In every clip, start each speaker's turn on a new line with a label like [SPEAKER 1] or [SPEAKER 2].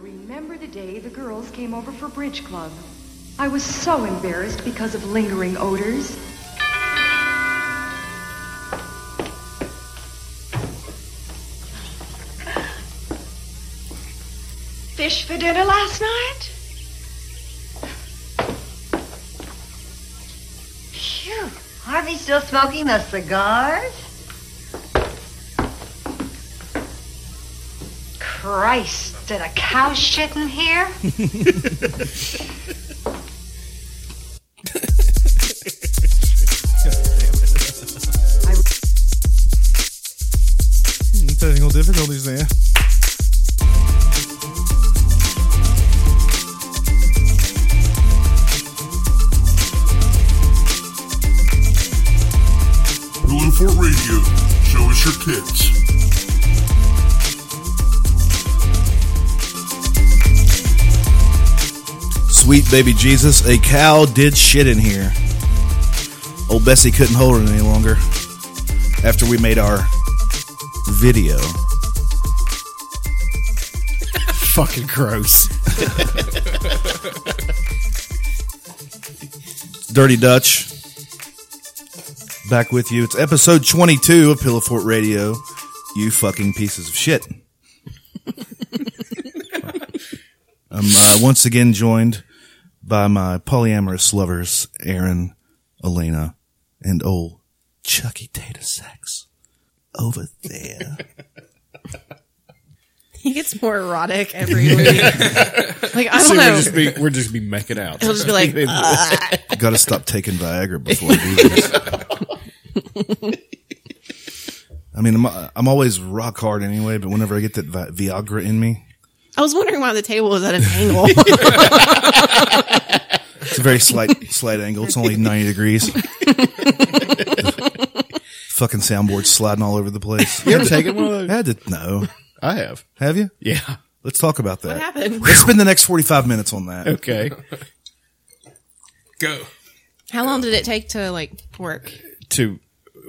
[SPEAKER 1] remember the day the girls came over for Bridge Club. I was so embarrassed because of lingering odors.
[SPEAKER 2] Fish for dinner last night?
[SPEAKER 3] Phew. Harvey still smoking those cigars? Christ, did a cow shit in here?
[SPEAKER 4] Technical Hmm, difficulties there.
[SPEAKER 5] Pill and Fort Radio. Show us your tits.
[SPEAKER 6] Sweet baby Jesus, a cow did shit in here. Old Bessie couldn't hold it any longer after we made our video.
[SPEAKER 4] Fucking gross.
[SPEAKER 6] Dirty Dutch, back with you. It's episode 22 of Pillow Fort Radio. You fucking pieces of shit. I'm uh, once again joined by my polyamorous lovers, Aaron, Elena, and old Chucky Data Sex over there.
[SPEAKER 7] He gets more erotic every week. like I
[SPEAKER 8] So
[SPEAKER 7] don't
[SPEAKER 8] we're
[SPEAKER 7] know.
[SPEAKER 8] just be we're just be mecking out.
[SPEAKER 7] He'll just be like,
[SPEAKER 6] Gotta stop taking Viagra before I do this. I mean, I'm, I'm always rock hard anyway, but whenever I get that Vi- Viagra in me,
[SPEAKER 7] I was wondering why the table was at an angle.
[SPEAKER 6] it's a very slight, slight angle. It's only 90 degrees. Fucking soundboard sliding all over the place.
[SPEAKER 8] you ever taken one of
[SPEAKER 6] I
[SPEAKER 8] those?
[SPEAKER 6] had to, no.
[SPEAKER 8] I have.
[SPEAKER 6] Have you?
[SPEAKER 8] Yeah.
[SPEAKER 6] Let's talk about that.
[SPEAKER 7] What happened?
[SPEAKER 6] Let's spend the next 45 minutes on that.
[SPEAKER 8] Okay.
[SPEAKER 9] Go.
[SPEAKER 7] How long did it take to like work?
[SPEAKER 8] to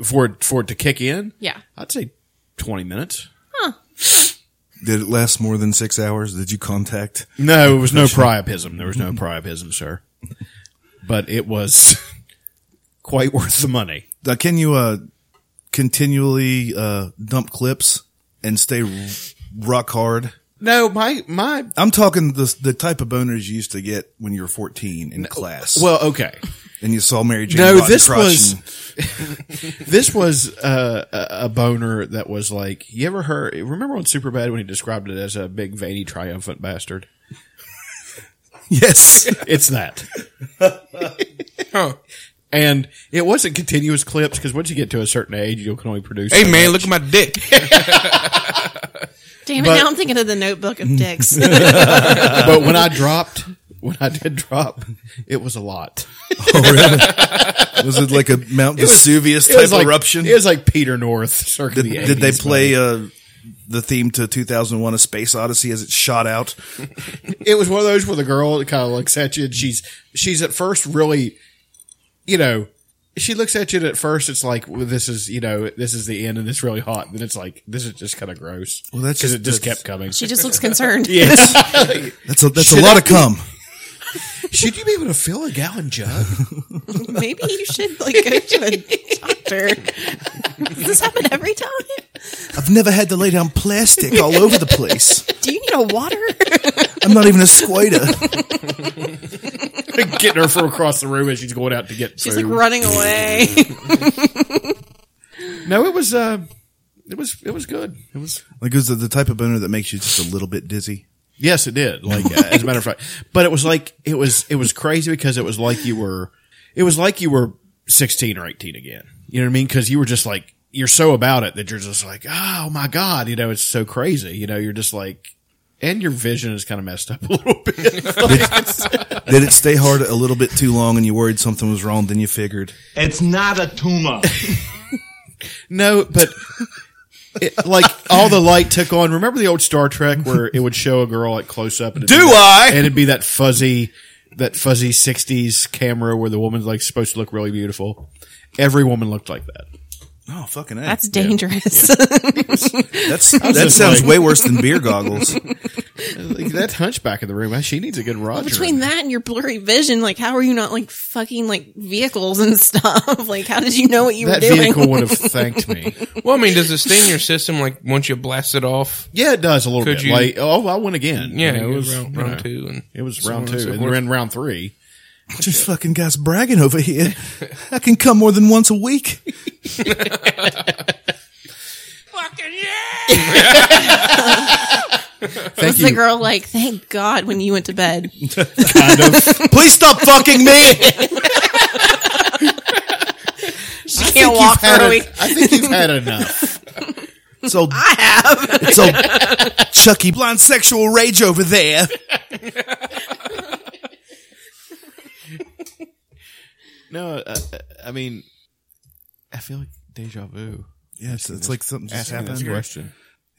[SPEAKER 8] for it, for it to kick in.
[SPEAKER 7] Yeah.
[SPEAKER 8] I'd say twenty minutes.
[SPEAKER 6] Did it last more than six hours? Did you contact?
[SPEAKER 8] No, it was no priapism. There was no priapism, sir. But it was quite worth the money.
[SPEAKER 6] Uh, can you uh, continually uh, dump clips and stay rock hard?
[SPEAKER 8] No, my my
[SPEAKER 6] I'm talking the the type of boners you used to get when you were 14 in class.
[SPEAKER 8] well, okay.
[SPEAKER 6] and you saw Mary Jane.
[SPEAKER 8] No,
[SPEAKER 6] Rotten
[SPEAKER 8] this
[SPEAKER 6] Crotch
[SPEAKER 8] was
[SPEAKER 6] and-
[SPEAKER 8] this was uh, a a boner that was like you ever heard? Remember on Superbad when he described it as a big veiny triumphant bastard?
[SPEAKER 6] yes.
[SPEAKER 8] It's that.
[SPEAKER 9] Huh.
[SPEAKER 8] And it wasn't continuous clips because once you get to a certain age, you can only produce.
[SPEAKER 9] Hey
[SPEAKER 8] so
[SPEAKER 9] man, look
[SPEAKER 8] much.
[SPEAKER 9] at my dick.
[SPEAKER 7] Damn it!
[SPEAKER 8] But-
[SPEAKER 7] now I'm thinking of the Notebook of Dicks.
[SPEAKER 8] but when I dropped, when I did drop, it was a lot.
[SPEAKER 6] Oh, really? was it like a Mount Vesuvius
[SPEAKER 8] It was
[SPEAKER 6] type
[SPEAKER 8] like,
[SPEAKER 6] eruption?
[SPEAKER 8] It was like Peter North. Circa
[SPEAKER 6] did,
[SPEAKER 8] the
[SPEAKER 6] did they
[SPEAKER 8] 80s,
[SPEAKER 6] play uh, the theme to 2001: A Space Odyssey as it shot out?
[SPEAKER 8] buddy. It was one of those where the girl kind of looks at you, and she's she's at first really, you know, she looks at you, and at first it's like well, this is you know this is the end, and it's really hot. And then it's like this is just kind of gross. Well,
[SPEAKER 6] that's
[SPEAKER 8] because
[SPEAKER 6] just-
[SPEAKER 8] it just
[SPEAKER 6] that's-
[SPEAKER 8] kept coming.
[SPEAKER 7] she just looks concerned.
[SPEAKER 8] Yes.
[SPEAKER 6] That's a that's a
[SPEAKER 8] Should
[SPEAKER 6] lot
[SPEAKER 8] I
[SPEAKER 6] of cum.
[SPEAKER 8] Should you be able to fill a gallon jug?
[SPEAKER 7] Maybe you should like go to a doctor. Does this happen every time?
[SPEAKER 6] I've never had to lay down plastic all over the place.
[SPEAKER 7] Do you need a water?
[SPEAKER 6] I'm not even a squatter.
[SPEAKER 8] Getting her from across the room as she's going out to get.
[SPEAKER 7] She's
[SPEAKER 8] food.
[SPEAKER 7] like running away.
[SPEAKER 8] No, it was. Uh, it was. It was good. It was.
[SPEAKER 6] Like, is it the type of boner that makes you just a little bit dizzy?
[SPEAKER 8] Yes, it did. Like uh, as a matter of fact, but it was like it was it was crazy because it was like you were, it was like you were sixteen or eighteen again. You know what I mean? Because you were just like you're so about it that you're just like, oh my god, you know, it's so crazy. You know, you're just like, and your vision is kind of messed up a little bit.
[SPEAKER 6] Did it stay hard a little bit too long and you worried something was wrong, then you figured?
[SPEAKER 10] It's not a tumor.
[SPEAKER 8] no, but. It, like all the light took on. Remember the old Star Trek where it would show a girl at close up? Do
[SPEAKER 9] I?
[SPEAKER 8] And it'd be that fuzzy, that fuzzy '60s camera where the woman's like supposed to look really beautiful. Every woman looked like that.
[SPEAKER 6] Oh, fucking A.
[SPEAKER 7] That's dangerous.
[SPEAKER 6] That's, that sounds
[SPEAKER 8] like-
[SPEAKER 6] way worse than beer goggles.
[SPEAKER 8] Like, that hunchback in the room, she needs a good Roger.
[SPEAKER 7] Between that and your blurry vision, like how are you not like fucking like vehicles and stuff? Like how did you know what you
[SPEAKER 8] that
[SPEAKER 7] were doing?
[SPEAKER 8] vehicle would have thanked me.
[SPEAKER 9] Well, I mean, does it sting your system like once you blast it off?
[SPEAKER 8] Yeah, it does a little
[SPEAKER 9] Could
[SPEAKER 8] bit.
[SPEAKER 9] you-
[SPEAKER 8] like, oh, I went again.
[SPEAKER 9] Yeah,
[SPEAKER 8] You know,
[SPEAKER 9] it was round,
[SPEAKER 8] you
[SPEAKER 9] round
[SPEAKER 8] know,
[SPEAKER 9] two, and
[SPEAKER 8] It was round
[SPEAKER 9] so on and
[SPEAKER 8] two,
[SPEAKER 9] so
[SPEAKER 8] and
[SPEAKER 9] forth.
[SPEAKER 8] we're in round three.
[SPEAKER 6] Just fucking guys bragging over here. I can come more than once a week.
[SPEAKER 7] Fucking yeah!
[SPEAKER 8] Thank
[SPEAKER 7] The
[SPEAKER 8] you.
[SPEAKER 7] girl like, thank God when you went to bed.
[SPEAKER 6] Please stop fucking me.
[SPEAKER 7] She can't walk for
[SPEAKER 8] Had
[SPEAKER 7] a
[SPEAKER 8] en-
[SPEAKER 7] week.
[SPEAKER 8] I think you've had enough.
[SPEAKER 6] It's old, I have. It's old Chucky blind sexual rage over there.
[SPEAKER 8] No, uh, I mean, I feel like deja vu.
[SPEAKER 6] Yeah, it's, it's like something just
[SPEAKER 8] Asking
[SPEAKER 6] happened.
[SPEAKER 8] this question.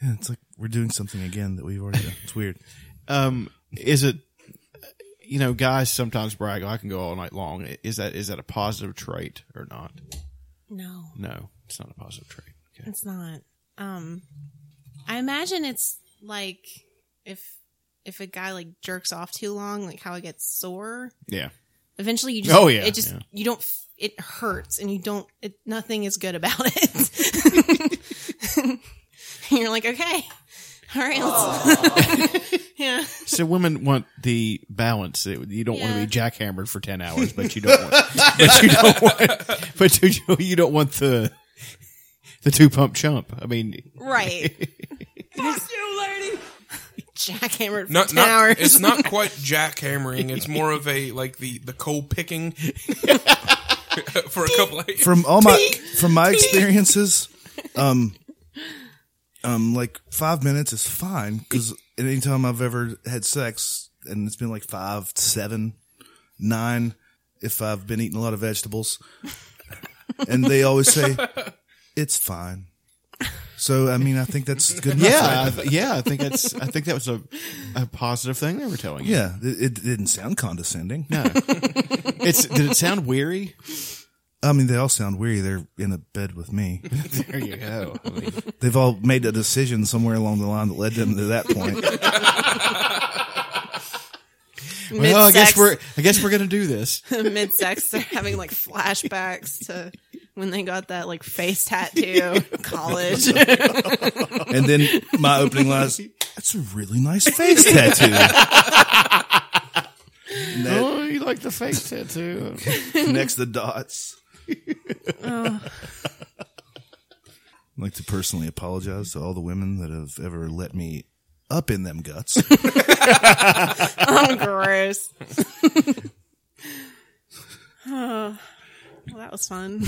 [SPEAKER 6] Yeah, it's like we're doing something again that we've already done. It's weird.
[SPEAKER 8] um, is it you know guys sometimes brag "Oh, i can go all night long is that is that a positive trait or not
[SPEAKER 7] No,
[SPEAKER 8] no it's not a positive trait okay
[SPEAKER 7] it's not. Um, I imagine it's like if if a guy like jerks off too long, like how it gets sore.
[SPEAKER 8] yeah
[SPEAKER 7] Eventually, you just
[SPEAKER 8] Oh, yeah,
[SPEAKER 7] it just
[SPEAKER 8] yeah.
[SPEAKER 7] you don't f- it hurts and you don't it, nothing is good about it. And you're like, okay, all right, let's, yeah,
[SPEAKER 8] so women want the balance It- you don't want to
[SPEAKER 7] Yeah.
[SPEAKER 8] be jackhammered for 10 hours but you don't want but you don't want but you, you don't want the the two pump chump i mean
[SPEAKER 7] right. Fuck you, lady. Jackhammered for
[SPEAKER 9] Not,
[SPEAKER 7] ten
[SPEAKER 9] not
[SPEAKER 7] hours.
[SPEAKER 9] it's not quite jackhammering. It's more of a like the the cold picking for a couple. Of,
[SPEAKER 6] From all my from my experiences, um, um, like five minutes is fine because any time I've ever had sex and it's been like five, seven, nine, if I've been eating a lot of vegetables, and they always say it's fine. So I mean, I think that's good. Enough
[SPEAKER 8] yeah I th- yeah i think that's i think that was a, a positive thing they were telling you
[SPEAKER 6] Yeah, it, it didn't sound condescending.
[SPEAKER 8] no it's did it sound weary
[SPEAKER 6] I mean, they all sound weary. They're in a bed with me.
[SPEAKER 8] there you go I mean,
[SPEAKER 6] They've all made a decision somewhere along the line that led them to that point.
[SPEAKER 8] Well, I guess
[SPEAKER 7] Mid-sex.
[SPEAKER 8] we're I guess we're gonna do this.
[SPEAKER 7] mid sex, they're having like flashbacks to when they got that like face tattoo, college.
[SPEAKER 6] And then my opening line is, that's a really nice face tattoo. And that
[SPEAKER 8] Oh, you like the face tattoo?
[SPEAKER 6] connects the dots.
[SPEAKER 7] Oh,
[SPEAKER 6] I'd like to personally apologize to all the women that have ever let me up in them guts.
[SPEAKER 7] oh, gross. oh, well, that was fun.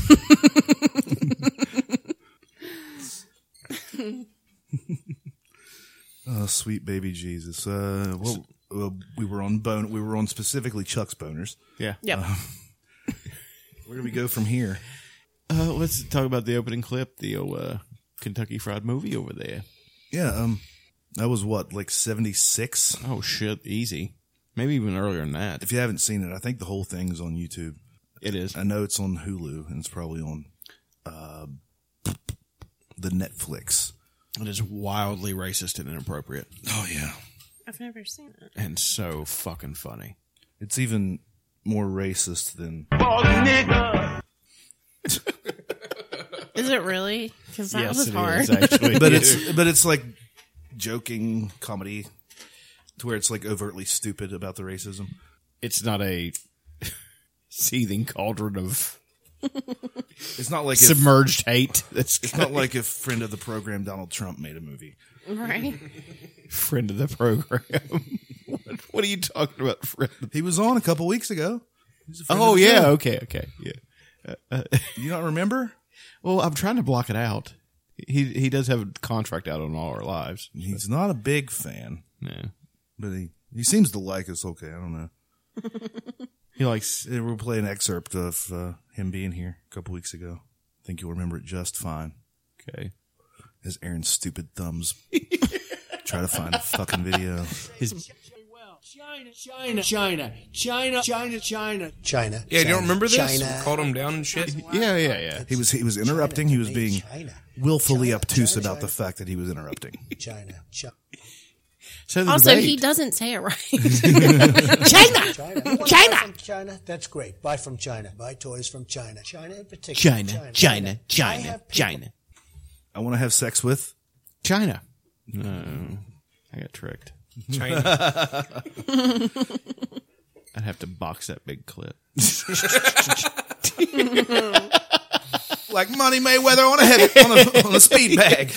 [SPEAKER 6] Oh, sweet baby Jesus. Uh, well, uh, we were on bone. We were on specifically Chuck's boners. Um,
[SPEAKER 8] Yeah.
[SPEAKER 7] Yep.
[SPEAKER 6] Where do we go from here?
[SPEAKER 8] Uh, let's talk about the opening clip, the old, uh, Kentucky Fried Movie over there.
[SPEAKER 6] Yeah, um, that was what like seventy six.
[SPEAKER 8] Oh shit, easy. Maybe even earlier than that.
[SPEAKER 6] If you haven't seen it, I think the whole thing's on YouTube.
[SPEAKER 8] It is.
[SPEAKER 6] I know it's on Hulu and it's probably on uh, the Netflix.
[SPEAKER 8] It is wildly racist and inappropriate,
[SPEAKER 6] Oh yeah,
[SPEAKER 7] I've never seen it.
[SPEAKER 8] and so fucking funny.
[SPEAKER 6] it's even more racist than
[SPEAKER 7] Is it really? Because that was
[SPEAKER 8] it
[SPEAKER 7] hard.
[SPEAKER 8] is, actually.
[SPEAKER 6] but it's but it's like joking comedy to where it's like overtly stupid about the racism.
[SPEAKER 8] it's not a seething cauldron of
[SPEAKER 6] It's not like if,
[SPEAKER 8] submerged hate. That's
[SPEAKER 6] it's not like if friend of the program Donald Trump made a movie.
[SPEAKER 7] Right?
[SPEAKER 8] friend of the program. what, what are you talking about, friend? of
[SPEAKER 6] He was on a couple weeks ago. He's a friend
[SPEAKER 8] Oh
[SPEAKER 6] of the
[SPEAKER 8] yeah,
[SPEAKER 6] show.
[SPEAKER 8] okay, okay, yeah.
[SPEAKER 6] you don't remember?
[SPEAKER 8] Uh, Well, I'm trying to block it out. He he does have a contract out on all our lives.
[SPEAKER 6] He's not a big fan.
[SPEAKER 8] Yeah,
[SPEAKER 6] But he, he seems to like us. Okay, I don't know.
[SPEAKER 8] he likes.
[SPEAKER 6] Eh, We'll play an excerpt of uh, him being here a couple weeks ago. I think you'll remember it just fine.
[SPEAKER 8] Okay,
[SPEAKER 6] As Aaron's stupid thumbs try to find a fucking video.
[SPEAKER 8] his
[SPEAKER 11] China, China, China, China, China, China.
[SPEAKER 9] yeah, you don't remember this? We called him down and shit.
[SPEAKER 8] yeah yeah yeah.
[SPEAKER 6] He was he was interrupting. He was being willfully obtuse about the fact that he was interrupting.
[SPEAKER 11] China, China.
[SPEAKER 8] So the
[SPEAKER 7] also,
[SPEAKER 8] debate.
[SPEAKER 7] he doesn't say it right. China!
[SPEAKER 12] China.
[SPEAKER 7] China!
[SPEAKER 12] Buy from China. That's great. Buy from China. Buy toys from China. China in particular.
[SPEAKER 8] China, China,
[SPEAKER 12] I
[SPEAKER 8] China,
[SPEAKER 12] have people-
[SPEAKER 8] China.
[SPEAKER 6] I want to have sex with
[SPEAKER 8] China. No, I got tricked.
[SPEAKER 9] China.
[SPEAKER 8] I'd have to box that big clip.
[SPEAKER 6] like Money Mayweather on a head on a, on a speed bag.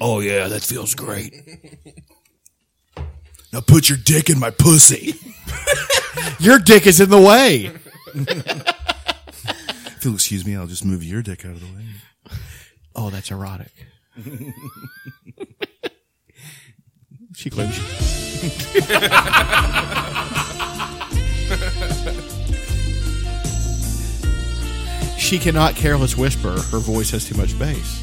[SPEAKER 13] Oh yeah, that feels great. Now put your dick in my pussy.
[SPEAKER 8] Your dick is in the way.
[SPEAKER 6] If you'll excuse me, I'll just move your dick out of the way.
[SPEAKER 8] Oh, that's erotic. she claims. she cannot careless whisper. Her voice has too much bass.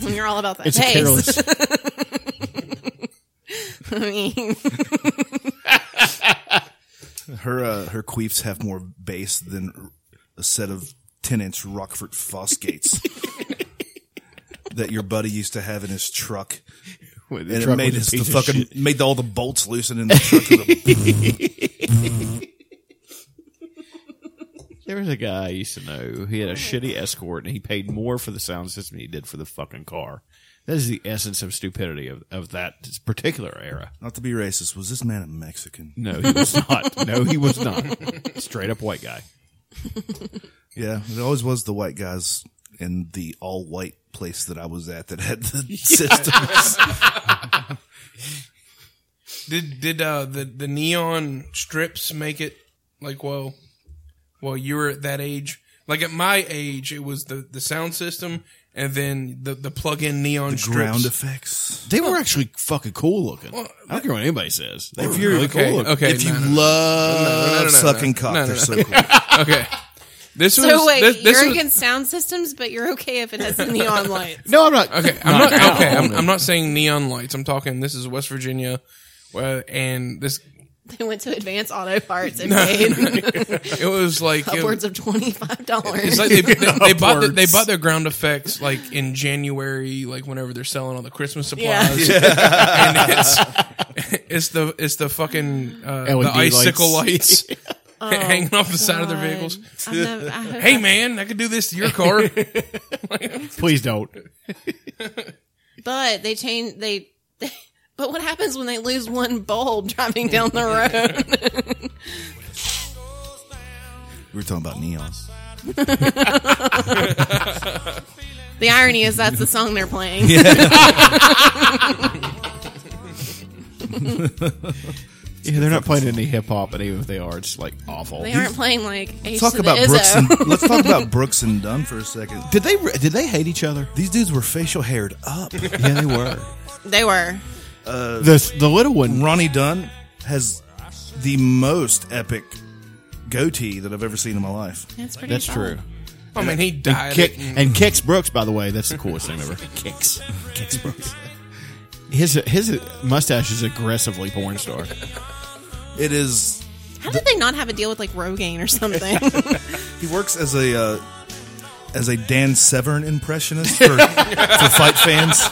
[SPEAKER 7] When you're all about that
[SPEAKER 8] It's a
[SPEAKER 7] taste.
[SPEAKER 8] careless-
[SPEAKER 7] I mean,
[SPEAKER 6] Her uh, her queefs have more bass than a set of ten inch Rockford Fosgates that your buddy used to have in his truck.
[SPEAKER 8] Wait, the
[SPEAKER 6] and
[SPEAKER 8] truck
[SPEAKER 6] it made
[SPEAKER 8] was
[SPEAKER 6] us
[SPEAKER 8] a
[SPEAKER 6] the
[SPEAKER 8] piece of
[SPEAKER 6] fucking
[SPEAKER 8] shit.
[SPEAKER 6] made all the bolts loosen in the truck.
[SPEAKER 8] There was a guy I used to know. He had a shitty escort, and he paid more for the sound system than he did for the fucking car. That is the essence of stupidity of, of that particular era.
[SPEAKER 6] Not to be racist, was this man a Mexican?
[SPEAKER 8] No, he was not. No, he was not. Straight up white guy.
[SPEAKER 6] Yeah, it always was the white guys in the all white place that I was at that had the systems.
[SPEAKER 9] Did did uh, the the neon strips make it like well, well you were at that age? Like at my age, it was the the sound system and then the the plug in neon
[SPEAKER 6] The
[SPEAKER 9] strips.
[SPEAKER 6] ground effects.
[SPEAKER 8] They were actually fucking cool looking. I don't care what anybody says. They were
[SPEAKER 9] If
[SPEAKER 8] if
[SPEAKER 9] you're-
[SPEAKER 8] you're, really
[SPEAKER 9] okay,
[SPEAKER 8] cool looking.
[SPEAKER 9] okay,
[SPEAKER 8] if you
[SPEAKER 9] no, no, no.
[SPEAKER 8] love
[SPEAKER 9] No, no, no, no, no.
[SPEAKER 6] sucking cock,
[SPEAKER 9] No, no,
[SPEAKER 6] they're
[SPEAKER 9] no.
[SPEAKER 6] so cool.
[SPEAKER 9] okay, this was
[SPEAKER 7] so wait,
[SPEAKER 9] this, this
[SPEAKER 7] you're
[SPEAKER 9] was,
[SPEAKER 7] against sound systems, but you're okay if it has the neon light.
[SPEAKER 8] No, I'm not.
[SPEAKER 9] Okay, I'm not. okay, I'm, I'm not saying neon lights. I'm talking. This is West Virginia, uh, and this
[SPEAKER 7] They went to Advanced Auto Parts and
[SPEAKER 9] No.
[SPEAKER 7] paid
[SPEAKER 9] it was like it-
[SPEAKER 7] upwards of twenty five dollars.
[SPEAKER 9] It's like they, they, they bought the, they bought their ground effects like in January, like whenever they're selling all the Christmas supplies.
[SPEAKER 7] Yeah. Yeah.
[SPEAKER 9] and it's, it's the it's the fucking uh,
[SPEAKER 8] LED
[SPEAKER 9] the icicle
[SPEAKER 8] lights.
[SPEAKER 9] lights, hanging off the side of their
[SPEAKER 7] Oh, God.
[SPEAKER 9] vehicles.
[SPEAKER 7] I've never- I hope
[SPEAKER 9] hey
[SPEAKER 7] I-
[SPEAKER 9] man, I could do this to your car.
[SPEAKER 8] Please don't.
[SPEAKER 7] But they change they, they. But what happens when they lose one bulb driving down the road?
[SPEAKER 6] We were talking about neon.
[SPEAKER 7] the irony is that's the song they're playing.
[SPEAKER 8] Yeah, they're not playing any hip hop, and even if they are, it's like awful.
[SPEAKER 7] they aren't playing like Ace
[SPEAKER 6] talk
[SPEAKER 7] to
[SPEAKER 6] about
[SPEAKER 7] the Izzo.
[SPEAKER 6] Brooks and let's talk about Brooks and Dunn for a second.
[SPEAKER 8] Did they did they hate each other?
[SPEAKER 6] These dudes were facial haired up.
[SPEAKER 8] yeah, they were.
[SPEAKER 7] they were.
[SPEAKER 6] Uh,
[SPEAKER 8] the the little one,
[SPEAKER 6] Ronnie Dunn, has the most epic goatee that I've ever seen in my life.
[SPEAKER 7] That's pretty.
[SPEAKER 8] That's true.
[SPEAKER 7] solid.
[SPEAKER 9] I mean, he died.
[SPEAKER 8] And, kick,
[SPEAKER 9] at-
[SPEAKER 8] and kicks Brooks, by the way. That's the coolest thing ever. Kicks. Kicks Brooks. His his mustache is aggressively porn star.
[SPEAKER 6] It is.
[SPEAKER 7] How did they not have a deal with like Rogaine or something?
[SPEAKER 6] He works as a uh, as a Dan Severn impressionist for, for fight fans.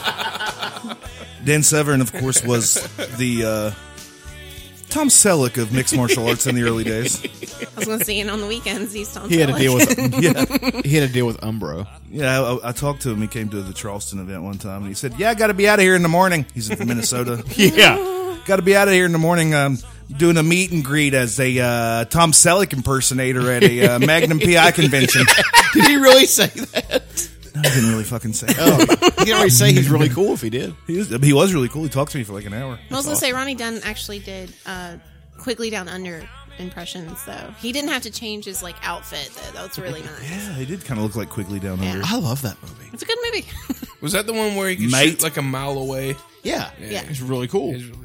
[SPEAKER 6] Dan Severn, of course, was the uh, Tom Selleck of mixed martial arts in the early days.
[SPEAKER 7] I was going to see it on the weekends. He's Tom
[SPEAKER 8] He had to
[SPEAKER 7] Selleck.
[SPEAKER 8] deal with
[SPEAKER 6] Yeah.
[SPEAKER 8] he had to deal with Umbro.
[SPEAKER 6] Yeah, I, I talked to him. He came to the Charleston event one time, and he said, "Yeah, I got to be out of here in the morning." He's from Minnesota.
[SPEAKER 8] yeah,
[SPEAKER 6] got to be out of here in the morning. Um, doing a meet and greet as a uh, Tom Selleck impersonator at a uh, Magnum PI convention.
[SPEAKER 8] Did he really say that?
[SPEAKER 6] No, I didn't really fucking say.
[SPEAKER 8] Oh,
[SPEAKER 6] That.
[SPEAKER 8] he didn't really say he's really cool if he did.
[SPEAKER 6] He was, he was really cool. He talked to me for like an hour.
[SPEAKER 7] I was going to say Ronnie Dunn actually did uh, quickly down under impressions though. He didn't have to change his like outfit though. That was really nice.
[SPEAKER 6] Yeah, he did kind of look like Quigley down
[SPEAKER 7] Yeah.
[SPEAKER 6] under.
[SPEAKER 8] I love that movie.
[SPEAKER 7] It's a good movie.
[SPEAKER 9] was that the one where he could
[SPEAKER 6] Mate.
[SPEAKER 9] shoot like a mile away?
[SPEAKER 8] Yeah,
[SPEAKER 7] Yeah.
[SPEAKER 8] it's really cool.
[SPEAKER 9] He's really-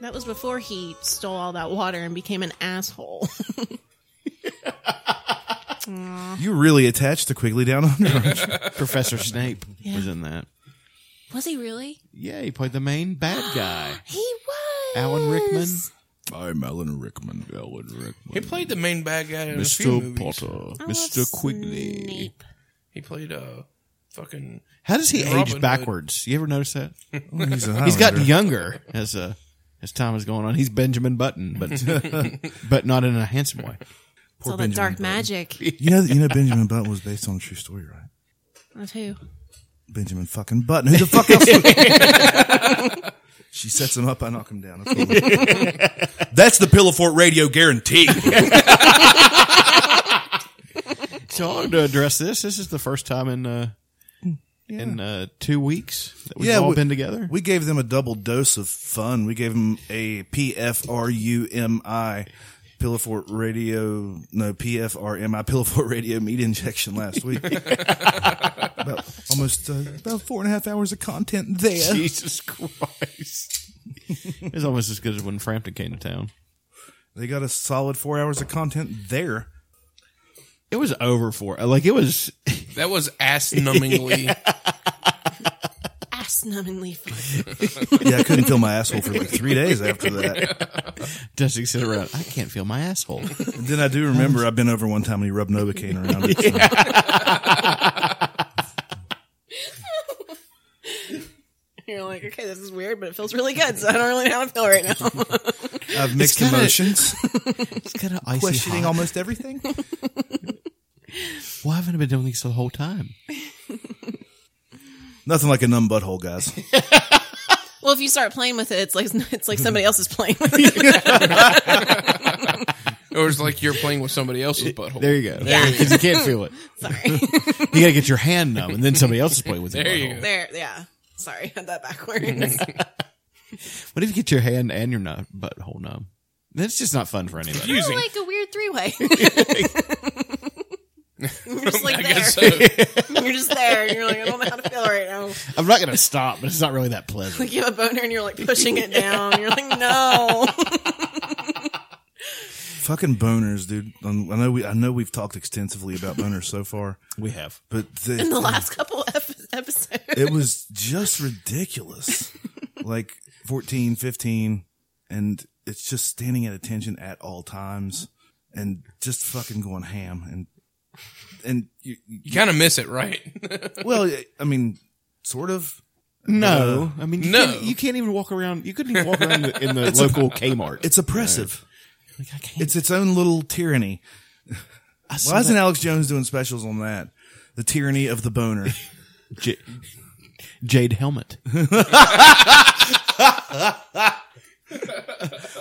[SPEAKER 7] That was before he stole all that water and became an asshole. Aw.
[SPEAKER 6] You really attached to Quigley down under. aren't you?
[SPEAKER 8] Professor Snape
[SPEAKER 7] Yeah.
[SPEAKER 8] was in that.
[SPEAKER 7] was he really?
[SPEAKER 8] Yeah, he played the main bad guy,
[SPEAKER 7] He was.
[SPEAKER 8] Alan Rickman.
[SPEAKER 13] I'm Alan Rickman. Alan Rickman.
[SPEAKER 9] He played the main bad guy in a few
[SPEAKER 13] Mr.
[SPEAKER 9] movies.
[SPEAKER 13] Potter. Mr. Quigley.
[SPEAKER 7] Snape.
[SPEAKER 9] He played uh, fucking.
[SPEAKER 8] How does he
[SPEAKER 9] Robin
[SPEAKER 8] age
[SPEAKER 9] Hood.
[SPEAKER 8] backwards? You ever notice that?
[SPEAKER 9] Well, he's a
[SPEAKER 8] he's gotten
[SPEAKER 9] Highlander.
[SPEAKER 8] younger as uh, as time is going on. He's Benjamin Button, but but not in a handsome way.
[SPEAKER 7] It's all that dark magic.
[SPEAKER 6] You know, you know, Benjamin Button was based on a true story, right?
[SPEAKER 7] Of who?
[SPEAKER 6] Benjamin fucking Button. Who the fuck else? would- she sets him up. I knock him down. Of course.
[SPEAKER 13] That's the Pillowfort Radio guarantee.
[SPEAKER 8] So I wanted to address this. This is the first time in uh, in uh, two weeks that we've all
[SPEAKER 6] we-
[SPEAKER 8] been together.
[SPEAKER 6] We gave them a double dose of fun. We gave them a PFRUMI Pillowfort Radio, no PFRMI Pillowfort Radio meat injection last week. about, almost uh, about four and a half hours of content there.
[SPEAKER 8] Jesus Christ! it's almost as good as when Frampton came to town.
[SPEAKER 6] They got a solid four hours of content there.
[SPEAKER 8] It was over for like it was.
[SPEAKER 9] That was ass numbingly.
[SPEAKER 7] Ass numbingly
[SPEAKER 6] yeah, I couldn't feel my asshole for like three days after that.
[SPEAKER 8] Dusty sit around. I can't feel my asshole.
[SPEAKER 6] And then I do remember I've been over one time and he rubbed Novocaine around it. so-
[SPEAKER 7] You're like, okay, this is weird, but it feels really good, so I don't really know how to feel right now.
[SPEAKER 6] I've mixed
[SPEAKER 7] kinda-
[SPEAKER 6] emotions.
[SPEAKER 7] it's
[SPEAKER 8] kinda icy
[SPEAKER 6] Questioning
[SPEAKER 8] hot.
[SPEAKER 6] almost everything.
[SPEAKER 8] Why haven't I been doing this the whole time?
[SPEAKER 6] Nothing like a numb butthole, guys.
[SPEAKER 7] Well, if you start playing with it, it's like it's like somebody else is playing with it.
[SPEAKER 9] or it's like you're playing with somebody else's butthole.
[SPEAKER 8] There you go. There you go. 'Cause you can't feel it.
[SPEAKER 7] Sorry.
[SPEAKER 8] you got to get your hand numb, and then somebody else is playing with your
[SPEAKER 9] There you
[SPEAKER 8] butthole.
[SPEAKER 7] there, yeah. Sorry, I had that backwards.
[SPEAKER 8] What if you get your hand and your nu- butthole numb? That's just not fun for anybody.
[SPEAKER 7] It's like a weird three way. you're just like
[SPEAKER 8] I
[SPEAKER 7] there.
[SPEAKER 8] guess so.
[SPEAKER 7] You're just there. You're like, I don't know how to feel right now.
[SPEAKER 8] I'm not going to stop, but it's not really that pleasant.
[SPEAKER 7] Like you have a boner and you're like pushing it down. You're like, no.
[SPEAKER 6] Fucking boners, dude. Um, I know we I know we've talked extensively about boners so far.
[SPEAKER 8] We have,
[SPEAKER 6] but the,
[SPEAKER 7] In the last couple ep- episodes,
[SPEAKER 6] it was just ridiculous. like 14, 15 and it's just standing at attention at all times and just fucking going ham and and you
[SPEAKER 9] You kind of miss it, right?
[SPEAKER 6] well, I mean, sort of.
[SPEAKER 8] No,
[SPEAKER 6] Uh,
[SPEAKER 8] I mean, you
[SPEAKER 9] No.
[SPEAKER 8] can't, you can't even walk around. You couldn't even walk around in the, in the local Kmart.
[SPEAKER 6] It's oppressive. It's its own little tyranny.
[SPEAKER 8] saw
[SPEAKER 6] Why isn't
[SPEAKER 8] that-
[SPEAKER 6] Alex Jones doing specials on that? The tyranny of the boner.
[SPEAKER 8] J- Jade Helmet.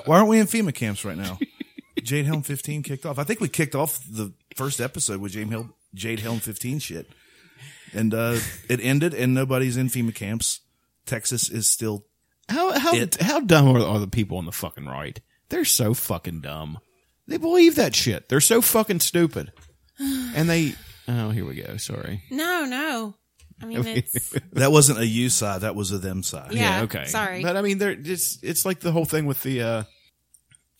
[SPEAKER 6] Why aren't we in FEMA camps right now? Jade Helm 15 kicked off. I think we kicked off the first episode with Jade Helm, Jade Helm 15 shit. And uh, it ended, and nobody's in FEMA camps. Texas is still.
[SPEAKER 8] How how
[SPEAKER 6] It-
[SPEAKER 8] how dumb are, are the people on the fucking right? They're so fucking dumb. They believe that shit. They're so fucking stupid. And they oh here we go. Sorry.
[SPEAKER 7] no, no. I mean, it's
[SPEAKER 6] That wasn't a you side. That was a them side.
[SPEAKER 7] Yeah, Yeah, okay. sorry.
[SPEAKER 8] But I mean, they're it's it's like the whole thing with the uh,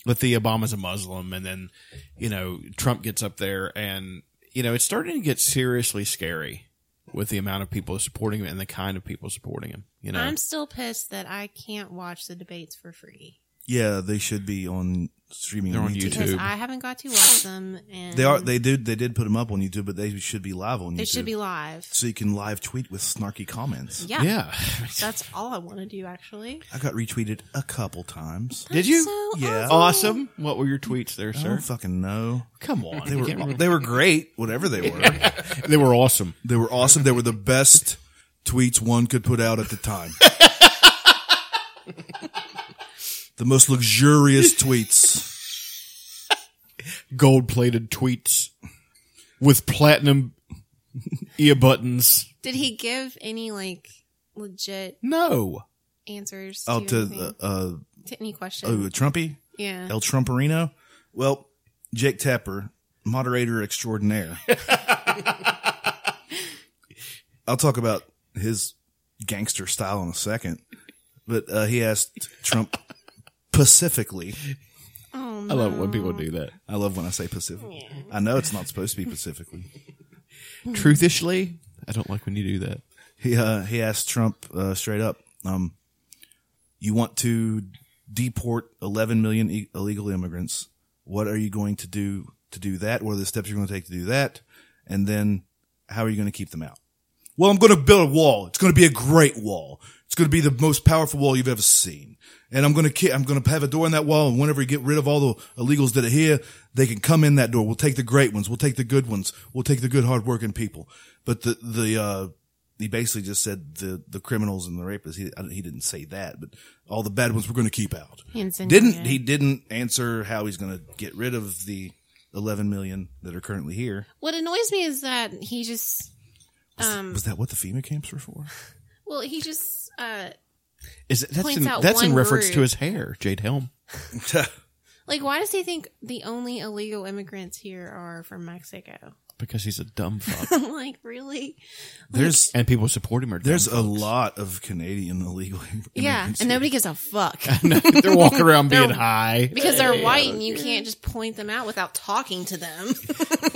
[SPEAKER 8] with the Obama's a Muslim, and then you know Trump gets up there, and you know it's starting to get seriously scary with the amount of people supporting him and the kind of people supporting him. You know,
[SPEAKER 7] I'm still pissed that I can't watch the debates for free
[SPEAKER 6] Yeah, they should be on streaming.
[SPEAKER 8] They're on
[SPEAKER 7] because I haven't got to watch them. And
[SPEAKER 6] They are. They did. They did put them up on YouTube, but they should be live on YouTube.
[SPEAKER 7] They should be live.
[SPEAKER 6] So you can live tweet with snarky comments.
[SPEAKER 7] Yeah. That's all I want to do, actually.
[SPEAKER 6] I got retweeted a couple times.
[SPEAKER 8] Did you? Oh,
[SPEAKER 6] yeah.
[SPEAKER 8] Awesome. What were your tweets there,
[SPEAKER 6] I
[SPEAKER 8] sir?
[SPEAKER 6] don't fucking know.
[SPEAKER 8] Oh, Come on.
[SPEAKER 6] They
[SPEAKER 8] You
[SPEAKER 6] were
[SPEAKER 8] can't remember.
[SPEAKER 6] they were great, whatever they were.
[SPEAKER 8] they were awesome.
[SPEAKER 6] They were awesome. They were the best tweets one could put out at the time. the most luxurious tweets.
[SPEAKER 8] Gold plated tweets with platinum ear buttons.
[SPEAKER 7] Did he give any like legit
[SPEAKER 8] No.
[SPEAKER 7] answers?
[SPEAKER 6] Oh,
[SPEAKER 7] to,
[SPEAKER 6] to
[SPEAKER 7] anything?
[SPEAKER 6] the uh,
[SPEAKER 7] to any question?
[SPEAKER 6] oh Trumpy.
[SPEAKER 7] Yeah.
[SPEAKER 6] El Trumperino. Well, Jake Tapper, moderator extraordinaire. I'll talk about his gangster style in a second, but uh, he asked Trump specifically.
[SPEAKER 7] Oh,
[SPEAKER 8] I love it when people do that.
[SPEAKER 6] I love when I say Pacifically. I know it's not supposed to be Pacifically.
[SPEAKER 13] Hmm.
[SPEAKER 8] Truthishly, I don't like when you do that.
[SPEAKER 6] He uh, he asked Trump uh, straight up, um, "You want to deport 11 million e- illegal immigrants? What are you going to do to do that? What are the steps you're going to take to do that? And then how are you going to keep them out?" Well, I'm going to build a wall. It's going to be a great wall. It's going to be the most powerful wall you've ever seen. And I'm going to ki- I'm going to have a door in that wall. And whenever you get rid of all the illegals that are here, they can come in that door. We'll take the great ones. We'll take the good ones. We'll take the good hardworking people. But the the uh, he basically just said the the criminals and the rapists. He I, he didn't say that, but all the bad ones we're going to keep out.
[SPEAKER 7] He didn't say
[SPEAKER 6] Didn't
[SPEAKER 7] that.
[SPEAKER 6] he? Didn't answer how he's going to get rid of the 11 million that are currently here.
[SPEAKER 7] What annoys me is that he just, um,
[SPEAKER 6] Was that what the FEMA camps were for?
[SPEAKER 7] well, he just, uh,
[SPEAKER 8] Is it, that's
[SPEAKER 7] Points
[SPEAKER 8] in,
[SPEAKER 7] out
[SPEAKER 8] that's in
[SPEAKER 7] one
[SPEAKER 8] reference to
[SPEAKER 7] group.
[SPEAKER 8] his hair, Jade Helm.
[SPEAKER 7] like, why does he think the only illegal immigrants here are from Mexico?
[SPEAKER 8] because he's a dumb fuck.
[SPEAKER 7] I'm like, really?
[SPEAKER 6] There's
[SPEAKER 8] and people support him. Are dumb
[SPEAKER 6] There's a
[SPEAKER 8] fucks.
[SPEAKER 6] lot of Canadian illegal immigrants.
[SPEAKER 7] Yeah, and nobody gives a fuck.
[SPEAKER 8] they're walking around being
[SPEAKER 7] They're-
[SPEAKER 8] high
[SPEAKER 7] Because they're white and you can't just point them out without talking to them.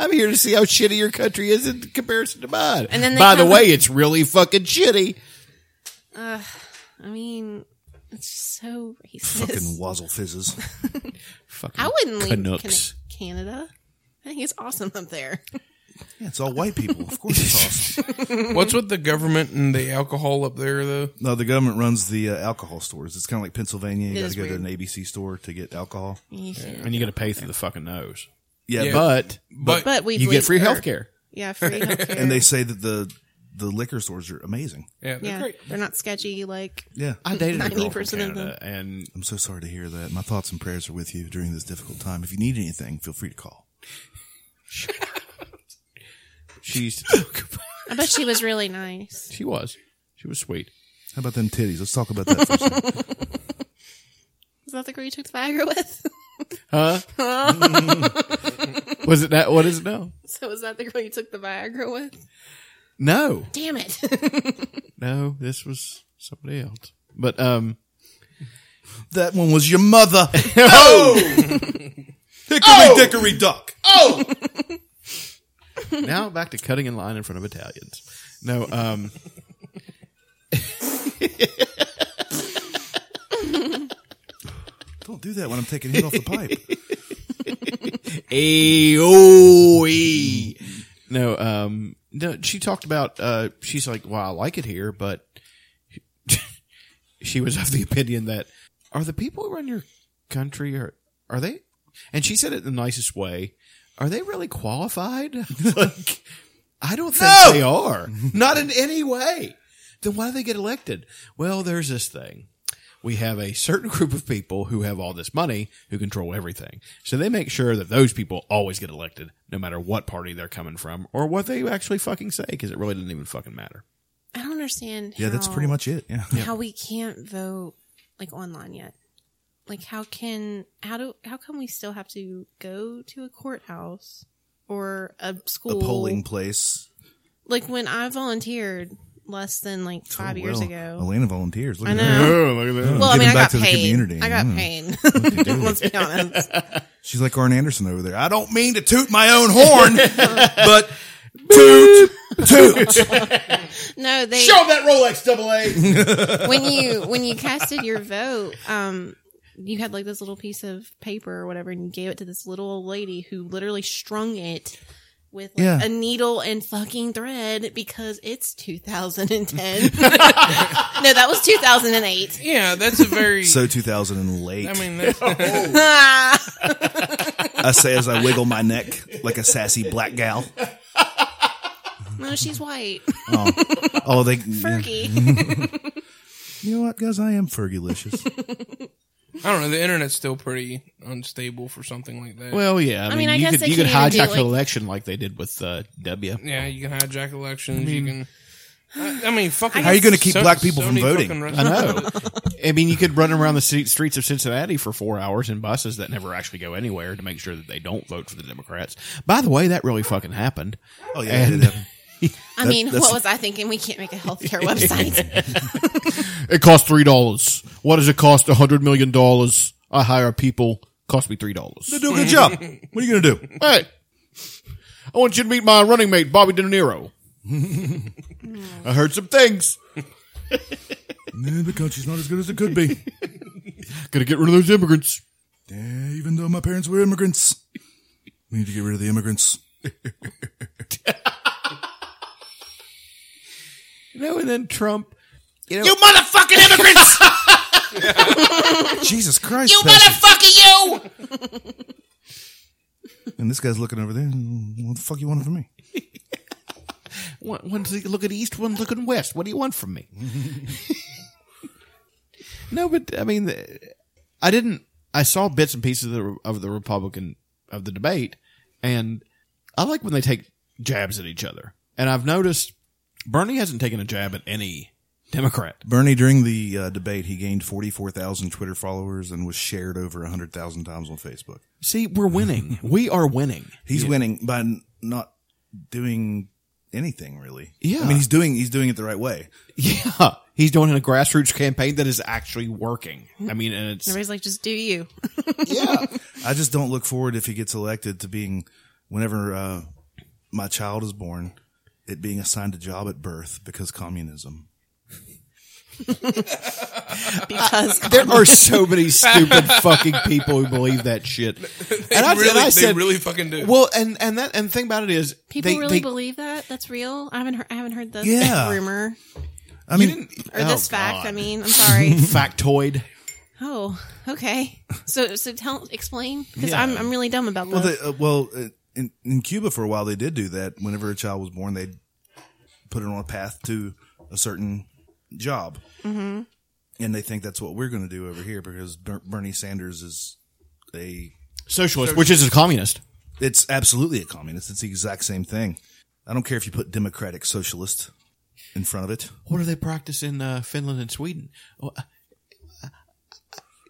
[SPEAKER 8] I'm here to see how shitty your country is in comparison to mine.
[SPEAKER 7] And then they
[SPEAKER 8] by the
[SPEAKER 7] come-
[SPEAKER 8] way, it's really fucking shitty.
[SPEAKER 7] Ugh, I mean, it's so racist.
[SPEAKER 6] Fucking wazzle fizzes.
[SPEAKER 8] Fucking
[SPEAKER 7] I wouldn't leave
[SPEAKER 6] Canucks.
[SPEAKER 7] Can- Canada. I think it's awesome up there.
[SPEAKER 6] Yeah, it's all white people. Of course it's awesome.
[SPEAKER 9] What's with the government and the alcohol up there, though?
[SPEAKER 6] No, the government runs the uh, alcohol stores. It's kind of like Pennsylvania. You
[SPEAKER 9] It
[SPEAKER 6] got
[SPEAKER 9] is
[SPEAKER 6] to go
[SPEAKER 9] weird.
[SPEAKER 6] to an ABC store to get alcohol.
[SPEAKER 7] Yeah.
[SPEAKER 8] And you got to pay through the fucking nose.
[SPEAKER 6] Yeah,
[SPEAKER 8] Yeah. But- But- but we've you get free
[SPEAKER 7] learned-
[SPEAKER 8] health care.
[SPEAKER 7] Yeah, free healthcare.
[SPEAKER 6] and they say that the the liquor stores are amazing.
[SPEAKER 9] Yeah,
[SPEAKER 7] yeah, they're not sketchy. Like,
[SPEAKER 6] Yeah.
[SPEAKER 7] ninety percent of them.
[SPEAKER 8] and
[SPEAKER 6] I'm so sorry to hear that. My thoughts and prayers are with you during this difficult time. If you need anything, feel free to call.
[SPEAKER 8] She's
[SPEAKER 7] I bet she was really nice.
[SPEAKER 8] she was she was sweet.
[SPEAKER 6] How about them titties? Let's talk about that for a second.
[SPEAKER 7] Is that the girl you took the Viagra with?
[SPEAKER 8] Huh? was it that? What is it now?
[SPEAKER 7] So is that the girl you took the Viagra with?
[SPEAKER 8] No,
[SPEAKER 7] Damn it!
[SPEAKER 8] no. This was somebody else. But um,
[SPEAKER 6] that one was your mother.
[SPEAKER 8] oh,
[SPEAKER 6] Hickory dickory duck.
[SPEAKER 8] Oh. now back to cutting in line in front of Italians. No, um.
[SPEAKER 6] Don't do that when I'm taking heat off the pipe.
[SPEAKER 8] Aoe. No, um, no, she talked about, uh, she's like, well, I like it here, but she was of the opinion that are the people who run your country are, are they, and she said it the nicest way, are they really qualified? I was like, I don't think
[SPEAKER 13] No!
[SPEAKER 8] they are. Not in any way. Then why do they get elected? Well, there's this thing. We have a certain group of people who have all this money who control everything. So they make sure that those people always get elected, no matter what party they're coming from or what they actually fucking say, because it really doesn't even fucking matter.
[SPEAKER 7] I don't understand.
[SPEAKER 8] Yeah, that's
[SPEAKER 7] how-
[SPEAKER 8] pretty much it, yeah. Yeah.
[SPEAKER 7] how we can't vote like online yet. Like, how can how do how come we still have to go to a courthouse or a
[SPEAKER 6] A
[SPEAKER 7] school
[SPEAKER 6] polling place.
[SPEAKER 7] Like when I volunteered less than like five
[SPEAKER 6] Oh,
[SPEAKER 7] years
[SPEAKER 6] well,
[SPEAKER 7] ago,
[SPEAKER 6] Elena volunteers. Look
[SPEAKER 7] I
[SPEAKER 6] at
[SPEAKER 7] know.
[SPEAKER 6] that.
[SPEAKER 7] Oh, look at that. Well, I
[SPEAKER 6] Giving
[SPEAKER 7] mean, I
[SPEAKER 6] back
[SPEAKER 7] got
[SPEAKER 6] to the
[SPEAKER 7] paid.
[SPEAKER 6] community.
[SPEAKER 7] I got
[SPEAKER 6] Mm.
[SPEAKER 7] paid.
[SPEAKER 6] Look at that.
[SPEAKER 7] Let's be honest.
[SPEAKER 6] She's like Arn Anderson over there. I don't mean to toot my own horn, but toot, toot.
[SPEAKER 7] no, they
[SPEAKER 8] Show 'em that Rolex double A.
[SPEAKER 7] when you when you casted your vote, um, you had like this little piece of paper or whatever, and you gave it to this little old lady who literally strung it with like,
[SPEAKER 6] Yeah.
[SPEAKER 7] a needle and fucking thread because it's 2010. no, that was 2008.
[SPEAKER 9] Yeah, that's a very
[SPEAKER 6] so 2008.
[SPEAKER 9] I mean, that's,
[SPEAKER 6] Oh. I say as I wiggle my neck like a sassy black gal.
[SPEAKER 7] no, she's white.
[SPEAKER 6] Oh, oh they.
[SPEAKER 7] Fergie.
[SPEAKER 6] you know what, guys? I am Fergalicious.
[SPEAKER 9] I don't know. The internet's still pretty unstable for something like that.
[SPEAKER 8] Well, yeah. I, mean, you could, you
[SPEAKER 9] even
[SPEAKER 8] could
[SPEAKER 9] do,
[SPEAKER 8] hijack
[SPEAKER 9] like-
[SPEAKER 8] an election like they did with uh, W.
[SPEAKER 9] Yeah, you can hijack elections. you can. I, I mean, fucking.
[SPEAKER 8] How are you going to keep
[SPEAKER 9] so-
[SPEAKER 8] black people
[SPEAKER 9] so
[SPEAKER 8] from
[SPEAKER 9] many
[SPEAKER 8] voting?
[SPEAKER 9] fucking
[SPEAKER 8] I know. I mean, you could run around the ci- streets of Cincinnati for four hours in buses that never actually go anywhere to make sure that they don't vote for the Democrats. By the way, that really fucking happened.
[SPEAKER 6] Oh yeah, it did happen.
[SPEAKER 7] I mean, what was I thinking? We can't make a healthcare website.
[SPEAKER 8] It cost three dollars. What does it cost? A hundred million dollars. I hire people. Cost me three dollars.
[SPEAKER 6] They do a good job. What are you going to do?
[SPEAKER 8] Hey, I want you to meet my running mate, Bobby De Niro. I heard some things.
[SPEAKER 6] Man, the country's not as good as it could be.
[SPEAKER 8] Gotta get rid of those immigrants.
[SPEAKER 6] Yeah, even though my parents were immigrants, we need to get rid of the immigrants.
[SPEAKER 8] You know, and then Trump. You know,
[SPEAKER 14] You motherfucking immigrants!
[SPEAKER 6] Jesus Christ.
[SPEAKER 14] you
[SPEAKER 6] Pastor.
[SPEAKER 14] motherfucker, you!
[SPEAKER 6] And this guy's looking over there. What the fuck you wanting from me?
[SPEAKER 8] One, one's looking east, one's looking west. What do you want from me? no, but I mean, the- I didn't. I saw bits and pieces of the, of the Republican of the debate, and I like when they take jabs at each other. And I've noticed Bernie hasn't taken a jab at any Democrat.
[SPEAKER 6] Bernie, during the uh, debate, he gained 44,000 Twitter followers and was shared over 100,000 times on Facebook.
[SPEAKER 8] See, we're winning. we are winning.
[SPEAKER 6] He's
[SPEAKER 8] Yeah.
[SPEAKER 6] winning by n- not doing anything really.
[SPEAKER 8] Yeah.
[SPEAKER 6] I mean, he's doing, he's doing it the right way.
[SPEAKER 8] Yeah, he's doing a grassroots campaign that is actually working. I mean, and it's
[SPEAKER 7] Everybody's like, just do you.
[SPEAKER 6] I just don't look forward if he gets elected to being, whenever uh, my child is born, it being assigned a job at birth because communism.
[SPEAKER 7] because
[SPEAKER 8] Uh, there are so many stupid fucking people who believe that shit. and I,
[SPEAKER 9] really-
[SPEAKER 8] and I
[SPEAKER 9] they
[SPEAKER 8] said,
[SPEAKER 9] really fucking do.
[SPEAKER 8] Well, and and that and the thing about it is,
[SPEAKER 7] People
[SPEAKER 8] they,
[SPEAKER 7] really
[SPEAKER 8] they-
[SPEAKER 7] believe that? That's real? I haven't heard, I haven't heard this
[SPEAKER 8] Yeah.
[SPEAKER 7] rumor.
[SPEAKER 6] I mean,
[SPEAKER 7] Or
[SPEAKER 8] Oh,
[SPEAKER 7] this fact.
[SPEAKER 8] God.
[SPEAKER 7] I mean, I'm sorry.
[SPEAKER 8] factoid.
[SPEAKER 7] oh, okay. So, so tell, explain. Because
[SPEAKER 6] Yeah.
[SPEAKER 7] I'm, I'm really dumb about
[SPEAKER 6] Well,
[SPEAKER 7] this.
[SPEAKER 6] they, uh, well, uh, in, in Cuba for a while they did do that. Whenever a child was born, they'd put it on a path to a certain job,
[SPEAKER 7] mm-hmm.
[SPEAKER 6] and they think that's what we're going to do over here because Ber- Bernie Sanders is a
[SPEAKER 8] Socialist, which is a communist.
[SPEAKER 6] It's absolutely a communist. It's the exact same thing. I don't care if you put democratic socialist in front of it.
[SPEAKER 8] What do they practice in uh, Finland and Sweden? Oh, uh, uh,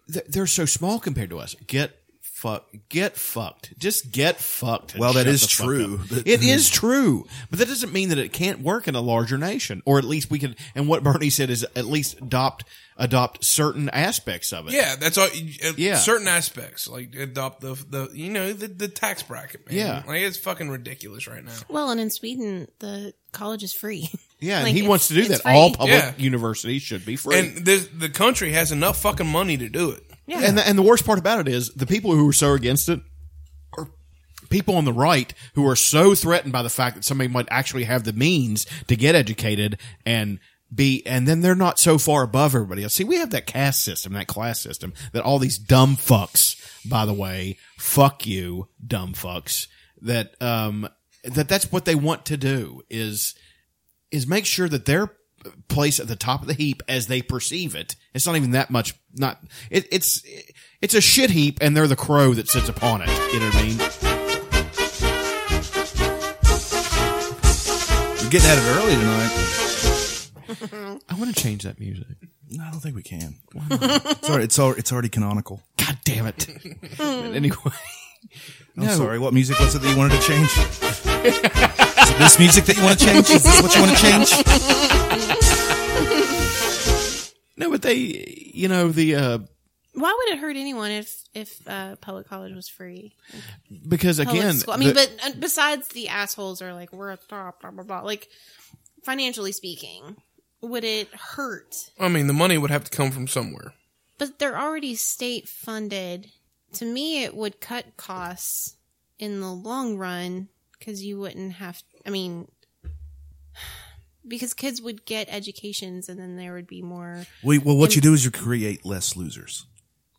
[SPEAKER 8] they're- they're so small compared to us. Get fuck, get fucked. Just get fucked. and
[SPEAKER 6] Well, that
[SPEAKER 8] shut
[SPEAKER 6] is
[SPEAKER 8] the fuck
[SPEAKER 6] true.
[SPEAKER 8] up. it is true, but that doesn't mean that it can't work in a larger nation, or at least we can. And what Bernie said is at least adopt adopt certain aspects of it.
[SPEAKER 9] Yeah, that's all.
[SPEAKER 8] Yeah.
[SPEAKER 9] Yeah. Certain aspects, like adopt the the you know the, the tax bracket, man.
[SPEAKER 8] Yeah.
[SPEAKER 9] like it's fucking ridiculous right now.
[SPEAKER 7] Well, and in Sweden, the college is free.
[SPEAKER 8] Yeah,
[SPEAKER 7] Like,
[SPEAKER 8] and he
[SPEAKER 7] it's-
[SPEAKER 8] wants to do
[SPEAKER 7] it's
[SPEAKER 8] that. All
[SPEAKER 7] free.
[SPEAKER 8] public
[SPEAKER 9] Yeah.
[SPEAKER 8] universities should be free.
[SPEAKER 9] And this, the country has enough fucking money to do it.
[SPEAKER 8] Yeah. And the, and the worst part about it is the people who are so against it are people on the right who are so threatened by the fact that somebody might actually have the means to get educated and be, and then they're not so far above everybody else. See, we have that caste system, that class system that all these dumb fucks, by the way, fuck you, dumb fucks, that, um, that that's what they want to do is, is make sure that their place at the top of the heap as they perceive it. It's not even that much. Not it, it's it's a shit heap, and they're the crow that sits upon it. You know what I mean?
[SPEAKER 6] We're getting out of it early tonight.
[SPEAKER 8] I want to change that music.
[SPEAKER 6] No, I don't think we can. Sorry, it's al- it's already canonical.
[SPEAKER 8] God damn it! But anyway,
[SPEAKER 6] I'm
[SPEAKER 8] No.
[SPEAKER 6] sorry. What music was it that you wanted to change? Is it this music that you want to change? Is this what you want to change?
[SPEAKER 8] no, but they, you know, the uh
[SPEAKER 7] Why would it hurt anyone if if uh, public college was free?
[SPEAKER 8] because
[SPEAKER 7] Public
[SPEAKER 8] again,
[SPEAKER 7] school. I mean,
[SPEAKER 8] the-
[SPEAKER 7] but uh, besides the assholes are like we're at the top, blah blah blah. Like financially speaking, would it hurt?
[SPEAKER 9] I mean, the money would have to come from somewhere.
[SPEAKER 7] But they're already state funded. To me, it would cut costs in the long run because you wouldn't have. I mean. Because kids would get educations, and then there would be more
[SPEAKER 6] Wait, well, what
[SPEAKER 7] Im-
[SPEAKER 6] you do is you create less losers.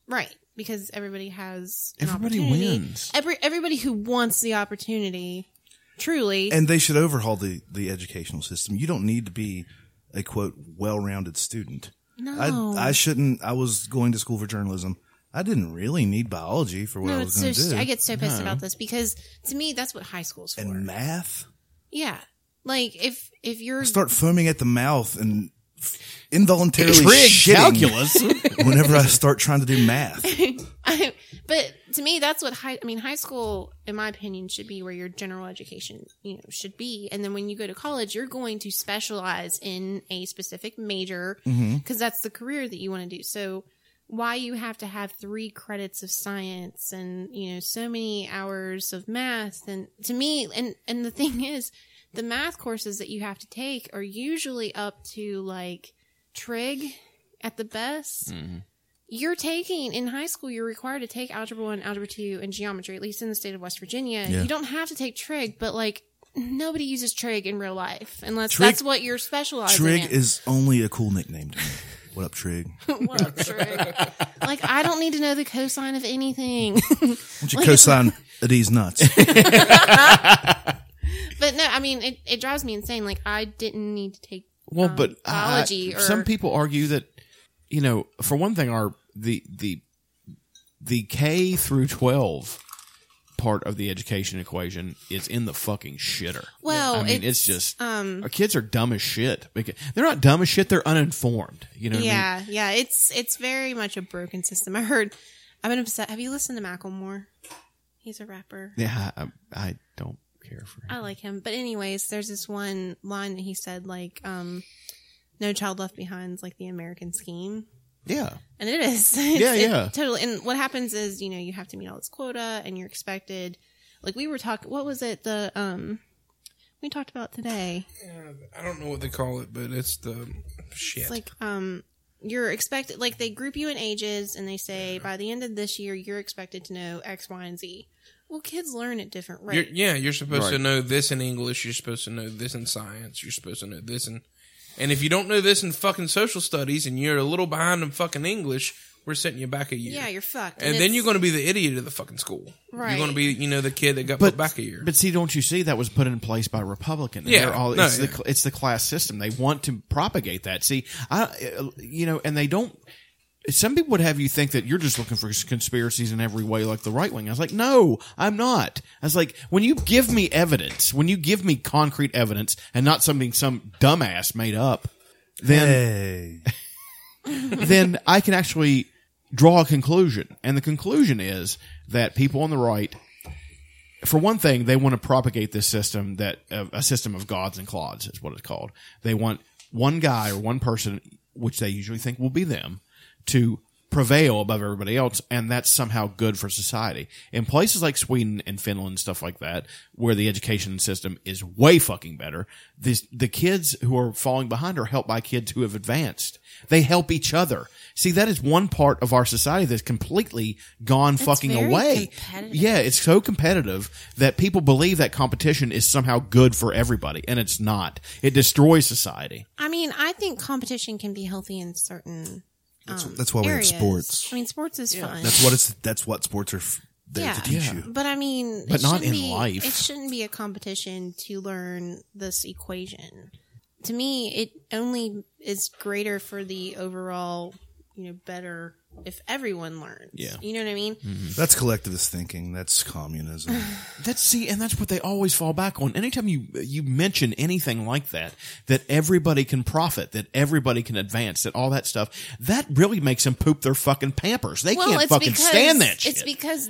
[SPEAKER 7] Right, because everybody has an
[SPEAKER 6] Everybody
[SPEAKER 7] opportunity.
[SPEAKER 6] wins.
[SPEAKER 7] Every everybody who wants the opportunity, truly.
[SPEAKER 6] And they should overhaul the, the educational system. You don't need to be a quote well rounded student.
[SPEAKER 7] No.
[SPEAKER 6] I, I shouldn't. I was going to school for journalism. I didn't really need biology for what
[SPEAKER 7] no,
[SPEAKER 6] I
[SPEAKER 7] it's
[SPEAKER 6] was
[SPEAKER 7] so
[SPEAKER 6] going to
[SPEAKER 7] st-
[SPEAKER 6] do.
[SPEAKER 7] I get so pissed
[SPEAKER 6] No.
[SPEAKER 7] about this because to me that's what high school's for.
[SPEAKER 6] And math.
[SPEAKER 7] yeah, like if if you're
[SPEAKER 6] Start foaming at the mouth and f- involuntarily
[SPEAKER 8] Trig
[SPEAKER 6] shitting
[SPEAKER 8] calculus.
[SPEAKER 6] whenever I start trying to do math.
[SPEAKER 7] I, but to me, that's what high. I mean, high school, in my opinion, should be where your general education, you know, should be. And then when you go to college, you're going to specialize in a specific major because
[SPEAKER 6] Mm-hmm.
[SPEAKER 15] Mhm.
[SPEAKER 7] that's the career that you want to do. So why you have to have three credits of science and you know so many hours of math and to me and and the thing is the math courses that you have to take are usually up to like trig at the best
[SPEAKER 8] Mm-hmm.
[SPEAKER 7] you're taking in high school you're required to take algebra 1 algebra 2 and geometry at least in the state of west virginia
[SPEAKER 15] Yeah.
[SPEAKER 7] you don't have to take trig but like nobody uses trig in real life unless
[SPEAKER 6] Trig-
[SPEAKER 7] that's what you're specializing
[SPEAKER 6] Trig
[SPEAKER 7] in.
[SPEAKER 6] is only a cool nickname to me. What up, Trig?
[SPEAKER 7] what up, trig? like I don't need to know the cosine of anything.
[SPEAKER 6] What's your
[SPEAKER 7] Like-
[SPEAKER 6] cosign of these nuts?
[SPEAKER 7] But no, I mean it, it drives me insane. Like I didn't need to take
[SPEAKER 8] Well,
[SPEAKER 7] um,
[SPEAKER 8] but I-
[SPEAKER 7] biology or
[SPEAKER 8] some people argue that you know, for one thing, our the the the K through twelve part of the education equation is in the fucking shitter.
[SPEAKER 7] Well,
[SPEAKER 8] I mean, it's,
[SPEAKER 7] it's,
[SPEAKER 8] just
[SPEAKER 7] um,
[SPEAKER 8] our kids are dumb as shit. Because they're not dumb as shit; they're uninformed. You know, what I mean?
[SPEAKER 7] yeah, yeah. It's it's very much a broken system. I heard. I've been upset. Have you listened to Macklemore? He's a rapper.
[SPEAKER 8] yeah. I, I don't care for.
[SPEAKER 7] I like him. But anyways, there's this one line that he said like, um, "No child left behind" is like the American scheme.
[SPEAKER 8] Yeah.
[SPEAKER 7] And it is.
[SPEAKER 8] Yeah,
[SPEAKER 7] It's- it-
[SPEAKER 8] yeah.
[SPEAKER 7] totally. And what happens is, you know, you have to meet all this quota and you're expected. Like we were talking, what was it? The um, we talked about today.
[SPEAKER 9] I don't know what they call it, but it's the shit.
[SPEAKER 7] It's like um, you're expected. Like they group you in ages, and they say by the end of this year, you're expected to know X, Y, and Z. Well, kids learn at different rates.
[SPEAKER 9] You're, yeah, you're supposed to
[SPEAKER 8] Right.
[SPEAKER 9] know this in English. You're supposed to know this in science. You're supposed to know this in, and if you don't know this in fucking social studies and you're a little behind in fucking English, we're setting you back a year.
[SPEAKER 7] Yeah, you're fucked.
[SPEAKER 9] And,
[SPEAKER 7] And
[SPEAKER 9] then
[SPEAKER 7] it's-
[SPEAKER 9] you're going to be the idiot of the fucking school.
[SPEAKER 7] Right.
[SPEAKER 9] You're going to be, you know, the kid that got put back a year.
[SPEAKER 8] But see, don't you see that was put in place by Republican?
[SPEAKER 9] Yeah.
[SPEAKER 8] They're all,
[SPEAKER 9] No,
[SPEAKER 8] it's,
[SPEAKER 9] yeah.
[SPEAKER 8] the, it's the class system. They want to propagate that. See, I, you know, and they don't. Some people would have you think that you're just looking for conspiracies in every way, like the right wing. I was like, no, I'm not. I was like, when you give me evidence, when you give me concrete evidence, and not something some dumbass made up, then then I can actually draw a conclusion. And the conclusion is that people on the right for one thing, they want to propagate this system that uh, a system of gods and clods is what it's called. They want one guy or one person, which they usually think will be them, to prevail above everybody else, and that's somehow good for society. In places like Sweden and Finland, stuff like that, where the education system is way fucking better, this, the kids who are falling behind are helped by kids who have advanced. They help each other. See, that is one part of our society that's completely gone fucking
[SPEAKER 7] very
[SPEAKER 8] away.
[SPEAKER 7] competitive.
[SPEAKER 8] Yeah, it's so competitive that people believe that competition is somehow good for everybody, and it's not. It destroys society.
[SPEAKER 7] I mean, I think competition can be healthy in certain.
[SPEAKER 6] That's-
[SPEAKER 7] um,
[SPEAKER 6] that's why we have
[SPEAKER 7] areas.
[SPEAKER 6] sports.
[SPEAKER 7] I mean, sports is fun.
[SPEAKER 6] that's what it's. That's what sports are f- there
[SPEAKER 7] yeah.
[SPEAKER 6] to teach you.
[SPEAKER 7] But I mean,
[SPEAKER 6] But
[SPEAKER 7] it
[SPEAKER 6] not
[SPEAKER 7] shouldn't
[SPEAKER 6] in
[SPEAKER 7] be,
[SPEAKER 6] life.
[SPEAKER 7] It shouldn't be a competition to learn this equation. To me, it only is greater for the overall, you know, better if everyone learns.
[SPEAKER 6] Yeah. Mm-hmm.
[SPEAKER 7] You know what I mean?
[SPEAKER 6] That's collectivist thinking. That's communism.
[SPEAKER 8] That's see, and that's what they always fall back on. Anytime you you mention anything like that, that everybody can profit, that everybody can advance, that all that stuff, that really makes them poop their fucking pampers. They can't fucking stand that shit.
[SPEAKER 7] It's because,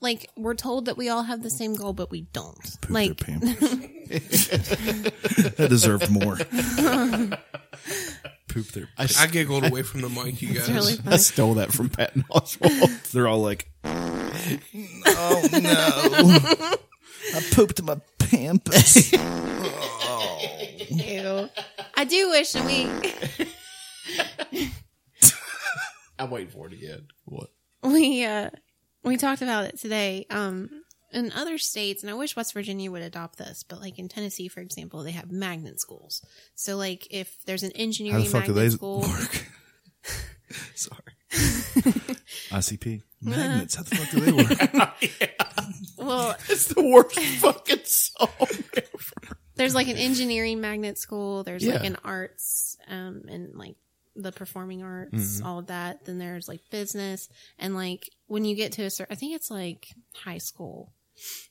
[SPEAKER 7] like, we're told that we all have the same goal, but we don't. like,
[SPEAKER 6] that deserved more. Poop their.
[SPEAKER 9] I, giggled away from the mic, you guys.
[SPEAKER 8] I stole that from Patton Oswald.
[SPEAKER 6] They're all like,
[SPEAKER 9] oh
[SPEAKER 6] no. I pooped my pampas.
[SPEAKER 7] Ew. I do wish that we
[SPEAKER 8] I'm waiting for it again. What?
[SPEAKER 7] we uh we talked about it today. Um in other states, and I wish West Virginia would adopt this, but like in Tennessee, for example, they have magnet schools. So like if there's an engineering
[SPEAKER 6] How the fuck do
[SPEAKER 7] magnet
[SPEAKER 6] they
[SPEAKER 7] school,
[SPEAKER 6] work? ICP magnets. How the fuck do they work?
[SPEAKER 7] well,
[SPEAKER 8] it's the worst fucking song ever.
[SPEAKER 7] There's like an engineering magnet school. There's like
[SPEAKER 8] Yeah.
[SPEAKER 7] an arts, um, and like the performing arts,
[SPEAKER 8] Mm-hmm.
[SPEAKER 15] Mhm.
[SPEAKER 7] all of that. Then there's like business, and like when you get to a certain, I think it's like high school.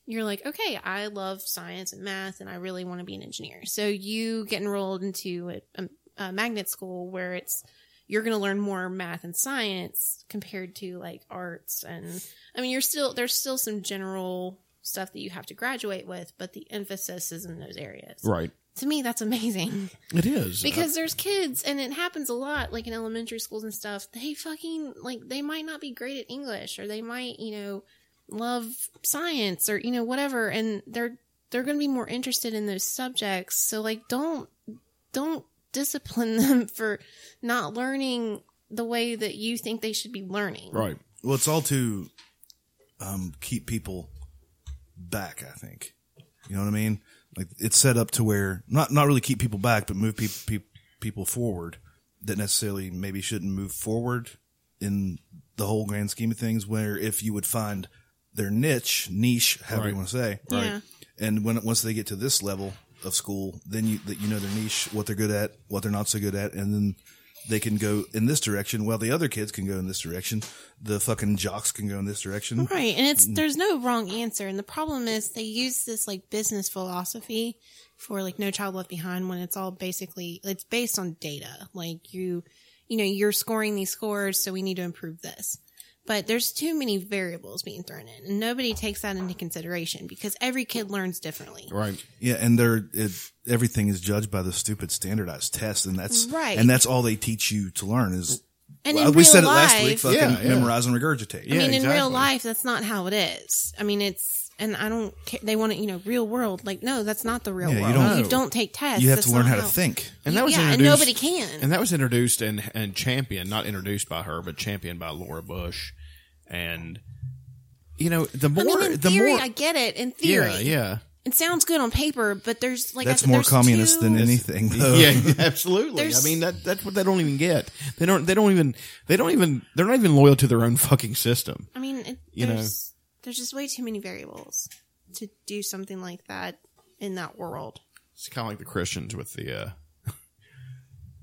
[SPEAKER 7] You're like, okay, I love science and math, and I really want to be an engineer. So you get enrolled into a, a, a magnet school where it's you're going to learn more math and science compared to like arts and I mean you're still there's still some general stuff that you have to graduate with but the emphasis is in those areas.
[SPEAKER 8] Right.
[SPEAKER 7] To me that's amazing.
[SPEAKER 8] It is
[SPEAKER 7] Because there's kids and it happens a lot like in elementary schools and stuff. They fucking like they might not be great at English or they might, you know, love science or you know whatever and they're they're going to be more interested in those subjects. So like don't don't discipline them for not learning the way that you think they should be learning.
[SPEAKER 8] Right.
[SPEAKER 6] Well, it's all to um, keep people back. I think. You know what I mean? Like it's set up to where not not really keep people back, but move pe- pe- people forward that necessarily maybe shouldn't move forward in the whole grand scheme of things. Where if you would find their niche, niche, however you
[SPEAKER 8] Right.
[SPEAKER 6] want to say,
[SPEAKER 8] Right. Yeah.
[SPEAKER 6] And when once they get to this level of school, then you that you know their niche, what they're good at, what they're not so good at, and then they can go in this direction while the other kids can go in this direction. The fucking jocks can go in this direction. Mm.
[SPEAKER 7] Right, and it's there's no wrong answer, and the problem is they use this like business philosophy for like no child left behind when it's all basically it's based on data. Like you, you know, you're scoring these scores, so we need to improve this. But there's too many variables being thrown in, and nobody takes that into consideration because every kid learns differently.
[SPEAKER 8] Right.
[SPEAKER 6] Yeah, and they're it, everything is judged by the stupid standardized test, and that's
[SPEAKER 7] Right.
[SPEAKER 6] And that's all they teach you to learn is.
[SPEAKER 7] And
[SPEAKER 6] Well,
[SPEAKER 7] in
[SPEAKER 6] we
[SPEAKER 7] real
[SPEAKER 6] said it last week.
[SPEAKER 7] life-
[SPEAKER 6] Fucking
[SPEAKER 7] Yeah, yeah.
[SPEAKER 6] memorize and regurgitate.
[SPEAKER 7] I mean, in real life, that's not how it is. I mean, it's and I don't. Care, they want it, you know, real world. Like, no, that's not the real
[SPEAKER 8] Yeah, you
[SPEAKER 7] world. You
[SPEAKER 8] don't-
[SPEAKER 7] don't, take tests.
[SPEAKER 6] You have
[SPEAKER 7] That's
[SPEAKER 6] to learn
[SPEAKER 7] not
[SPEAKER 6] how to think.
[SPEAKER 8] And that was
[SPEAKER 7] yeah, and
[SPEAKER 8] introduced,
[SPEAKER 7] nobody can.
[SPEAKER 8] And that was introduced and and championed, not introduced by her, but championed by Laura Bush. And you know, the more
[SPEAKER 7] I mean, in
[SPEAKER 8] the
[SPEAKER 7] theory,
[SPEAKER 8] more
[SPEAKER 7] I get it. In theory,
[SPEAKER 8] Yeah, yeah.
[SPEAKER 7] it sounds good on paper, but there's like
[SPEAKER 6] that's
[SPEAKER 7] I,
[SPEAKER 6] more
[SPEAKER 7] there's
[SPEAKER 6] communist
[SPEAKER 7] two-
[SPEAKER 6] than anything. though.
[SPEAKER 8] Yeah, absolutely.
[SPEAKER 7] There's-
[SPEAKER 8] I mean that that's what they don't even get. They don't they don't even they don't even they're not even loyal to their own fucking system.
[SPEAKER 7] I mean, it,
[SPEAKER 8] You know.
[SPEAKER 7] there's, there's just way too many variables to do something like that in that world.
[SPEAKER 8] It's kind of like the Christians with the uh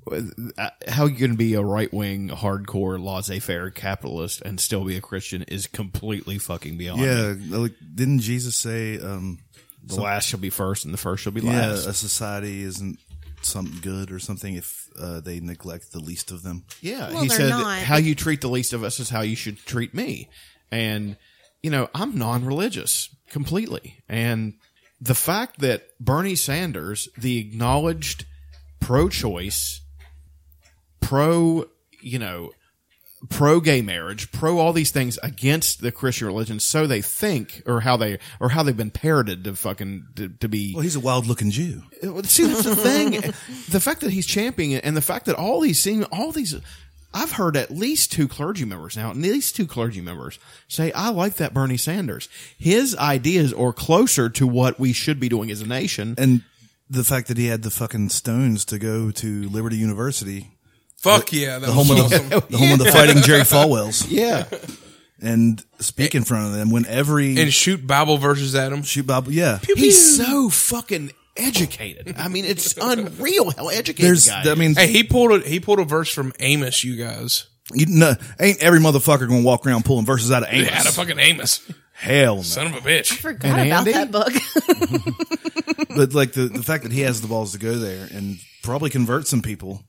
[SPEAKER 8] with- uh, how you can be a right wing, hardcore, laissez faire capitalist and still be a Christian is completely fucking beyond. me.
[SPEAKER 6] yeah. Like, didn't Jesus say um,
[SPEAKER 8] the last shall be first and the first shall be
[SPEAKER 6] yeah,
[SPEAKER 8] last?
[SPEAKER 6] a society isn't something good or something if uh, they neglect the least of them.
[SPEAKER 8] Yeah,
[SPEAKER 7] Well,
[SPEAKER 8] he
[SPEAKER 7] they're
[SPEAKER 8] said,
[SPEAKER 7] not.
[SPEAKER 8] "How you treat the least of us is how you should treat me." And you know, I'm non-religious completely, and the fact that Bernie Sanders, the acknowledged pro-choice, pro, you know, pro-gay marriage, pro all these things against the Christian religion, so they think, or how they, or how they've been parroted to fucking to, to be.
[SPEAKER 6] Well, he's a wild-looking Jew.
[SPEAKER 8] Well, See, that's the thing. the fact that he's championing it, and the fact that all these seem all these, I've heard at least two clergy members now, and these two clergy members say, "I like that Bernie Sanders. His ideas are closer to what we should be doing as a nation."
[SPEAKER 6] And the fact that he had the fucking stones to go to Liberty University.
[SPEAKER 9] Fuck
[SPEAKER 6] the,
[SPEAKER 9] yeah, that
[SPEAKER 6] the home
[SPEAKER 9] was
[SPEAKER 6] of the,
[SPEAKER 9] awesome.
[SPEAKER 6] the home of the
[SPEAKER 9] Yeah.
[SPEAKER 6] fighting Jerry Falwells.
[SPEAKER 8] Yeah.
[SPEAKER 6] And speak in front of them when every
[SPEAKER 9] and shoot Bible verses at him.
[SPEAKER 6] Shoot Bible, yeah.
[SPEAKER 8] He's so fucking educated. I mean, it's unreal how educated the guy.
[SPEAKER 6] I mean-
[SPEAKER 9] hey, he pulled a he pulled a verse from Amos. You guys,
[SPEAKER 6] You know, ain't every motherfucker gonna walk around pulling verses out of Amos.
[SPEAKER 9] out of fucking Amos,
[SPEAKER 6] Hell no.
[SPEAKER 9] son of a bitch. I
[SPEAKER 7] forgot about that book.
[SPEAKER 6] but like the, the fact that he has the balls to go there and probably convert some people.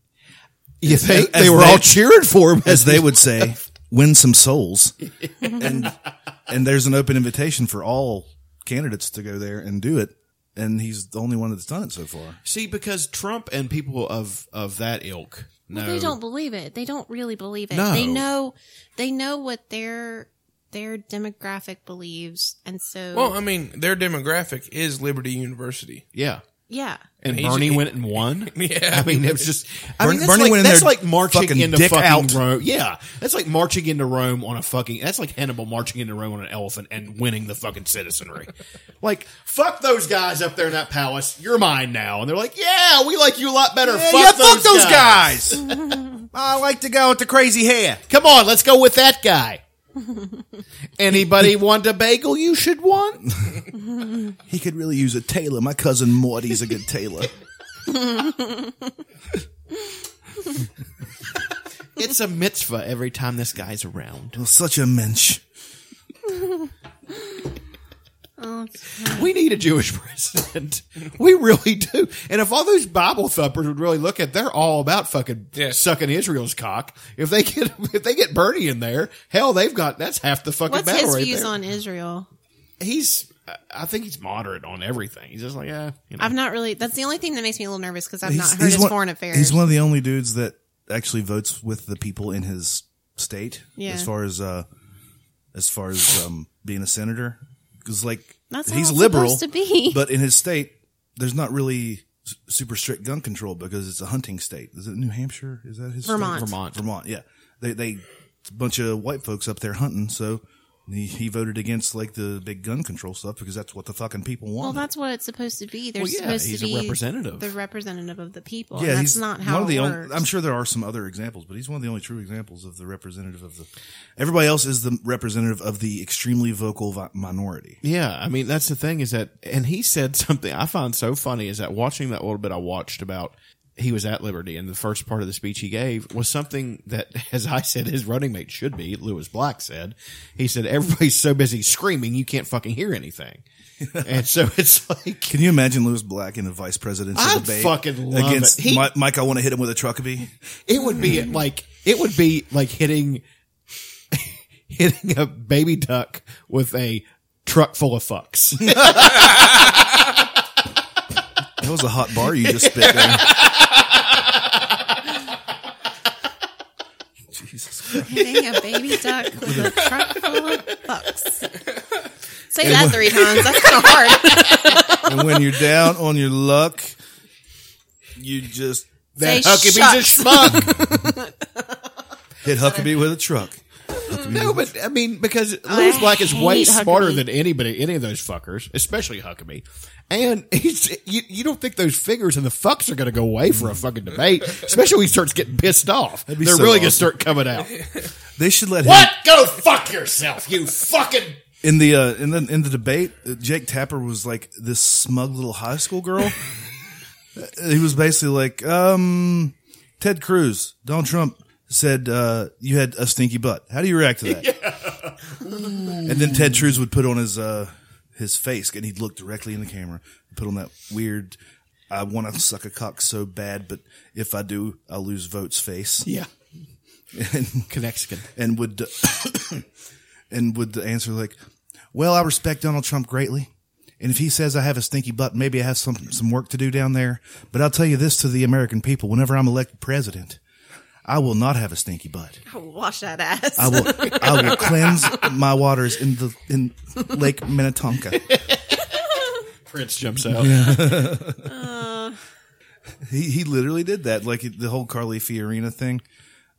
[SPEAKER 8] You think they were all cheering for him
[SPEAKER 6] as they would say, win some souls. and and there's an open invitation for all candidates to go there and do it. And he's the only one that's done it so far.
[SPEAKER 8] See, because Trump and people of of that ilk, no,
[SPEAKER 7] Well, they don't believe it. They don't really believe it.
[SPEAKER 8] No.
[SPEAKER 7] They know they know what their their demographic believes, and so
[SPEAKER 9] Well, I mean, their demographic is Liberty University.
[SPEAKER 8] yeah.
[SPEAKER 7] yeah.
[SPEAKER 8] And
[SPEAKER 9] He's-
[SPEAKER 8] Bernie went and won.
[SPEAKER 9] Yeah.
[SPEAKER 8] I mean it was just. I
[SPEAKER 6] Bernie-
[SPEAKER 8] mean, that's
[SPEAKER 6] Bernie
[SPEAKER 8] like,
[SPEAKER 6] went in
[SPEAKER 8] that's
[SPEAKER 6] there
[SPEAKER 8] like marching
[SPEAKER 6] fucking
[SPEAKER 8] into
[SPEAKER 6] dick
[SPEAKER 8] fucking
[SPEAKER 6] out.
[SPEAKER 8] Rome. Yeah, that's like marching into Rome on a fucking. That's like Hannibal marching into Rome on an elephant and winning the fucking citizenry. like fuck those guys up there in that palace. You're mine now, and they're like, yeah, we like you a lot better.
[SPEAKER 13] Yeah,
[SPEAKER 8] fuck,
[SPEAKER 13] yeah,
[SPEAKER 8] those
[SPEAKER 13] fuck those
[SPEAKER 8] guys.
[SPEAKER 13] I like the guy with the crazy hair.
[SPEAKER 8] Come on, let's go with that guy. Anybody want a bagel? You should want.
[SPEAKER 6] He could really use a tailor. My cousin Morty's a good tailor.
[SPEAKER 8] It's a mitzvah every time this guy's around.
[SPEAKER 6] Well, such a mensch.
[SPEAKER 8] um,
[SPEAKER 7] Oh,
[SPEAKER 8] We need a Jewish president. We really do. And if all those Bible thumpers would really look at, they're all about fucking
[SPEAKER 9] Yeah.
[SPEAKER 8] sucking Israel's cock. If they get if they get Bernie in there, hell, they've got that's half the fucking
[SPEAKER 7] what's
[SPEAKER 8] battle
[SPEAKER 7] his
[SPEAKER 8] right
[SPEAKER 7] views
[SPEAKER 8] there.
[SPEAKER 7] on Israel?
[SPEAKER 8] He's, I- I think he's moderate on everything. He's just like, yeah, you know.
[SPEAKER 7] I've not really. That's the only thing that makes me a little nervous because I've
[SPEAKER 6] He's-
[SPEAKER 7] not heard
[SPEAKER 6] he's
[SPEAKER 7] his
[SPEAKER 6] one-
[SPEAKER 7] foreign affairs.
[SPEAKER 6] He's one of the only dudes that actually votes with the people in his state.
[SPEAKER 7] Yeah.
[SPEAKER 6] As far as uh, as far as um, being a senator, because like
[SPEAKER 7] That's how
[SPEAKER 6] he's
[SPEAKER 7] it's
[SPEAKER 6] liberal,
[SPEAKER 7] supposed to be.
[SPEAKER 6] but in his state, there's not really s- super strict gun control because it's a hunting state. Is it New Hampshire? Is that his state?
[SPEAKER 7] Vermont.
[SPEAKER 6] Vermont? Vermont. Yeah. They they it's a bunch of white folks up there hunting, so He, he voted against like the big gun control stuff because that's what the fucking people
[SPEAKER 7] Well,
[SPEAKER 6] want.
[SPEAKER 7] that's what it's supposed to be. They're
[SPEAKER 6] Well, yeah,
[SPEAKER 7] supposed
[SPEAKER 6] he's a
[SPEAKER 7] to be
[SPEAKER 6] representative.
[SPEAKER 7] the representative of the people. Yeah, that's not how
[SPEAKER 6] one of
[SPEAKER 7] it
[SPEAKER 6] the only-
[SPEAKER 7] works.
[SPEAKER 6] I'm sure there are some other examples, but he's one of the only true examples of the representative of the. Everybody else is the representative of the extremely vocal vi- minority.
[SPEAKER 8] Yeah, I mean that's the thing is that, and he said something I found so funny is that watching that little bit I watched about he was at Liberty and the first part of the speech he gave was something that, as I said, his running mate should be Lewis Black said. He said everybody's so busy screaming you can't fucking hear anything, and so it's like,
[SPEAKER 6] can you imagine Lewis Black in a vice presidential
[SPEAKER 8] I
[SPEAKER 6] debate?
[SPEAKER 8] fucking love
[SPEAKER 6] against
[SPEAKER 8] it. He-
[SPEAKER 6] Mi- Mike. I want to hit him with a Truckabee.
[SPEAKER 8] it would be
[SPEAKER 6] Hmm.
[SPEAKER 8] like it would be like hitting hitting a baby duck with a truck full of fucks.
[SPEAKER 6] That was a hot bar you just spit there. Jesus Christ.
[SPEAKER 7] Hitting a baby duck with a truck full of bucks. Say
[SPEAKER 6] And
[SPEAKER 7] that
[SPEAKER 6] wh-
[SPEAKER 7] three times. That's kind of hard.
[SPEAKER 6] and when you're down on your luck, you just
[SPEAKER 7] Say
[SPEAKER 8] Huckabee's a schmuck.
[SPEAKER 6] Hit Huckabee with a truck. Huckabee
[SPEAKER 8] No, but I mean because
[SPEAKER 6] I
[SPEAKER 8] Lewis Black is way
[SPEAKER 6] hate Huckabee.
[SPEAKER 8] smarter than anybody, any of those fuckers, especially Huckabee. And he's you, you don't think those fingers and the fucks are going to go away for a fucking debate, especially when he starts getting pissed off. They're
[SPEAKER 6] That'd be so
[SPEAKER 8] really going to
[SPEAKER 6] awesome.
[SPEAKER 8] start coming out.
[SPEAKER 6] They should let
[SPEAKER 8] What?
[SPEAKER 6] him
[SPEAKER 8] Go fuck yourself, you fucking.
[SPEAKER 6] in the uh, in the in the debate. uh, Jake Tapper was like this smug little high school girl. Uh, he was basically like, um, Ted Cruz, Donald Trump said uh, you had a stinky butt. How do you react to that? And then Ted Cruz would put on his uh his face, and he'd look directly in the camera, put on that weird. I want to suck a cock so bad, but if I do, I'll lose votes. Face,
[SPEAKER 8] Yeah.
[SPEAKER 6] and
[SPEAKER 8] Connecticut,
[SPEAKER 6] and would and would answer like, "Well, I respect Donald Trump greatly, and if he says I have a stinky butt, maybe I have some some work to do down there. But I'll tell you this to the American people: whenever I'm elected president, I will not have a stinky butt."
[SPEAKER 7] Wash that ass.
[SPEAKER 6] I will I will cleanse my waters in the in Lake Minnetonka.
[SPEAKER 8] Prince jumps out.
[SPEAKER 7] Uh,
[SPEAKER 6] he he literally did that, like the whole Carly Fiorina thing.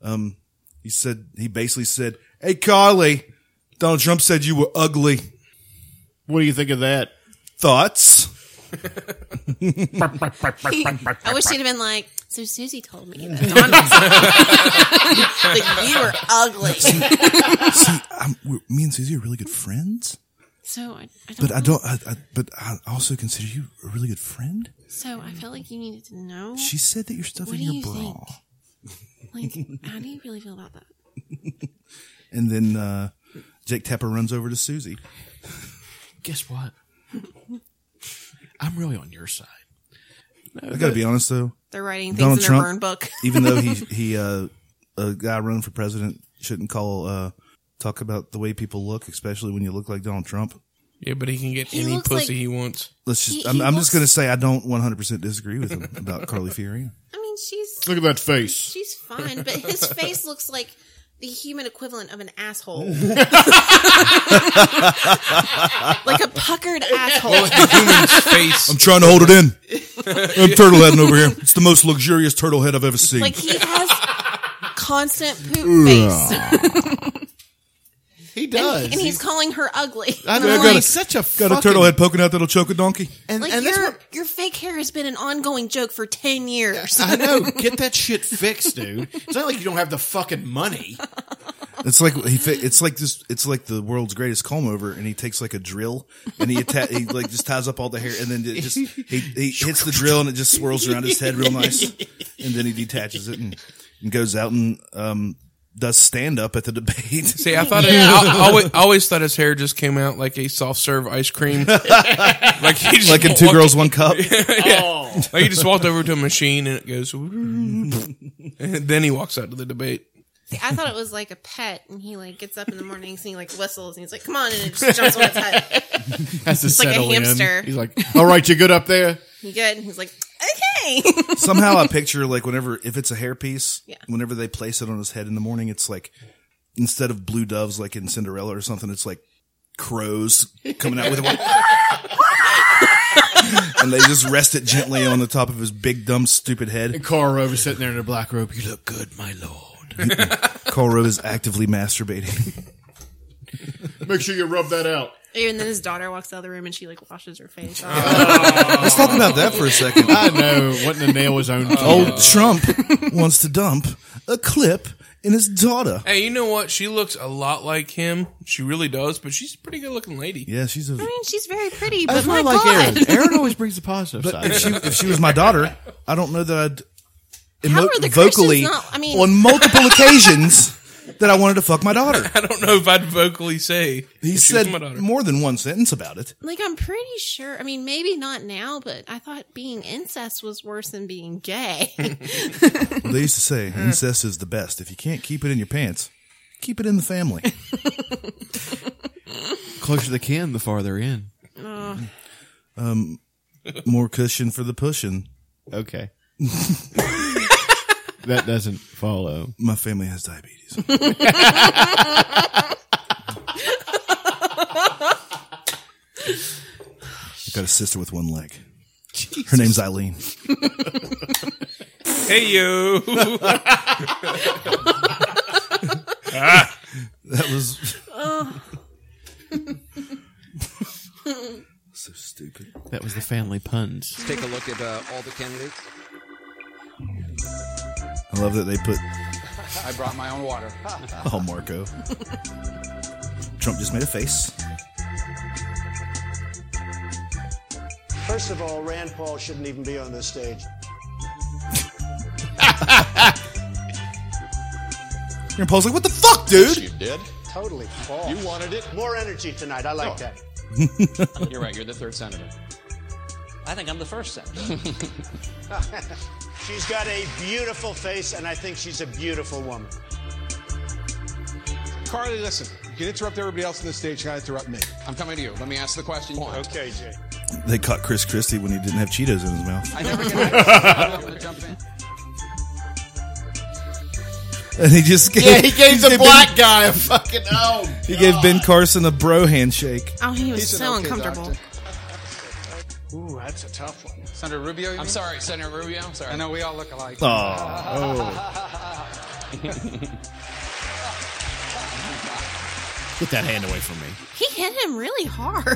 [SPEAKER 6] Um, he said he basically said, "Hey Carly, Donald Trump said you were ugly."
[SPEAKER 8] What do you think of that?
[SPEAKER 6] Thoughts?
[SPEAKER 7] I wish he'd have been like, so Susie told me that Donald like, you were ugly.
[SPEAKER 6] See, I'm, we're, me and Susie are really good friends,
[SPEAKER 7] so I, I don't
[SPEAKER 6] but I don't. I, I, but I also consider you a really good friend.
[SPEAKER 7] So I felt like you needed to know.
[SPEAKER 6] She said that you're stuffing
[SPEAKER 7] What do
[SPEAKER 6] your
[SPEAKER 7] you
[SPEAKER 6] bra.
[SPEAKER 7] Think? Like, how do you really feel about that?
[SPEAKER 6] And then uh, Jake Tapper runs over to Susie.
[SPEAKER 8] Guess what? I'm really on your side.
[SPEAKER 6] I gotta be honest though.
[SPEAKER 7] They're writing things
[SPEAKER 6] Donald
[SPEAKER 7] in their
[SPEAKER 6] Trump,
[SPEAKER 7] burn book.
[SPEAKER 6] even though he he uh, a guy running for president shouldn't call uh, talk about the way people look, especially when you look like Donald Trump.
[SPEAKER 9] Yeah, but he can get
[SPEAKER 7] He
[SPEAKER 9] any
[SPEAKER 7] looks
[SPEAKER 9] pussy
[SPEAKER 7] like-
[SPEAKER 9] he wants.
[SPEAKER 6] Let's just.
[SPEAKER 7] He-
[SPEAKER 6] I'm,
[SPEAKER 7] he
[SPEAKER 6] I'm
[SPEAKER 7] looks-
[SPEAKER 6] just gonna say I don't 100 percent disagree with him about Carly Fiorina.
[SPEAKER 7] I mean, she's
[SPEAKER 8] Look at that face.
[SPEAKER 7] She's fine, but his face looks like the human equivalent of an asshole, like a puckered asshole.
[SPEAKER 9] face.
[SPEAKER 6] I'm trying to hold it in. I'm turtle heading over here. It's the most luxurious turtle head I've ever seen.
[SPEAKER 7] like he has constant poop face.
[SPEAKER 8] He
[SPEAKER 7] and, and he's calling her ugly.
[SPEAKER 8] I know.
[SPEAKER 7] I'm
[SPEAKER 8] I've
[SPEAKER 7] like,
[SPEAKER 8] got
[SPEAKER 6] got
[SPEAKER 8] such a
[SPEAKER 6] a
[SPEAKER 8] fucking-
[SPEAKER 6] turtle head poking out that'll choke a donkey.
[SPEAKER 8] And,
[SPEAKER 7] like
[SPEAKER 8] and that's
[SPEAKER 7] your
[SPEAKER 8] what
[SPEAKER 7] your fake hair has been an ongoing joke for ten years.
[SPEAKER 8] I know. Get that shit fixed, dude. It's not like you don't have the fucking money.
[SPEAKER 6] It's like he. Fi- it's like this. It's like the world's greatest comb over, and he takes like a drill and he atta- he like just ties up all the hair, and then it just he, he hits the drill and it just swirls around his head real nice, and then he detaches it and, and goes out and um does stand up at the debate.
[SPEAKER 9] See, I thought it, I, I always, I always thought his hair just came out like a soft serve ice cream, like he just
[SPEAKER 6] Like in Two
[SPEAKER 9] walked-
[SPEAKER 6] Girls, One Cup?
[SPEAKER 9] yeah,
[SPEAKER 6] Oh.
[SPEAKER 9] like he just walked over to a machine and it goes, and then he walks out to the debate.
[SPEAKER 7] See, I thought it was like a pet, and he like gets up in the mornings and he like whistles and he's like, "Come on!" and it just jumps on its head.
[SPEAKER 8] Has to
[SPEAKER 7] it's like a
[SPEAKER 8] settle in.
[SPEAKER 7] hamster.
[SPEAKER 8] He's like, all right, you good up there?
[SPEAKER 7] "You good?" And he's like, "Okay."
[SPEAKER 6] Somehow I picture like whenever if it's a hairpiece,
[SPEAKER 7] Yeah.
[SPEAKER 6] whenever they place it on his head in the morning, it's like instead of blue doves like in Cinderella or something, it's like crows coming out with it, like, and they just rest it gently on the top of his big dumb stupid head.
[SPEAKER 8] And Carl Rove is sitting there in a black robe. You look good, my lord.
[SPEAKER 6] Karl Rove is actively masturbating.
[SPEAKER 8] Make sure you rub that out.
[SPEAKER 7] And then his daughter walks out of the room and she like washes her face.
[SPEAKER 6] Oh. Let's talk about that for a second.
[SPEAKER 8] Oh. I know. Wanting to nail his own.
[SPEAKER 6] Old Trump wants to dump a clip in his daughter.
[SPEAKER 9] Hey, you know what? She looks a lot like him. She really does, but she's a pretty good looking lady.
[SPEAKER 6] Yeah, she's a.
[SPEAKER 7] I mean, she's very pretty,
[SPEAKER 8] That's
[SPEAKER 7] but
[SPEAKER 8] why
[SPEAKER 7] my
[SPEAKER 8] I like
[SPEAKER 7] God.
[SPEAKER 8] Aaron. Aaron always brings the positive
[SPEAKER 6] But
[SPEAKER 8] side.
[SPEAKER 6] if she, if she was my daughter, I don't know that I'd
[SPEAKER 7] How
[SPEAKER 6] emote
[SPEAKER 7] are the
[SPEAKER 6] vocally
[SPEAKER 7] Christians not- I mean-
[SPEAKER 6] on multiple occasions that I wanted to fuck my daughter.
[SPEAKER 9] I don't know if I'd vocally say if she
[SPEAKER 6] He
[SPEAKER 9] was
[SPEAKER 6] said
[SPEAKER 9] my daughter.
[SPEAKER 6] more than one sentence about it.
[SPEAKER 7] Like I'm pretty sure. I mean, maybe not now, but I thought being incest was worse than being gay.
[SPEAKER 6] Well, they used to say incest is the best. If you can't keep it in your pants, keep it in the family.
[SPEAKER 8] Closer they can, the farther in.
[SPEAKER 7] Oh.
[SPEAKER 6] Um, more cushion for the pushing.
[SPEAKER 8] Okay. that doesn't follow.
[SPEAKER 6] My family has diabetes. I've got a sister with one leg. Her name's Eileen.
[SPEAKER 9] Hey yo. Ah.
[SPEAKER 6] That was
[SPEAKER 7] Oh.
[SPEAKER 6] so stupid.
[SPEAKER 8] That was the family puns.
[SPEAKER 15] Let's take a look at uh, all the candidates.
[SPEAKER 6] I love that they put.
[SPEAKER 15] I brought my own water.
[SPEAKER 6] Oh, Marco. Trump just made a face.
[SPEAKER 12] First of all, Rand Paul shouldn't even be on this stage.
[SPEAKER 6] Your Paul's like, "What the fuck, dude?"
[SPEAKER 15] you did.
[SPEAKER 12] Totally false. You wanted it. More energy tonight. I like that.
[SPEAKER 15] You're right. Oh, You're the third senator. I think I'm the first senator.
[SPEAKER 12] she's got a beautiful face, and I think she's a beautiful woman.
[SPEAKER 16] Carly, listen. You can interrupt everybody else on the stage. You gotta interrupt me. I'm coming to you. Let me ask the question. Okay, Jay.
[SPEAKER 6] They caught Chris Christie when he didn't have Cheetos in his mouth.
[SPEAKER 16] I never get
[SPEAKER 6] And he just gave,
[SPEAKER 8] Yeah, he gave the black
[SPEAKER 6] Ben,
[SPEAKER 8] guy a fucking oh.
[SPEAKER 6] He gave Ben Carson a bro handshake.
[SPEAKER 7] Oh, he was
[SPEAKER 16] He's an
[SPEAKER 7] so
[SPEAKER 16] okay
[SPEAKER 7] uncomfortable.
[SPEAKER 16] Ooh, that's a tough one. Senator Rubio. I'm sorry, Senator Rubio. I'm sorry. I know we all look alike.
[SPEAKER 8] Get that hand away from me.
[SPEAKER 7] He hit him really hard.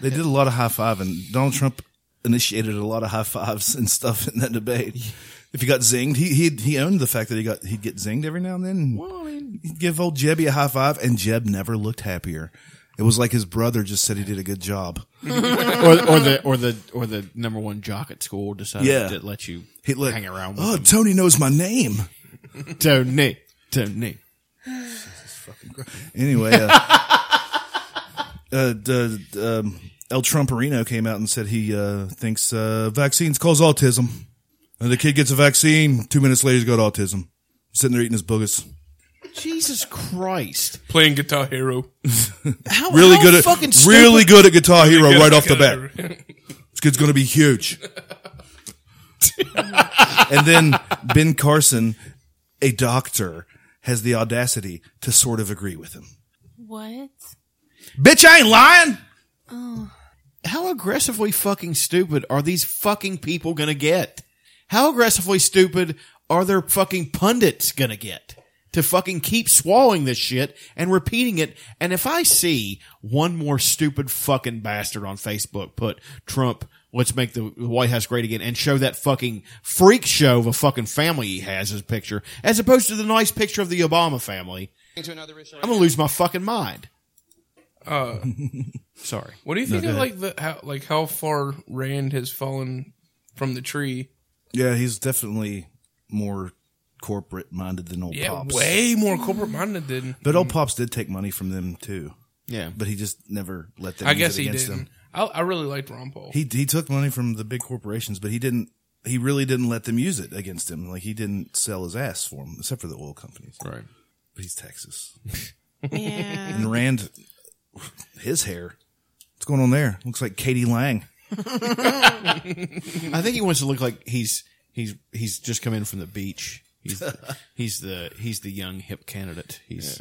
[SPEAKER 6] They did a lot of high five, and Donald Trump initiated a lot of high fives and stuff in that debate. If he got zinged, he he he owned the fact that he got he'd get zinged every now and then. He'd give old Jebby a high five, and Jeb never looked happier. It was like his brother just said he did a good job.
[SPEAKER 8] or, or the or the or the number one jock at school decided
[SPEAKER 6] Yeah.
[SPEAKER 8] to let you
[SPEAKER 6] He let-
[SPEAKER 8] hang around.
[SPEAKER 6] Oh,
[SPEAKER 8] With
[SPEAKER 6] Tony knows my name.
[SPEAKER 8] him. Tony, Tony.
[SPEAKER 6] Anyway, uh, uh, d- um, El Trumperino came out and said he uh, thinks uh, vaccines cause autism. And the kid gets a vaccine. Two minutes later, he's got autism. Sitting there eating his boogers.
[SPEAKER 8] Jesus Christ!
[SPEAKER 9] Playing Guitar Hero.
[SPEAKER 8] How,
[SPEAKER 6] really
[SPEAKER 8] how
[SPEAKER 6] good at
[SPEAKER 8] fucking stupid-
[SPEAKER 6] really good at Guitar
[SPEAKER 9] Really
[SPEAKER 6] Hero
[SPEAKER 9] good
[SPEAKER 6] right
[SPEAKER 9] at
[SPEAKER 6] off the
[SPEAKER 9] Guitar
[SPEAKER 6] bat. this kid's going to be huge. and then Ben Carson, a doctor, has the audacity to sort of agree with him.
[SPEAKER 7] What?
[SPEAKER 6] Bitch, I ain't lying.
[SPEAKER 7] Oh.
[SPEAKER 8] How aggressively fucking stupid are these fucking people gonna get? How aggressively stupid are their fucking pundits gonna get to fucking keep swallowing this shit and repeating it? And if I see one more stupid fucking bastard on Facebook put Trump, let's make the White House great again and show that fucking freak show of a fucking family he has his picture as opposed to the nice picture of the Obama family, I'm gonna lose my fucking mind.
[SPEAKER 9] Uh,
[SPEAKER 8] Sorry.
[SPEAKER 9] what do you
[SPEAKER 8] No,
[SPEAKER 9] think
[SPEAKER 8] go
[SPEAKER 9] of
[SPEAKER 8] ahead.
[SPEAKER 9] like the how like how far Rand has fallen from the tree?
[SPEAKER 6] Yeah, he's definitely more corporate minded than old
[SPEAKER 9] Yeah,
[SPEAKER 6] Pops.
[SPEAKER 9] way more corporate minded than Mm.
[SPEAKER 6] But old Pops did take money from them too.
[SPEAKER 8] Yeah.
[SPEAKER 6] But he just never let that
[SPEAKER 9] I guess he
[SPEAKER 6] against
[SPEAKER 9] didn't.
[SPEAKER 6] them.
[SPEAKER 9] I, I really liked Ron Paul.
[SPEAKER 6] He he took money from the big corporations, but he didn't he really didn't let them use it against him. Like he didn't sell his ass for him, except for the oil companies.
[SPEAKER 8] Right.
[SPEAKER 6] But he's Texas.
[SPEAKER 7] Yeah.
[SPEAKER 6] And Rand his hair. What's going on there? Looks like Katie Lang.
[SPEAKER 8] I think he wants to look like he's he's he's just come in from the beach. He's he's the he's the young hip candidate. He's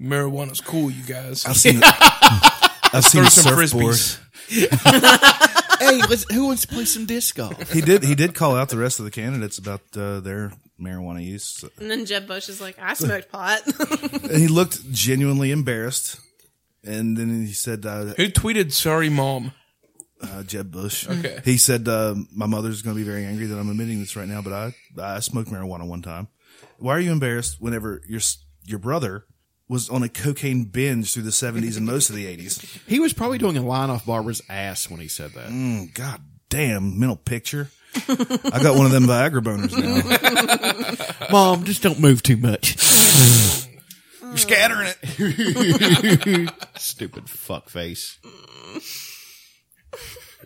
[SPEAKER 9] Marijuana's cool, you guys.
[SPEAKER 6] I've seen I've seen
[SPEAKER 9] Throw
[SPEAKER 6] a
[SPEAKER 9] some
[SPEAKER 6] surfboard.
[SPEAKER 9] frisbees.
[SPEAKER 8] hey, let's, who wants to play some disc golf?
[SPEAKER 6] He did. He did call out the rest of the candidates about uh, their marijuana use.
[SPEAKER 7] And then Jeb Bush is like, I smoked pot.
[SPEAKER 6] And he looked genuinely embarrassed. And then he said, uh,
[SPEAKER 9] Who tweeted, sorry, mom?
[SPEAKER 6] Uh, Jeb Bush.
[SPEAKER 9] Okay.
[SPEAKER 6] He said, uh, My mother's going to be very angry that I'm admitting this right now, but I, I smoked marijuana one time. Why are you embarrassed whenever your, s- your brother was on a cocaine binge through the 70s and most of the 80s?
[SPEAKER 8] He was probably doing a line off Barbara's ass when he said that.
[SPEAKER 6] Mm, God damn, mental picture. I got one of them Viagra boners now.
[SPEAKER 8] Mom, just don't move too much.
[SPEAKER 6] You're scattering
[SPEAKER 8] it. Stupid fuckface.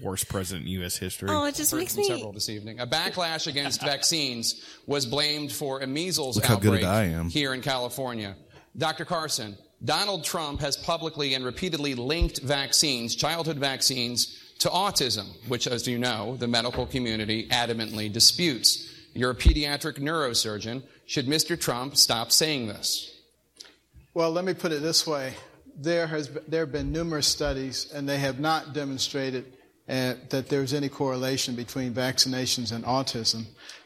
[SPEAKER 8] Worst president in U.S. history.
[SPEAKER 7] Oh, it just
[SPEAKER 15] Heard
[SPEAKER 7] makes
[SPEAKER 15] from
[SPEAKER 7] me-
[SPEAKER 15] several this evening. A backlash against vaccines was blamed for a measles
[SPEAKER 6] Look how good
[SPEAKER 15] outbreak
[SPEAKER 6] I am.
[SPEAKER 15] here in California. Dr. Carson, Donald Trump has publicly and repeatedly linked vaccines, childhood vaccines, to autism, which, as you know, the medical community adamantly disputes. You're a pediatric neurosurgeon. Should Mr. Trump stop saying this?
[SPEAKER 17] Well, let me put it this way. There, has, there have been numerous studies, and they have not demonstrated uh, that there's any correlation between vaccinations and autism.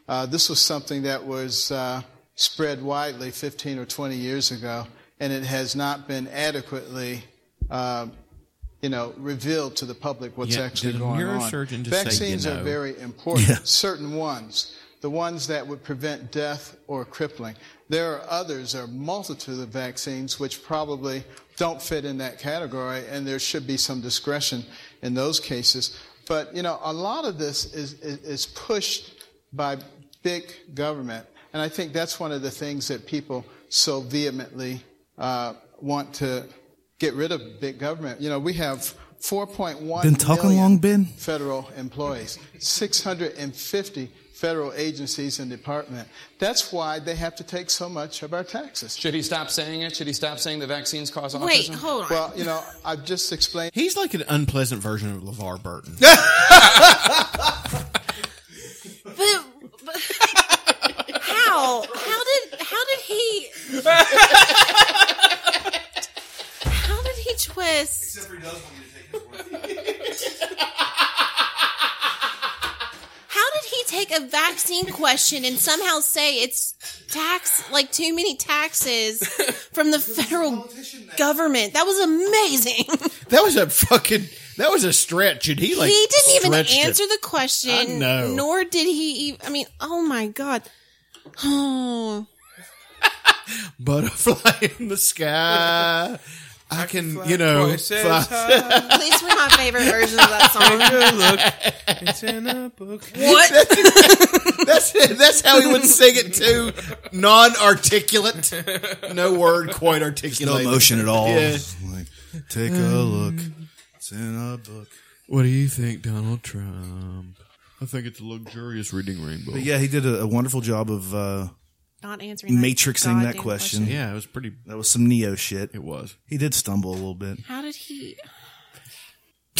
[SPEAKER 17] Uh, this was something that was uh, spread widely 15 or 20 years ago, and it has not been adequately, uh, you know, revealed to the public what's
[SPEAKER 8] Yeah,
[SPEAKER 17] actually
[SPEAKER 8] did a
[SPEAKER 17] going
[SPEAKER 8] neurosurgeon
[SPEAKER 17] on.
[SPEAKER 8] just say, you
[SPEAKER 17] Vaccines
[SPEAKER 8] know?
[SPEAKER 17] are very important. Certain ones, the ones that would prevent death or crippling. There are others, there are multitude of vaccines which probably don't fit in that category, and there should be some discretion in those cases. But you know, a lot of this is is, is pushed by big government, and I think that's one of the things that people so vehemently uh, want to get rid of big government. You know, we have 4.1
[SPEAKER 6] Been talking
[SPEAKER 17] million
[SPEAKER 6] long, Ben?
[SPEAKER 17] federal employees, 650 federal agencies and department. That's why they have to take so much of our taxes.
[SPEAKER 15] Should he stop saying it? Should he stop saying the vaccines cause autism?
[SPEAKER 17] Well, you know, I've just explained.
[SPEAKER 8] He's like an unpleasant version of LeVar Burton.
[SPEAKER 7] But, but how? How did how did he? how did he twist? How did he take a vaccine question and somehow say it's tax like too many taxes from the federal government? That was amazing.
[SPEAKER 8] That was a fucking. That was a stretch, and he like
[SPEAKER 7] he didn't even
[SPEAKER 8] stretched it.
[SPEAKER 7] answer the question.
[SPEAKER 8] I know.
[SPEAKER 7] Nor did he even. I mean, oh my god. Oh,
[SPEAKER 8] butterfly in the sky. I can, you know,
[SPEAKER 9] twice as
[SPEAKER 8] fly-
[SPEAKER 9] high.
[SPEAKER 7] at least one of my favorite versions of that song.
[SPEAKER 9] Look, it's in a book.
[SPEAKER 8] What? that's that's how he would sing it too. Non-articulate, no word quite articulate.
[SPEAKER 6] no emotion at all.
[SPEAKER 8] Yeah.
[SPEAKER 6] Like, take a
[SPEAKER 8] Um,
[SPEAKER 6] look. It's in a book.
[SPEAKER 8] What do you think, Donald Trump? I think it's a luxurious reading rainbow.
[SPEAKER 6] But yeah, he did a, a wonderful job of uh,
[SPEAKER 7] Not answering that
[SPEAKER 6] matrixing that
[SPEAKER 7] goddamn
[SPEAKER 6] question.
[SPEAKER 7] question.
[SPEAKER 8] Yeah, it was pretty.
[SPEAKER 6] That was some neo shit.
[SPEAKER 8] It was.
[SPEAKER 6] He did stumble a little bit.
[SPEAKER 7] How did he?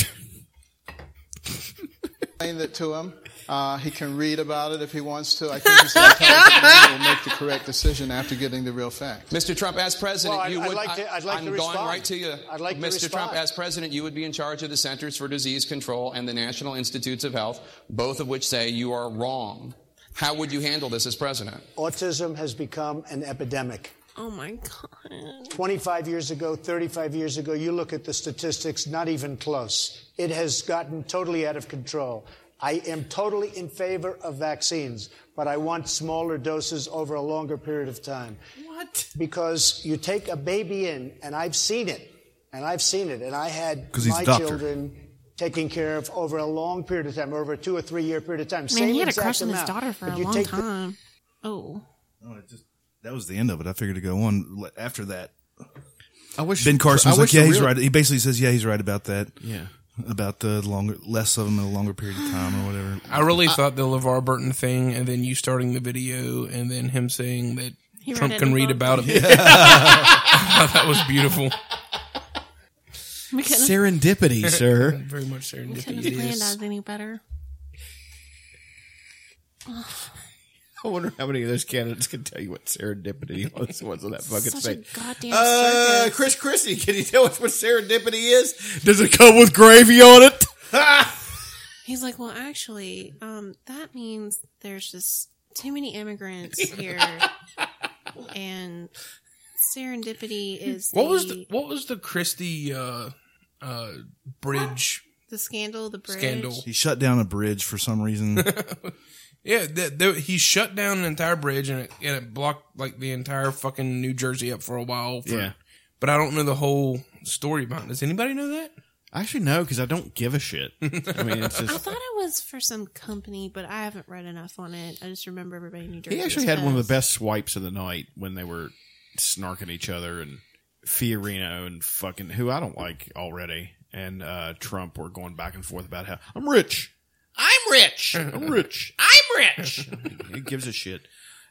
[SPEAKER 17] explained it to him. Uh, he can read about it if he wants to. I think he's will make the correct decision after getting the real fact.
[SPEAKER 15] Mr. Trump, as president,
[SPEAKER 17] Well, I'd-
[SPEAKER 15] you
[SPEAKER 17] I'd
[SPEAKER 15] would.
[SPEAKER 17] like to- I'd like
[SPEAKER 15] am
[SPEAKER 17] to
[SPEAKER 15] going
[SPEAKER 17] respond.
[SPEAKER 15] right to you.
[SPEAKER 17] I'd like to
[SPEAKER 15] Mr. Trump,
[SPEAKER 17] respond.
[SPEAKER 15] as president, you would be in charge of the Centers for Disease Control and the National Institutes of Health, both of which say you are wrong. How would you handle this as president?
[SPEAKER 18] Autism has become an epidemic.
[SPEAKER 7] Oh my God.
[SPEAKER 18] 25 years ago, 35 years ago, you look at the statistics, not even close. It has gotten totally out of control. I am totally in favor of vaccines, but I want smaller doses over a longer period of time. What? Because you take a baby in, and I've seen it, and I've seen it, and I had
[SPEAKER 6] 'Cause he's
[SPEAKER 18] my
[SPEAKER 6] a doctor.
[SPEAKER 18] children taken care of over a long period of time, over a two or three year period of time.
[SPEAKER 7] Man,
[SPEAKER 18] Same
[SPEAKER 7] he had a
[SPEAKER 18] exact
[SPEAKER 7] crush on his
[SPEAKER 18] amount,
[SPEAKER 7] daughter for
[SPEAKER 18] but
[SPEAKER 7] a
[SPEAKER 18] you
[SPEAKER 7] long
[SPEAKER 18] take the-
[SPEAKER 7] time. oh.
[SPEAKER 6] That was the end of it. I figured to go on l- after that.
[SPEAKER 8] I wish
[SPEAKER 6] Ben Carson
[SPEAKER 8] I
[SPEAKER 6] was like,
[SPEAKER 8] wish
[SPEAKER 6] "Yeah,
[SPEAKER 8] the
[SPEAKER 6] he's
[SPEAKER 8] real-
[SPEAKER 6] right." He basically says, "Yeah, he's right about that."
[SPEAKER 8] Yeah.
[SPEAKER 6] about the longer, less of them in a longer period of time or whatever.
[SPEAKER 9] I really thought the LeVar Burton thing, and then you starting the video, and then him saying that
[SPEAKER 7] He
[SPEAKER 9] Trump
[SPEAKER 7] read it
[SPEAKER 9] can
[SPEAKER 7] in
[SPEAKER 9] read
[SPEAKER 7] book.
[SPEAKER 9] about it.
[SPEAKER 7] Yeah.
[SPEAKER 9] that was beautiful.
[SPEAKER 7] We couldn't-
[SPEAKER 8] serendipity, sir.
[SPEAKER 9] Very much
[SPEAKER 7] We couldn't have
[SPEAKER 9] serendipity.
[SPEAKER 7] planned
[SPEAKER 9] Yes.
[SPEAKER 7] out any better.
[SPEAKER 8] I wonder how many of those candidates can tell you what serendipity was, was on that fucking
[SPEAKER 7] Such a
[SPEAKER 8] thing.
[SPEAKER 7] goddamn
[SPEAKER 8] uh, Chris Christie, can you tell us what serendipity is? Does it come with gravy on it?
[SPEAKER 7] He's like, well, actually, um, that means there's just too many immigrants here, and serendipity is
[SPEAKER 9] What was the what was the Christie uh, uh, bridge?
[SPEAKER 7] the scandal, the bridge.
[SPEAKER 9] Scandal.
[SPEAKER 6] He shut down a bridge for some reason.
[SPEAKER 9] Yeah, th th he shut down an entire bridge and it, and it blocked like the entire fucking New Jersey up for a while. For,
[SPEAKER 8] Yeah.
[SPEAKER 9] but I don't know the whole story behind. it. Does anybody know that?
[SPEAKER 8] I actually know because I don't give a shit. I mean, it's
[SPEAKER 7] I
[SPEAKER 8] just
[SPEAKER 7] thought it was for some company, but I haven't read enough on it. I just remember everybody in New Jersey.
[SPEAKER 8] he actually had one of the best swipes of the night when they were snarking each other and Fiorino and fucking who I don't like already and uh, Trump were going back and forth about how I'm rich, I'm rich, I'm rich, I'm rich. Who gives a shit?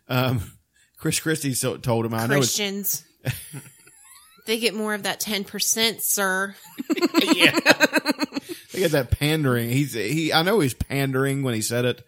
[SPEAKER 8] Um, Chris Christie so- told him I know it's
[SPEAKER 7] Christians. they get more of that ten percent, sir.
[SPEAKER 8] He had that pandering. He's he. I know he's pandering when he said it,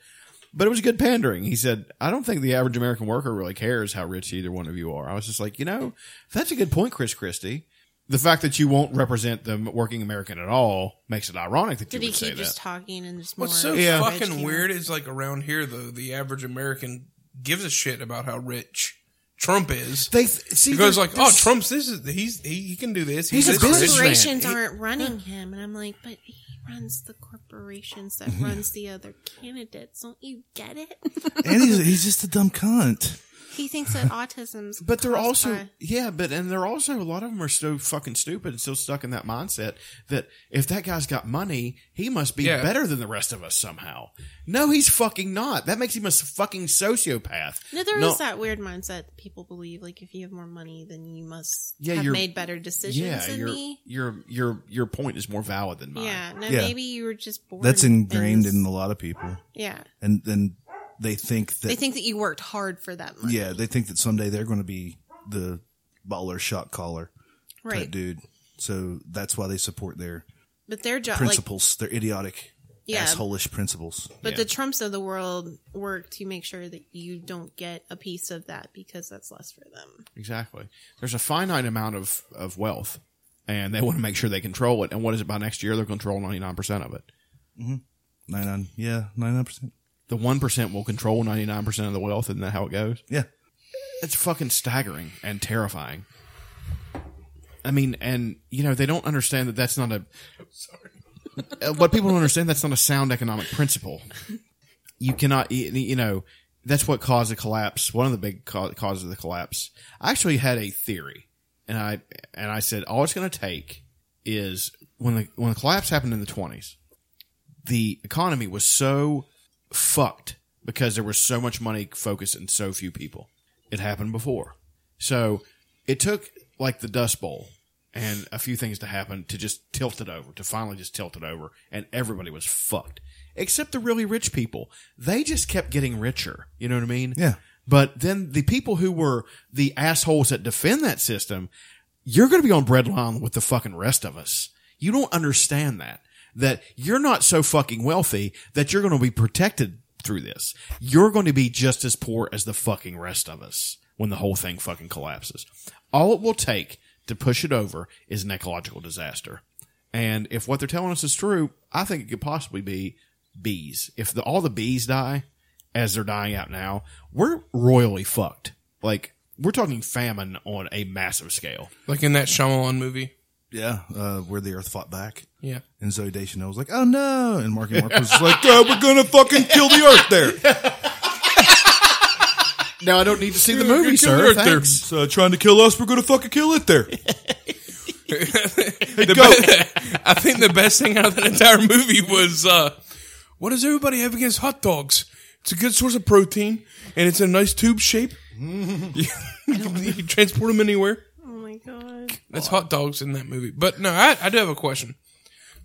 [SPEAKER 8] but it was good pandering. He said, "I don't think the average American worker really cares how rich either one of you are." I was just like, you know, that's a good point, Chris Christie. The fact that you won't represent the working American at all makes it ironic that
[SPEAKER 7] Did
[SPEAKER 8] you
[SPEAKER 7] he
[SPEAKER 8] would say
[SPEAKER 7] keep just
[SPEAKER 8] that.
[SPEAKER 7] talking and just more?
[SPEAKER 9] What's so
[SPEAKER 8] Yeah.
[SPEAKER 9] fucking
[SPEAKER 7] Rich
[SPEAKER 9] weird is like around here though, the average American gives a shit about how rich Trump is.
[SPEAKER 8] They see
[SPEAKER 9] it goes
[SPEAKER 8] they're-
[SPEAKER 9] like,
[SPEAKER 8] they're
[SPEAKER 9] oh,
[SPEAKER 8] s-
[SPEAKER 9] Trump's this is he's he, he can do this.
[SPEAKER 8] He's a
[SPEAKER 9] this rich."
[SPEAKER 7] corporations aren't running him, and I'm like, but he runs the corporations that runs the other candidates. Don't you get it?
[SPEAKER 6] and he's, he's just a dumb cunt.
[SPEAKER 7] he thinks that autism's.
[SPEAKER 8] But they're
[SPEAKER 7] caused
[SPEAKER 8] also
[SPEAKER 7] by-
[SPEAKER 8] yeah, but and they're also a lot of them are so fucking stupid and still stuck in that mindset that if that guy's got money, he must be
[SPEAKER 9] Yeah.
[SPEAKER 8] better than the rest of us somehow. No, he's fucking not. That makes him a fucking sociopath.
[SPEAKER 7] No, there is
[SPEAKER 8] No-
[SPEAKER 7] that weird mindset that people believe, like if you have more money, then you must
[SPEAKER 8] Yeah,
[SPEAKER 7] have
[SPEAKER 8] you're-
[SPEAKER 7] made better decisions
[SPEAKER 8] yeah,
[SPEAKER 7] than
[SPEAKER 8] your,
[SPEAKER 7] me.
[SPEAKER 8] Your your your point is more valid than mine.
[SPEAKER 7] Yeah, no,
[SPEAKER 6] Yeah.
[SPEAKER 7] maybe you were just born.
[SPEAKER 6] That's ingrained
[SPEAKER 7] this-
[SPEAKER 6] in a lot of people.
[SPEAKER 7] Yeah.
[SPEAKER 6] and then they think that
[SPEAKER 7] they think that you worked hard for that money.
[SPEAKER 6] yeah, they think that someday they're going to be the baller shot caller type
[SPEAKER 7] Right.
[SPEAKER 6] dude. So that's why they support their
[SPEAKER 7] But their job, like,
[SPEAKER 6] principles, their idiotic,
[SPEAKER 7] Yeah.
[SPEAKER 6] assholish principles.
[SPEAKER 7] but the Trumps of the world work to make sure that you don't get a piece of that because that's less for them.
[SPEAKER 8] Exactly. There's a finite amount of, of wealth, and they want to make sure they control it. And what is it by next year? They'll control 99% of it.
[SPEAKER 6] Mhm. 99, yeah, 99%.
[SPEAKER 8] The 1% will control 99% of the wealth. Isn't that how it goes?
[SPEAKER 6] Yeah.
[SPEAKER 8] It's fucking staggering and terrifying. I mean, and, you know, they don't understand that that's not a. sorry. what people don't understand, that's not a sound economic principle. you cannot e, y- you know that's what caused the collapse one of the big ca- causes of the collapse i actually had a theory and i and i said all it's going to take is when the when the collapse happened in the 20s the economy was so fucked because there was so much money focused in so few people it happened before so it took like the dust bowl and a few things to happen to just tilt it over to finally just tilt it over and everybody was fucked except the really rich people they just kept getting richer you know what i mean
[SPEAKER 6] Yeah.
[SPEAKER 8] but then the people who were the assholes that defend that system you're going to be on breadline with the fucking rest of us you don't understand that that you're not so fucking wealthy that you're going to be protected through this you're going to be just as poor as the fucking rest of us when the whole thing fucking collapses all it will take to push it over is an ecological disaster. And if what they're telling us is true, I think it could possibly be bees. If the, all the bees die, as they're dying out now, we're royally fucked. Like we're talking famine on a massive scale.
[SPEAKER 9] Like in that Shyamalan movie.
[SPEAKER 6] Yeah, uh, where the Earth fought back.
[SPEAKER 9] Yeah.
[SPEAKER 6] and Zoe Deschanel was like, "Oh no!" and Marky Mark was like, "Oh, we're gonna fucking kill the Earth there."
[SPEAKER 8] Now I don't need to see the
[SPEAKER 6] We're gonna
[SPEAKER 8] movie,
[SPEAKER 6] kill the
[SPEAKER 8] sir.
[SPEAKER 6] Earth there.
[SPEAKER 8] Thanks.
[SPEAKER 6] It's, uh, trying to kill us, we're gonna fucking kill it there.
[SPEAKER 9] The be- I think the best thing out of that entire movie was uh, what does everybody have against hot dogs? It's a good source of protein, and it's in a nice tube shape. you you can transport them anywhere.
[SPEAKER 7] Oh my god!
[SPEAKER 9] That's hot dogs in that movie. But no, I, I do have a question.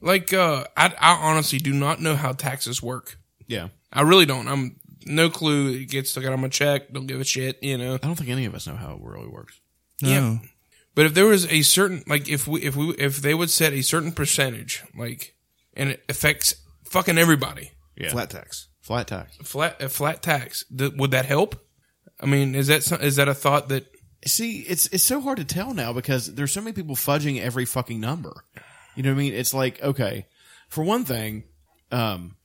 [SPEAKER 9] Like, uh, I, I honestly do not know how taxes work.
[SPEAKER 8] Yeah.
[SPEAKER 9] I really don't. I'm no clue. It gets stuck out on my check. Don't give a shit. You know.
[SPEAKER 8] I don't think any of us know how it really works.
[SPEAKER 9] Yeah. But if there was a certain, like, if we, if we, if they would set a certain percentage, like, and it affects fucking everybody,
[SPEAKER 8] Yeah.
[SPEAKER 6] Flat tax.
[SPEAKER 8] Flat tax.
[SPEAKER 9] flat a flat tax, th- would that help? I mean, is that some, is that a thought that
[SPEAKER 8] See, it's it's so hard to tell now because there's so many people fudging every fucking number. You know what I mean? It's like, okay, for one thing, um,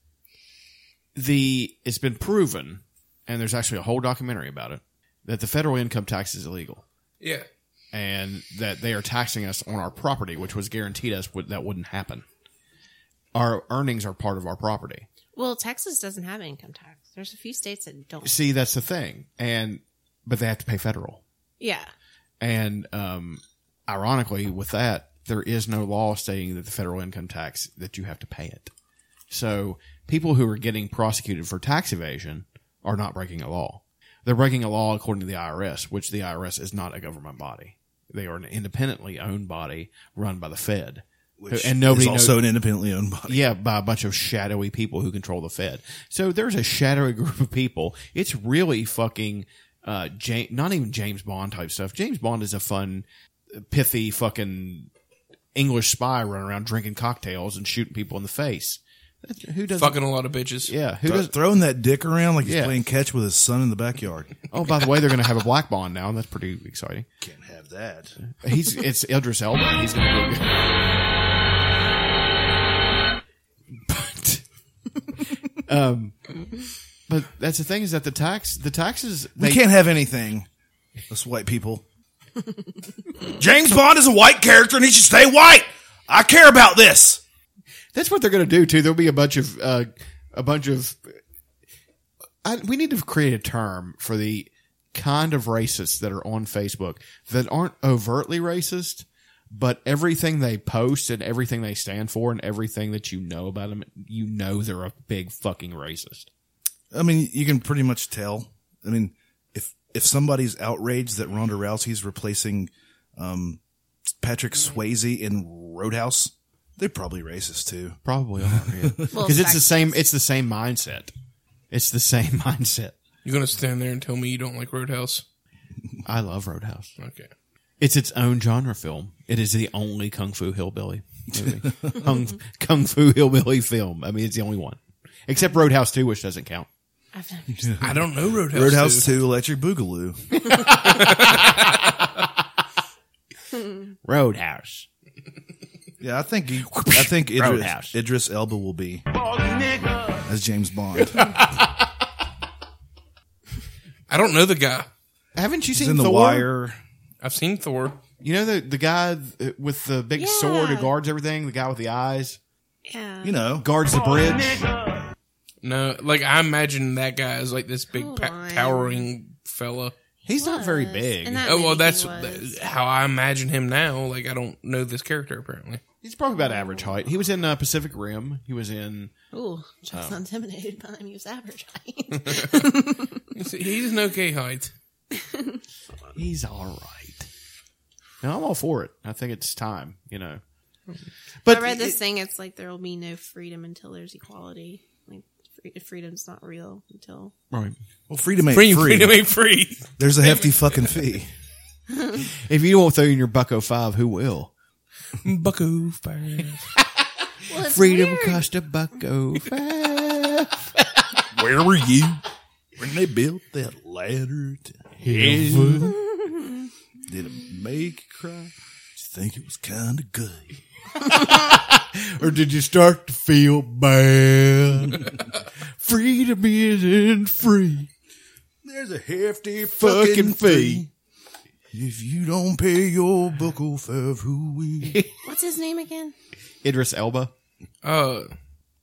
[SPEAKER 8] the it's been proven, and there's actually a whole documentary about it, that the federal income tax is illegal,
[SPEAKER 9] Yeah.
[SPEAKER 8] and that they are taxing us on our property, which was guaranteed us would, that wouldn't happen. Our earnings are part of our property.
[SPEAKER 7] Well, Texas doesn't have income tax. There's a few states that don't.
[SPEAKER 8] See, that's the thing, and but they have to pay federal.
[SPEAKER 7] Yeah.
[SPEAKER 8] And um, ironically, with that, there is no law stating that the federal income tax that you have to pay it. So people who are getting prosecuted for tax evasion are not breaking a law. They're breaking a law according to the IRS, which the IRS is not a government body. They are an independently owned body run by the Fed.
[SPEAKER 6] Which
[SPEAKER 8] Who- and nobody
[SPEAKER 6] is also
[SPEAKER 8] knows-
[SPEAKER 6] an independently owned body.
[SPEAKER 8] Yeah, by a bunch of shadowy people who control the Fed. So there's a shadowy group of people. It's really fucking uh, Ja not even James Bond type stuff. James Bond is a fun, pithy fucking English spy running around drinking cocktails and shooting people in the face. Who does
[SPEAKER 9] Fucking a lot of bitches.
[SPEAKER 8] Yeah, who
[SPEAKER 6] Thro-
[SPEAKER 8] does?
[SPEAKER 6] throwing that dick around like he's
[SPEAKER 8] Yeah.
[SPEAKER 6] playing catch with his son in the backyard.
[SPEAKER 8] Oh, by the way, they're going to have a black Bond now. and That's pretty exciting.
[SPEAKER 6] Can't have that.
[SPEAKER 8] He's it's Idris Elba. He's going to be. But, um, but that's the thing is that the tax the taxes
[SPEAKER 6] We
[SPEAKER 8] they-
[SPEAKER 6] can't have anything. Us white people. James Bond is a white character and he should stay white. I care about this.
[SPEAKER 8] That's what they're going to do too. There'll be a bunch of uh, a bunch of. I, we need to create a term for the kind of racists that are on Facebook that aren't overtly racist, but everything they post and everything they stand for and everything that you know about them, you know they're a big fucking racist.
[SPEAKER 6] I mean, you can pretty much tell. I mean, if if somebody's outraged that Ronda Rousey's replacing um, Patrick Swayze in Roadhouse, they're probably racist too.
[SPEAKER 8] Probably are, because
[SPEAKER 6] Well,
[SPEAKER 8] it's the same. It's the same mindset. It's the same mindset.
[SPEAKER 9] You're gonna stand there and tell me you don't like Roadhouse?
[SPEAKER 8] I love Roadhouse.
[SPEAKER 9] Okay.
[SPEAKER 8] It's its own genre film. It is the only Kung Fu Hillbilly movie. Kung, Kung Fu Hillbilly film. I mean, it's the only one. Except Roadhouse 2, which doesn't count.
[SPEAKER 7] I've
[SPEAKER 9] I don't know Roadhouse
[SPEAKER 6] Roadhouse
[SPEAKER 9] 2.
[SPEAKER 6] Two, Electric Boogaloo.
[SPEAKER 8] Roadhouse.
[SPEAKER 6] Yeah, I think he, I think
[SPEAKER 8] Roadhouse.
[SPEAKER 6] Idris, Idris Elba will be
[SPEAKER 14] nigga.
[SPEAKER 6] as James Bond.
[SPEAKER 9] I don't know the guy.
[SPEAKER 8] Haven't you
[SPEAKER 6] He's
[SPEAKER 8] seen
[SPEAKER 6] in The
[SPEAKER 8] Thor?
[SPEAKER 6] Wire.
[SPEAKER 9] I've seen Thor.
[SPEAKER 8] You know the the guy th- with the big sword who guards everything? The guy with the eyes?
[SPEAKER 7] Yeah.
[SPEAKER 6] You know.
[SPEAKER 8] Guards the bridge.
[SPEAKER 9] No, like I imagine that guy is like this big pa- towering fella.
[SPEAKER 8] He's not very big.
[SPEAKER 7] In that
[SPEAKER 9] oh well,
[SPEAKER 7] movie
[SPEAKER 9] that's
[SPEAKER 7] he was.
[SPEAKER 9] how I imagine him now. Like I don't know this character apparently.
[SPEAKER 8] He's probably about average height. He was in uh, Pacific Rim. He was in.
[SPEAKER 7] Ooh, Chuck's
[SPEAKER 6] um,
[SPEAKER 8] Oh.
[SPEAKER 7] intimidated by him. He was average.
[SPEAKER 9] He's- He's an okay height.
[SPEAKER 8] He's all right. No, I'm all for it. I think it's time, you know. But
[SPEAKER 7] I read this
[SPEAKER 8] it-
[SPEAKER 7] thing. It's like there will be no freedom until there's equality. Like free, freedom's not real until.
[SPEAKER 8] Right.
[SPEAKER 6] Well, freedom ain't
[SPEAKER 9] Free-
[SPEAKER 6] free.
[SPEAKER 9] freedom ain't free.
[SPEAKER 6] There's a hefty fucking fee.
[SPEAKER 8] If you won't throw in your bucko five, who will?
[SPEAKER 9] Bucko five.
[SPEAKER 7] Well, it's
[SPEAKER 8] Freedom
[SPEAKER 7] weird.
[SPEAKER 8] cost a
[SPEAKER 6] oh
[SPEAKER 8] bucko five.
[SPEAKER 6] Where were you when they built that ladder to heaven? Did it make you cry? Did you think it was kind of good?
[SPEAKER 8] or did you start to feel bad? Freedom isn't free.
[SPEAKER 6] There's a hefty
[SPEAKER 8] Fucking fee.
[SPEAKER 6] If you don't pay your buckle five, who will?
[SPEAKER 7] What's his name again?
[SPEAKER 8] Idris Elba.
[SPEAKER 9] Uh,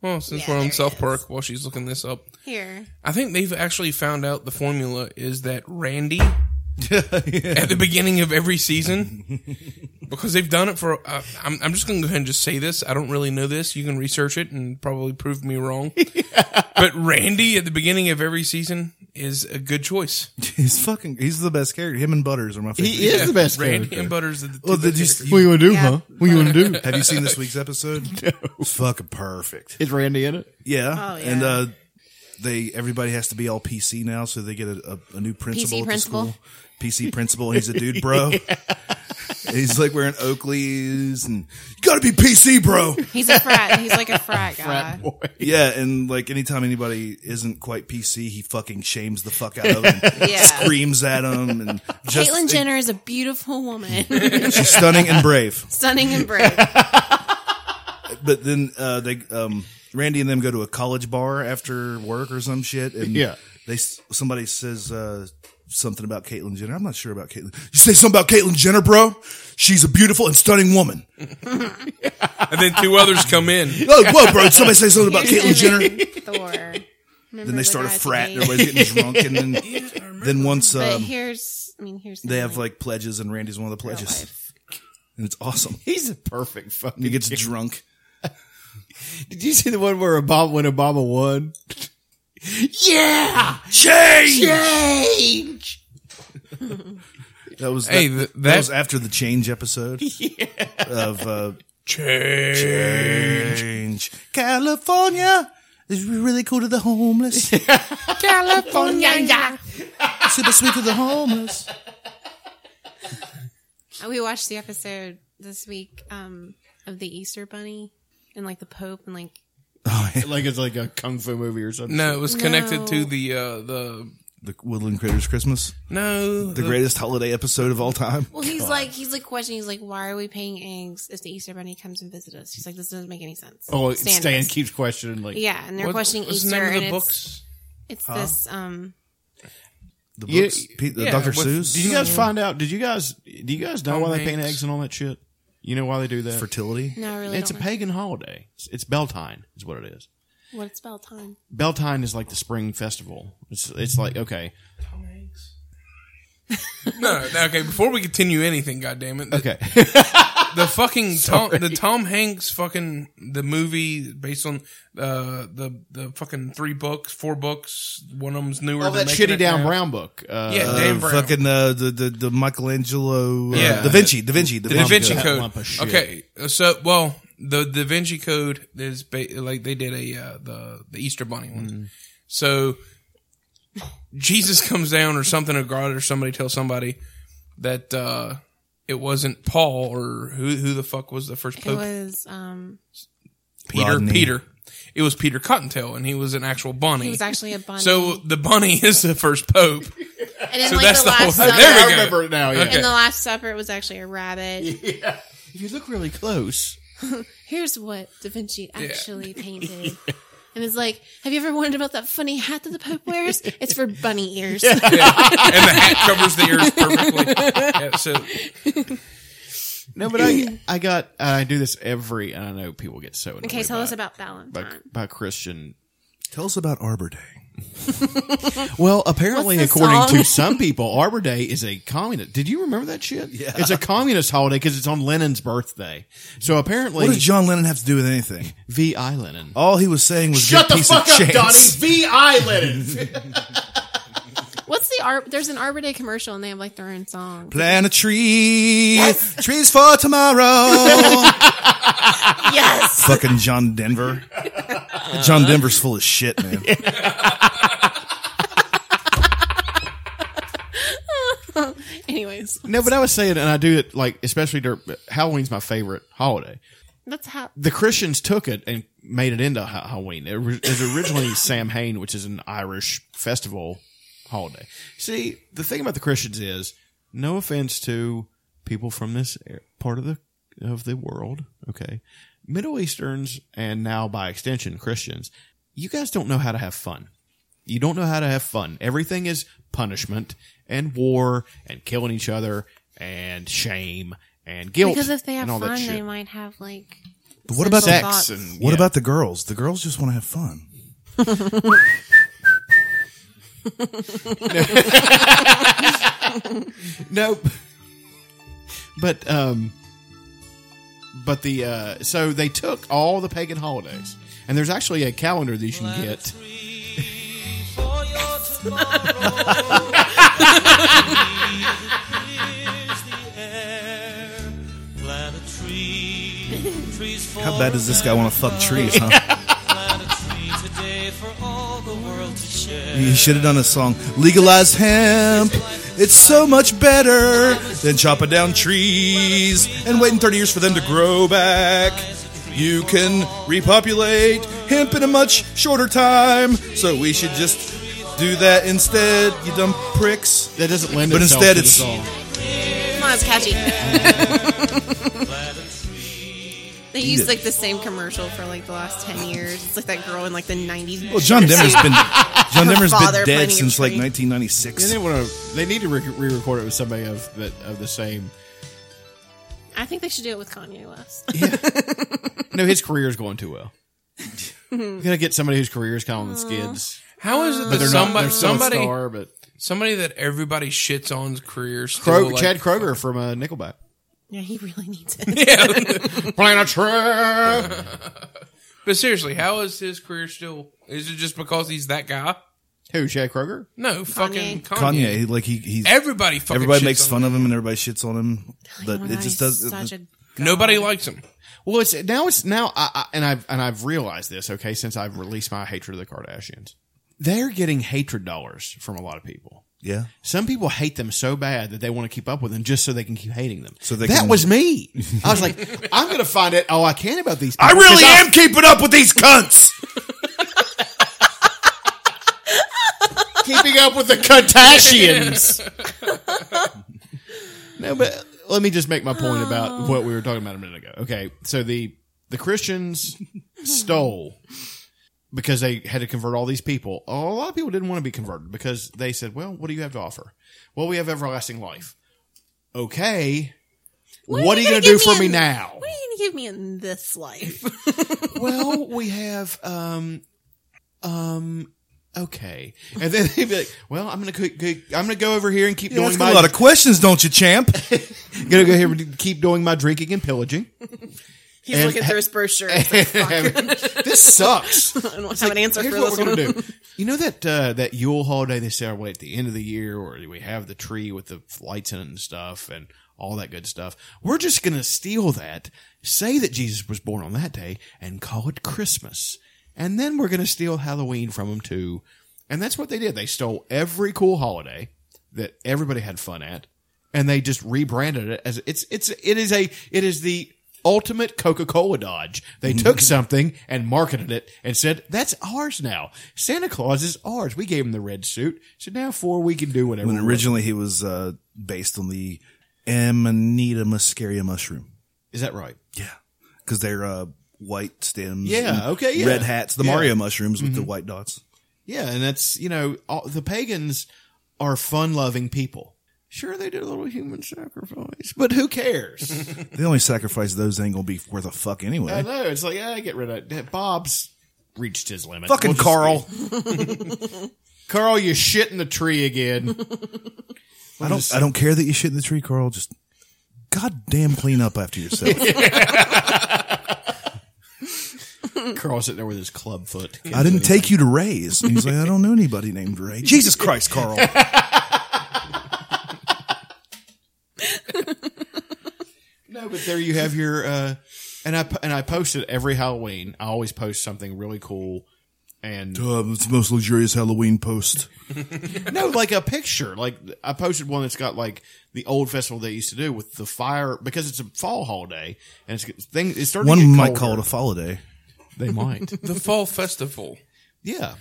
[SPEAKER 9] well, since we're
[SPEAKER 7] Yeah, there
[SPEAKER 9] on
[SPEAKER 7] it
[SPEAKER 9] South Park, while she's looking this up,
[SPEAKER 7] Here.
[SPEAKER 9] I think they've actually found out the formula is that Randy at the beginning of every season, because they've done it for. Uh, I'm, I'm just going to go ahead and just say this. I don't really know this. You can research it and probably prove me wrong. But Randy at the beginning of every season is a good choice.
[SPEAKER 6] He's fucking. He's the best character. Him and Butters are my favorite.
[SPEAKER 8] He is the best
[SPEAKER 9] Randy
[SPEAKER 8] character.
[SPEAKER 9] and Butters are the two
[SPEAKER 6] Well,
[SPEAKER 9] best
[SPEAKER 6] did you,
[SPEAKER 9] characters.
[SPEAKER 8] What you gonna do, huh? What you gonna do?
[SPEAKER 6] Have you seen this week's episode? It's fucking perfect.
[SPEAKER 8] Is Randy in it?
[SPEAKER 6] Yeah.
[SPEAKER 7] Oh, yeah.
[SPEAKER 6] And uh, they everybody has to be all PC now, so they get a, a, a new principal at the
[SPEAKER 7] principal?
[SPEAKER 6] school. PC principal. He's a dude, bro. And He's like wearing Oakleys and you gotta be PC, bro.
[SPEAKER 7] He's a frat. He's like a frat guy.
[SPEAKER 6] Yeah, and like anytime anybody isn't quite PC, he fucking shames the fuck out of them,
[SPEAKER 7] Yeah.
[SPEAKER 6] screams at them, and just
[SPEAKER 7] Caitlyn Jenner is a beautiful woman.
[SPEAKER 6] She's stunning and brave.
[SPEAKER 7] Stunning and brave.
[SPEAKER 6] but then uh, they um, Randy and them go to a college bar after work or some shit, and
[SPEAKER 8] Yeah.
[SPEAKER 6] they s- somebody says uh, something about Caitlyn Jenner. I'm not sure about Caitlyn. You say something about Caitlyn Jenner, bro? She's a beautiful and stunning woman.
[SPEAKER 9] and then two others come in.
[SPEAKER 6] Whoa, whoa, bro! Did somebody say something about Caitlyn Jenner?
[SPEAKER 7] Thor.
[SPEAKER 6] then they start a frat, and
[SPEAKER 7] debate?
[SPEAKER 6] everybody's getting drunk, and then then once
[SPEAKER 7] But
[SPEAKER 6] um,
[SPEAKER 7] here's, I mean, here's the
[SPEAKER 6] they have
[SPEAKER 7] thing.
[SPEAKER 6] like pledges, and Randy's one of the pledges, and it's awesome.
[SPEAKER 8] He's a perfect fucking.
[SPEAKER 6] He gets drunk.
[SPEAKER 8] Did you see the one where Obama when Obama won?
[SPEAKER 14] Yeah!
[SPEAKER 6] Change!
[SPEAKER 14] Change!
[SPEAKER 6] That was
[SPEAKER 9] Hey,
[SPEAKER 6] that,
[SPEAKER 9] th-
[SPEAKER 6] that
[SPEAKER 9] that-
[SPEAKER 6] was after the change episode of uh,
[SPEAKER 9] Change.
[SPEAKER 6] change. California is really cool to the homeless.
[SPEAKER 14] California, yeah.
[SPEAKER 6] Super sweet to the homeless.
[SPEAKER 7] Uh, We watched the episode this week um, of the Easter Bunny and like the Pope and like
[SPEAKER 8] like it's like a kung fu movie or something.
[SPEAKER 9] No, it was connected to
[SPEAKER 7] No.
[SPEAKER 9] the uh, the
[SPEAKER 6] The Woodland Critters Christmas.
[SPEAKER 9] No,
[SPEAKER 6] the
[SPEAKER 9] the-
[SPEAKER 6] greatest holiday episode of all time.
[SPEAKER 7] Well, he's like he's like questioning. He's like, why are we paying eggs if the Easter Bunny comes and visits us? He's like, this doesn't make any sense.
[SPEAKER 8] Oh, Stan,
[SPEAKER 7] does.
[SPEAKER 8] keeps questioning like
[SPEAKER 7] yeah, and they're
[SPEAKER 9] What-
[SPEAKER 7] questioning
[SPEAKER 9] what's
[SPEAKER 7] Easter.
[SPEAKER 9] the name of
[SPEAKER 7] and
[SPEAKER 9] the
[SPEAKER 7] it's,
[SPEAKER 9] books?
[SPEAKER 7] It's
[SPEAKER 8] Huh?
[SPEAKER 7] this. Um,
[SPEAKER 6] The
[SPEAKER 8] Yeah,
[SPEAKER 6] books, Pete, the
[SPEAKER 8] yeah,
[SPEAKER 6] Dr.
[SPEAKER 8] with-
[SPEAKER 6] Seuss.
[SPEAKER 8] Did you guys find out? Did you guys? Do you guys know
[SPEAKER 6] Tom
[SPEAKER 8] why they paint
[SPEAKER 6] Hanks.
[SPEAKER 8] eggs and all that shit? You know why they do that?
[SPEAKER 6] Fertility.
[SPEAKER 7] No, I really
[SPEAKER 8] It's
[SPEAKER 7] don't
[SPEAKER 8] a pagan holiday. It's, it's Beltane, is what it is.
[SPEAKER 7] what it's about time.
[SPEAKER 8] Beltane is like the spring festival. It's it's like okay,
[SPEAKER 9] no, no, okay. Before we continue anything, goddamn it. The,
[SPEAKER 8] Okay.
[SPEAKER 9] the fucking Tom,
[SPEAKER 8] Sorry.
[SPEAKER 9] the Tom Hanks fucking the movie based on uh, the the fucking three books, four books. One of them's newer.
[SPEAKER 8] Oh,
[SPEAKER 9] than
[SPEAKER 8] that
[SPEAKER 9] Making
[SPEAKER 8] shitty
[SPEAKER 9] It
[SPEAKER 8] Dan
[SPEAKER 9] Now.
[SPEAKER 8] Brown book. Uh,
[SPEAKER 9] yeah, Dan Brown.
[SPEAKER 6] Fucking uh, the, the the Michelangelo, uh,
[SPEAKER 9] Yeah.
[SPEAKER 6] Da Vinci, Da Vinci,
[SPEAKER 9] the Da Vinci
[SPEAKER 6] Code.
[SPEAKER 9] Code. Okay, so well, the Da Vinci Code is ba- like they did a uh, the the Easter Bunny one. So Jesus comes down, or something, or God, or somebody tells somebody that uh, it wasn't Paul, or who who the fuck was the first
[SPEAKER 7] It
[SPEAKER 9] pope?
[SPEAKER 7] was um,
[SPEAKER 9] Peter.
[SPEAKER 6] Rodney.
[SPEAKER 9] Peter. It was Peter Cottontail, and he was an actual bunny.
[SPEAKER 7] He was actually a bunny.
[SPEAKER 9] So the bunny is the first pope.
[SPEAKER 7] and in
[SPEAKER 9] so
[SPEAKER 7] like
[SPEAKER 9] that's
[SPEAKER 7] the
[SPEAKER 9] the
[SPEAKER 7] last
[SPEAKER 9] whole-
[SPEAKER 7] supper,
[SPEAKER 9] There we go. I remember it now, yeah.
[SPEAKER 7] In
[SPEAKER 9] Okay.
[SPEAKER 7] the Last Supper, it was actually a rabbit.
[SPEAKER 8] If you look really close,
[SPEAKER 7] Here's what Da Vinci actually painted.
[SPEAKER 8] Yeah.
[SPEAKER 7] And it's like, have you ever wondered about that funny hat that the Pope wears? It's for bunny ears.
[SPEAKER 9] Yeah. And the hat covers the ears perfectly. Yeah, so-
[SPEAKER 8] No, but I I got I do this every and I know people get so annoyed
[SPEAKER 7] Okay, tell
[SPEAKER 8] by
[SPEAKER 7] us
[SPEAKER 8] it.
[SPEAKER 7] about Valentine.
[SPEAKER 8] by, by Christian.
[SPEAKER 6] Tell us about Arbor Day.
[SPEAKER 8] Well, apparently,
[SPEAKER 6] What's the
[SPEAKER 8] according
[SPEAKER 6] song?
[SPEAKER 8] to some people, Arbor Day is a communist. Did you remember that shit? Yeah, it's a communist holiday because it's on Lenin's birthday. So apparently,
[SPEAKER 6] What does John Lennon have to do with anything?
[SPEAKER 8] V. I. Lennon.
[SPEAKER 6] All he was saying was
[SPEAKER 8] Shut
[SPEAKER 6] "Good
[SPEAKER 8] the
[SPEAKER 6] piece
[SPEAKER 8] fuck
[SPEAKER 6] of
[SPEAKER 8] up,
[SPEAKER 6] chance."
[SPEAKER 8] Donnie.
[SPEAKER 11] V.I. Lennon.
[SPEAKER 7] What's the Ar- There's an Arbor Day commercial and they have like their own song.
[SPEAKER 6] Plant a tree, trees for tomorrow.
[SPEAKER 7] yes.
[SPEAKER 6] Fucking John Denver.
[SPEAKER 9] Uh-huh.
[SPEAKER 6] John Denver's full of shit, man.
[SPEAKER 7] Anyways,
[SPEAKER 8] No, but I was saying, and I do it like especially during Halloween's my favorite holiday.
[SPEAKER 7] that's how.
[SPEAKER 8] the Christians took it and made it into Ha- Halloween. It was it was originally Samhain, which is an Irish festival holiday. See, the thing about the Christians is, no offense to people from this ar- part of the of the world, okay, Middle Easterns, and now by extension Christians, you guys don't know how to have fun. You don't know how to have fun. Everything is punishment and war and killing each other and shame and guilt.
[SPEAKER 7] Because if they have
[SPEAKER 8] and all that
[SPEAKER 7] fun,
[SPEAKER 8] shit.
[SPEAKER 7] they might have like.
[SPEAKER 6] But what about
[SPEAKER 7] sexual
[SPEAKER 6] the,
[SPEAKER 7] thoughts.
[SPEAKER 6] what
[SPEAKER 8] yeah.
[SPEAKER 6] about the girls? The girls just want to have fun.
[SPEAKER 8] nope. But um but the uh so they took all the pagan holidays. And there's actually a calendar that you can get.
[SPEAKER 6] How bad does this guy want to fuck trees, huh? You should have done a song, Legalize Hemp. It's so much better than chopping down trees and waiting 30 years for them to grow back. You can repopulate hemp in a much shorter time, so we should just do that instead, you dumb pricks.
[SPEAKER 8] That doesn't lend
[SPEAKER 6] But
[SPEAKER 8] itself
[SPEAKER 6] instead,
[SPEAKER 8] to the
[SPEAKER 6] it's
[SPEAKER 8] song.
[SPEAKER 7] Come on, it's catchy. They
[SPEAKER 6] Eat
[SPEAKER 7] use
[SPEAKER 6] it.
[SPEAKER 7] like the same commercial for like the last ten years. It's like that girl in like the nineties.
[SPEAKER 6] Well, John Denver's been John
[SPEAKER 7] Her
[SPEAKER 6] Denver's
[SPEAKER 7] father
[SPEAKER 6] been dead
[SPEAKER 7] planting a
[SPEAKER 6] since like
[SPEAKER 7] tree.
[SPEAKER 6] 1996.
[SPEAKER 8] Yeah, they want to. They need to re- re-record it with somebody of the, of the same.
[SPEAKER 7] I think they should do it with Kanye West.
[SPEAKER 8] No, his career is going too well. You're gonna get somebody whose career is kind of on the skids.
[SPEAKER 9] How is it
[SPEAKER 8] But
[SPEAKER 9] that
[SPEAKER 8] they're not-
[SPEAKER 9] somebody,
[SPEAKER 8] they're still a
[SPEAKER 9] somebody,
[SPEAKER 8] star, but-
[SPEAKER 9] somebody that everybody shits on's career still
[SPEAKER 8] Krog-
[SPEAKER 9] like,
[SPEAKER 8] Chad Kroger from uh, Nickelback.
[SPEAKER 7] yeah, he really needs
[SPEAKER 9] Yeah.
[SPEAKER 7] it.
[SPEAKER 9] But seriously, how is his career still? Is it just because he's that guy?
[SPEAKER 8] Who? Chad Kroger?
[SPEAKER 9] No, fucking Kanye.
[SPEAKER 6] Kanye, like he, he's
[SPEAKER 9] Everybody fucking
[SPEAKER 6] everybody
[SPEAKER 9] shits
[SPEAKER 6] makes
[SPEAKER 9] on
[SPEAKER 6] fun of him and everybody shits on him. But it just does.
[SPEAKER 7] Oh, such a
[SPEAKER 9] Nobody likes him.
[SPEAKER 8] Well, it's now it's now I, I, and I've and I've realized this. Okay, since I've released my hatred of the Kardashians, they're getting hatred dollars from a lot of people.
[SPEAKER 6] Yeah.
[SPEAKER 8] Some people hate them so bad that they want to keep up with them just so they can keep hating them. So
[SPEAKER 6] they
[SPEAKER 8] that
[SPEAKER 6] can-
[SPEAKER 8] was me. I was like, I'm going to find out all I can about these. People
[SPEAKER 6] I really
[SPEAKER 8] 'cause I-
[SPEAKER 6] am keeping up with these cunts.
[SPEAKER 8] keeping up with the Kardashians. no, but let me just make my point about what we were talking about a minute ago. Okay, so the the Christians stole because they had to convert all these people. A lot of people didn't want to be converted because they said, "Well, what do you have to offer? Well, we have everlasting life." Okay, what, are you going to do
[SPEAKER 7] give
[SPEAKER 8] for me
[SPEAKER 7] in-
[SPEAKER 8] now?
[SPEAKER 7] What are you going to give me in this life?
[SPEAKER 8] well, we have um um okay, and then they'd be like, "Well, I'm gonna cook, cook- I'm gonna go over here and keep
[SPEAKER 6] You
[SPEAKER 8] doing
[SPEAKER 6] ask
[SPEAKER 8] my
[SPEAKER 6] a lot of questions, don't you, champ?
[SPEAKER 8] gonna go here and keep doing my drinking and pillaging."
[SPEAKER 7] He's
[SPEAKER 8] And-
[SPEAKER 7] looking through his brochure. It's like, fuck.
[SPEAKER 8] This sucks.
[SPEAKER 7] I don't have an answer
[SPEAKER 8] Here's
[SPEAKER 7] for
[SPEAKER 8] what
[SPEAKER 7] this
[SPEAKER 8] we're
[SPEAKER 7] one.
[SPEAKER 8] gonna do. You know that uh, that Yule holiday they celebrate at the end of the year, where we have the tree with the lights in it and stuff, and all that good stuff. We're just gonna steal that, say that Jesus was born on that day, and call it Christmas, and then we're gonna steal Halloween from them too. And that's what they did. They stole every cool holiday that everybody had fun at, and they just rebranded it as it's it's it is a it is the ultimate Coca-Cola dodge. They took something and marketed it and said, "That's ours now. Santa Claus is ours. We gave him the red suit, so now four we can do whatever."
[SPEAKER 6] When
[SPEAKER 8] we want."
[SPEAKER 6] originally he was uh, based on the Amanita muscaria mushroom.
[SPEAKER 8] Is that right?
[SPEAKER 6] Yeah, because they're uh, white stems.
[SPEAKER 8] Yeah,
[SPEAKER 6] and
[SPEAKER 8] okay, yeah.
[SPEAKER 6] Red hats, the
[SPEAKER 8] Yeah.
[SPEAKER 6] Mario mushrooms with the
[SPEAKER 8] Mhm.
[SPEAKER 6] white dots.
[SPEAKER 8] Yeah, and that's you know all, the pagans are fun-loving people. Sure, they did a little human sacrifice, but who cares?
[SPEAKER 6] They only sacrifice those that ain't gonna be worth a fuck anyway.
[SPEAKER 8] I know. It's like, yeah, get rid of it. Bob's reached his limit.
[SPEAKER 6] Fucking
[SPEAKER 8] just-
[SPEAKER 6] Carl.
[SPEAKER 8] Carl, you shit in the tree again.
[SPEAKER 6] I don't. I don't care that you shit in the tree, Carl. Just goddamn clean up after yourself.
[SPEAKER 8] Carl sitting there with his club foot.
[SPEAKER 6] I didn't take you to Ray's. And he's like, I don't know anybody named Ray. Jesus Christ, Carl.
[SPEAKER 8] No, but there you have your. Uh, and I and I post it every Halloween. I always post something really cool, and
[SPEAKER 6] Uh, it's the most luxurious Halloween post.
[SPEAKER 8] no, like a picture. Like I posted one that's got like the old festival they used to do with the fire because it's a fall holiday and it's thing. It's starting. to
[SPEAKER 6] One
[SPEAKER 8] get
[SPEAKER 6] might
[SPEAKER 8] colder.
[SPEAKER 6] call it a holiday.
[SPEAKER 8] They might.
[SPEAKER 9] the fall festival.
[SPEAKER 8] Yeah,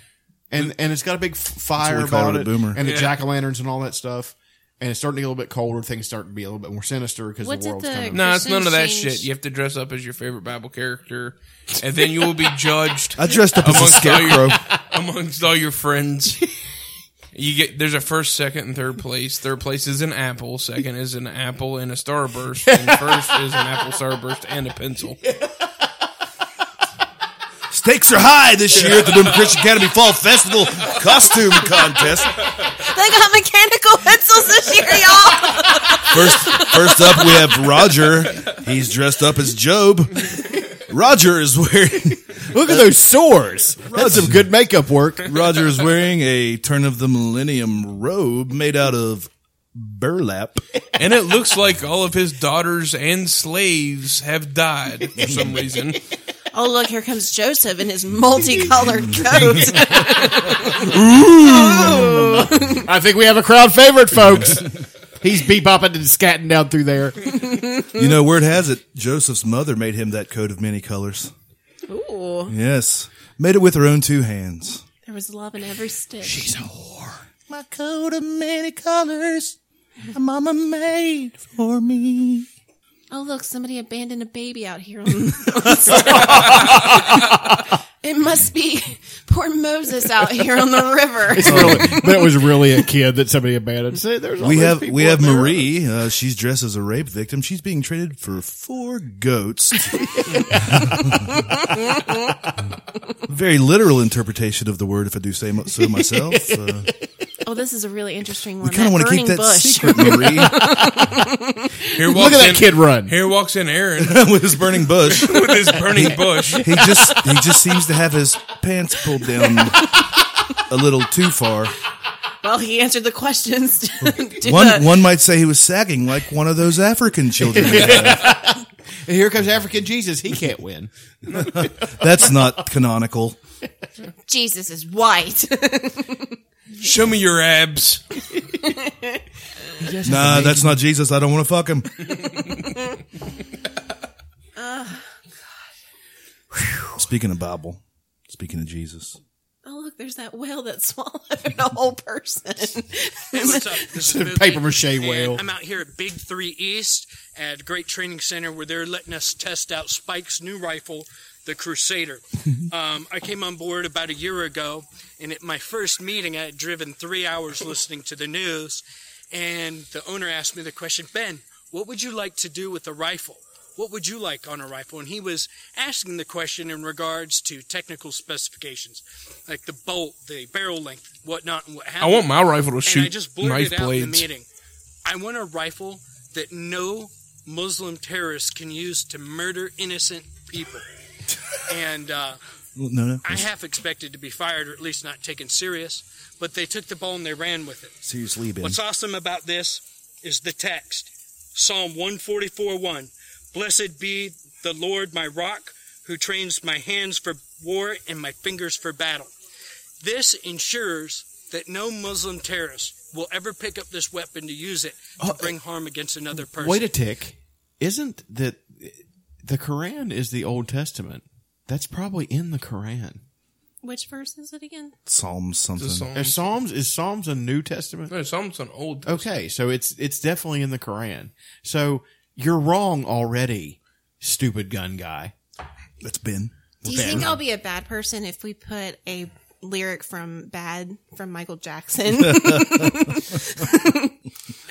[SPEAKER 8] and and it's got a big f- fire
[SPEAKER 6] That's what we call
[SPEAKER 8] about
[SPEAKER 6] it
[SPEAKER 8] it,
[SPEAKER 6] at Boomer.
[SPEAKER 8] and the
[SPEAKER 6] Yeah.
[SPEAKER 8] jack o' lanterns and all that stuff. And it's starting to get a little bit colder. Things starting to be a little bit more sinister because
[SPEAKER 7] What's
[SPEAKER 8] the
[SPEAKER 7] it
[SPEAKER 8] world's
[SPEAKER 7] the
[SPEAKER 8] kind of
[SPEAKER 9] No, it's none of that
[SPEAKER 7] Christians
[SPEAKER 9] shit. You have to dress up as your favorite Bible character, and then you will be judged.
[SPEAKER 6] I dressed up as a
[SPEAKER 9] amongst all your-
[SPEAKER 6] scarecrow.
[SPEAKER 9] amongst all your friends. You get there's a first, second, and third place. Third place is an apple. Second is an apple and a starburst. And first is an apple starburst and a pencil.
[SPEAKER 6] Stakes are high this year at the Boomer Christian Academy Fall Festival Costume Contest.
[SPEAKER 7] They got mechanical pencils this year, y'all.
[SPEAKER 6] First, first up, we have Roger. He's dressed up as Job. Roger is wearing.
[SPEAKER 8] Look at those sores. That's some good makeup work.
[SPEAKER 6] Roger is wearing a turn of the millennium robe made out of burlap.
[SPEAKER 9] And it looks like all of his daughters and slaves have died for some reason.
[SPEAKER 7] oh, look, here comes Joseph in his multicolored coat.
[SPEAKER 8] I think we have a crowd favorite, folks. He's bebopping and scatting down through there.
[SPEAKER 6] You know, word has it, Joseph's mother made him that coat of many colors.
[SPEAKER 7] Ooh.
[SPEAKER 6] Yes, made it with her own two hands.
[SPEAKER 7] There was love in every stitch. She's
[SPEAKER 6] a
[SPEAKER 7] whore.
[SPEAKER 14] My coat of many colors, my mama made for me.
[SPEAKER 7] Oh look, somebody abandoned a baby out here. On, on the- it must be poor Moses out here on the river.
[SPEAKER 8] It's really, but it was really a kid that somebody abandoned. See, there's all
[SPEAKER 6] we
[SPEAKER 8] these
[SPEAKER 6] have
[SPEAKER 8] people
[SPEAKER 6] we
[SPEAKER 8] out
[SPEAKER 6] have
[SPEAKER 8] there.
[SPEAKER 6] Marie. Uh, she's dressed as a rape victim. She's being traded for four goats. Very literal interpretation of the word, if I do say mo- so myself. Uh,
[SPEAKER 7] oh, this is a really interesting
[SPEAKER 6] we
[SPEAKER 7] one.
[SPEAKER 6] kind of want to keep
[SPEAKER 7] burning
[SPEAKER 6] that
[SPEAKER 7] bush.
[SPEAKER 6] secret, Marie.
[SPEAKER 9] Here walks in- Here walks in Aaron
[SPEAKER 6] with his burning bush.
[SPEAKER 9] with his burning bush.
[SPEAKER 6] He just he just seems to have his pants pulled down a little too far.
[SPEAKER 7] well, he answered the questions. Do
[SPEAKER 6] One
[SPEAKER 7] the-
[SPEAKER 6] one might say he was sagging like one of those African children. we have.
[SPEAKER 8] And here comes African Jesus. He can't win.
[SPEAKER 6] That's not canonical.
[SPEAKER 7] Jesus is white.
[SPEAKER 9] Show me your abs.
[SPEAKER 6] Nah, that's not Jesus. I don't want to fuck him.
[SPEAKER 7] Ugh.
[SPEAKER 6] Speaking of Bible, speaking of Jesus,
[SPEAKER 7] oh look, there's that whale that swallowed a whole person.
[SPEAKER 19] What's up? This is Billy, and I'm out here at Big Three East at Great Training Center where they're letting us test out Spike's new rifle, the Crusader. um, I came on board about a year ago, and at my first meeting, I had driven three hours listening to the news, and the owner asked me the question, Ben, what would you like to do with a rifle? What would you like on a rifle? And he was asking the question in regards to technical specifications, like the bolt, the barrel length, whatnot, and what
[SPEAKER 9] I
[SPEAKER 19] have
[SPEAKER 9] want
[SPEAKER 19] you.
[SPEAKER 9] my rifle
[SPEAKER 19] And
[SPEAKER 9] to
[SPEAKER 19] I
[SPEAKER 9] shoot
[SPEAKER 19] just blurted
[SPEAKER 9] knife
[SPEAKER 19] out in the
[SPEAKER 9] blades.
[SPEAKER 19] meeting. I want a rifle that no Muslim terrorist can use to murder innocent people. and uh,
[SPEAKER 6] Well, no, no.
[SPEAKER 19] I half expected to be fired or at least not taken serious, but they took the ball and they ran with it.
[SPEAKER 6] seriously, Ben.
[SPEAKER 19] What's awesome about this is the text Psalm 144 1. Blessed be the Lord my rock, who trains my hands for war and my fingers for battle. This ensures that no Muslim terrorist will ever pick up this weapon to use it to bring harm against another person.
[SPEAKER 8] Wait a tick. Isn't that the Quran is the Old Testament? That's probably in the Quran.
[SPEAKER 7] Which verse is it again?
[SPEAKER 6] Psalms something.
[SPEAKER 8] Are Psalms is Psalms a New Testament?
[SPEAKER 9] No, Psalms an Old.
[SPEAKER 8] Okay, so it's it's definitely in the Quran. So you're wrong already, stupid gun guy.
[SPEAKER 6] That's Ben.
[SPEAKER 7] Do you think I'll be a bad person if we put a lyric from Bad from Michael Jackson?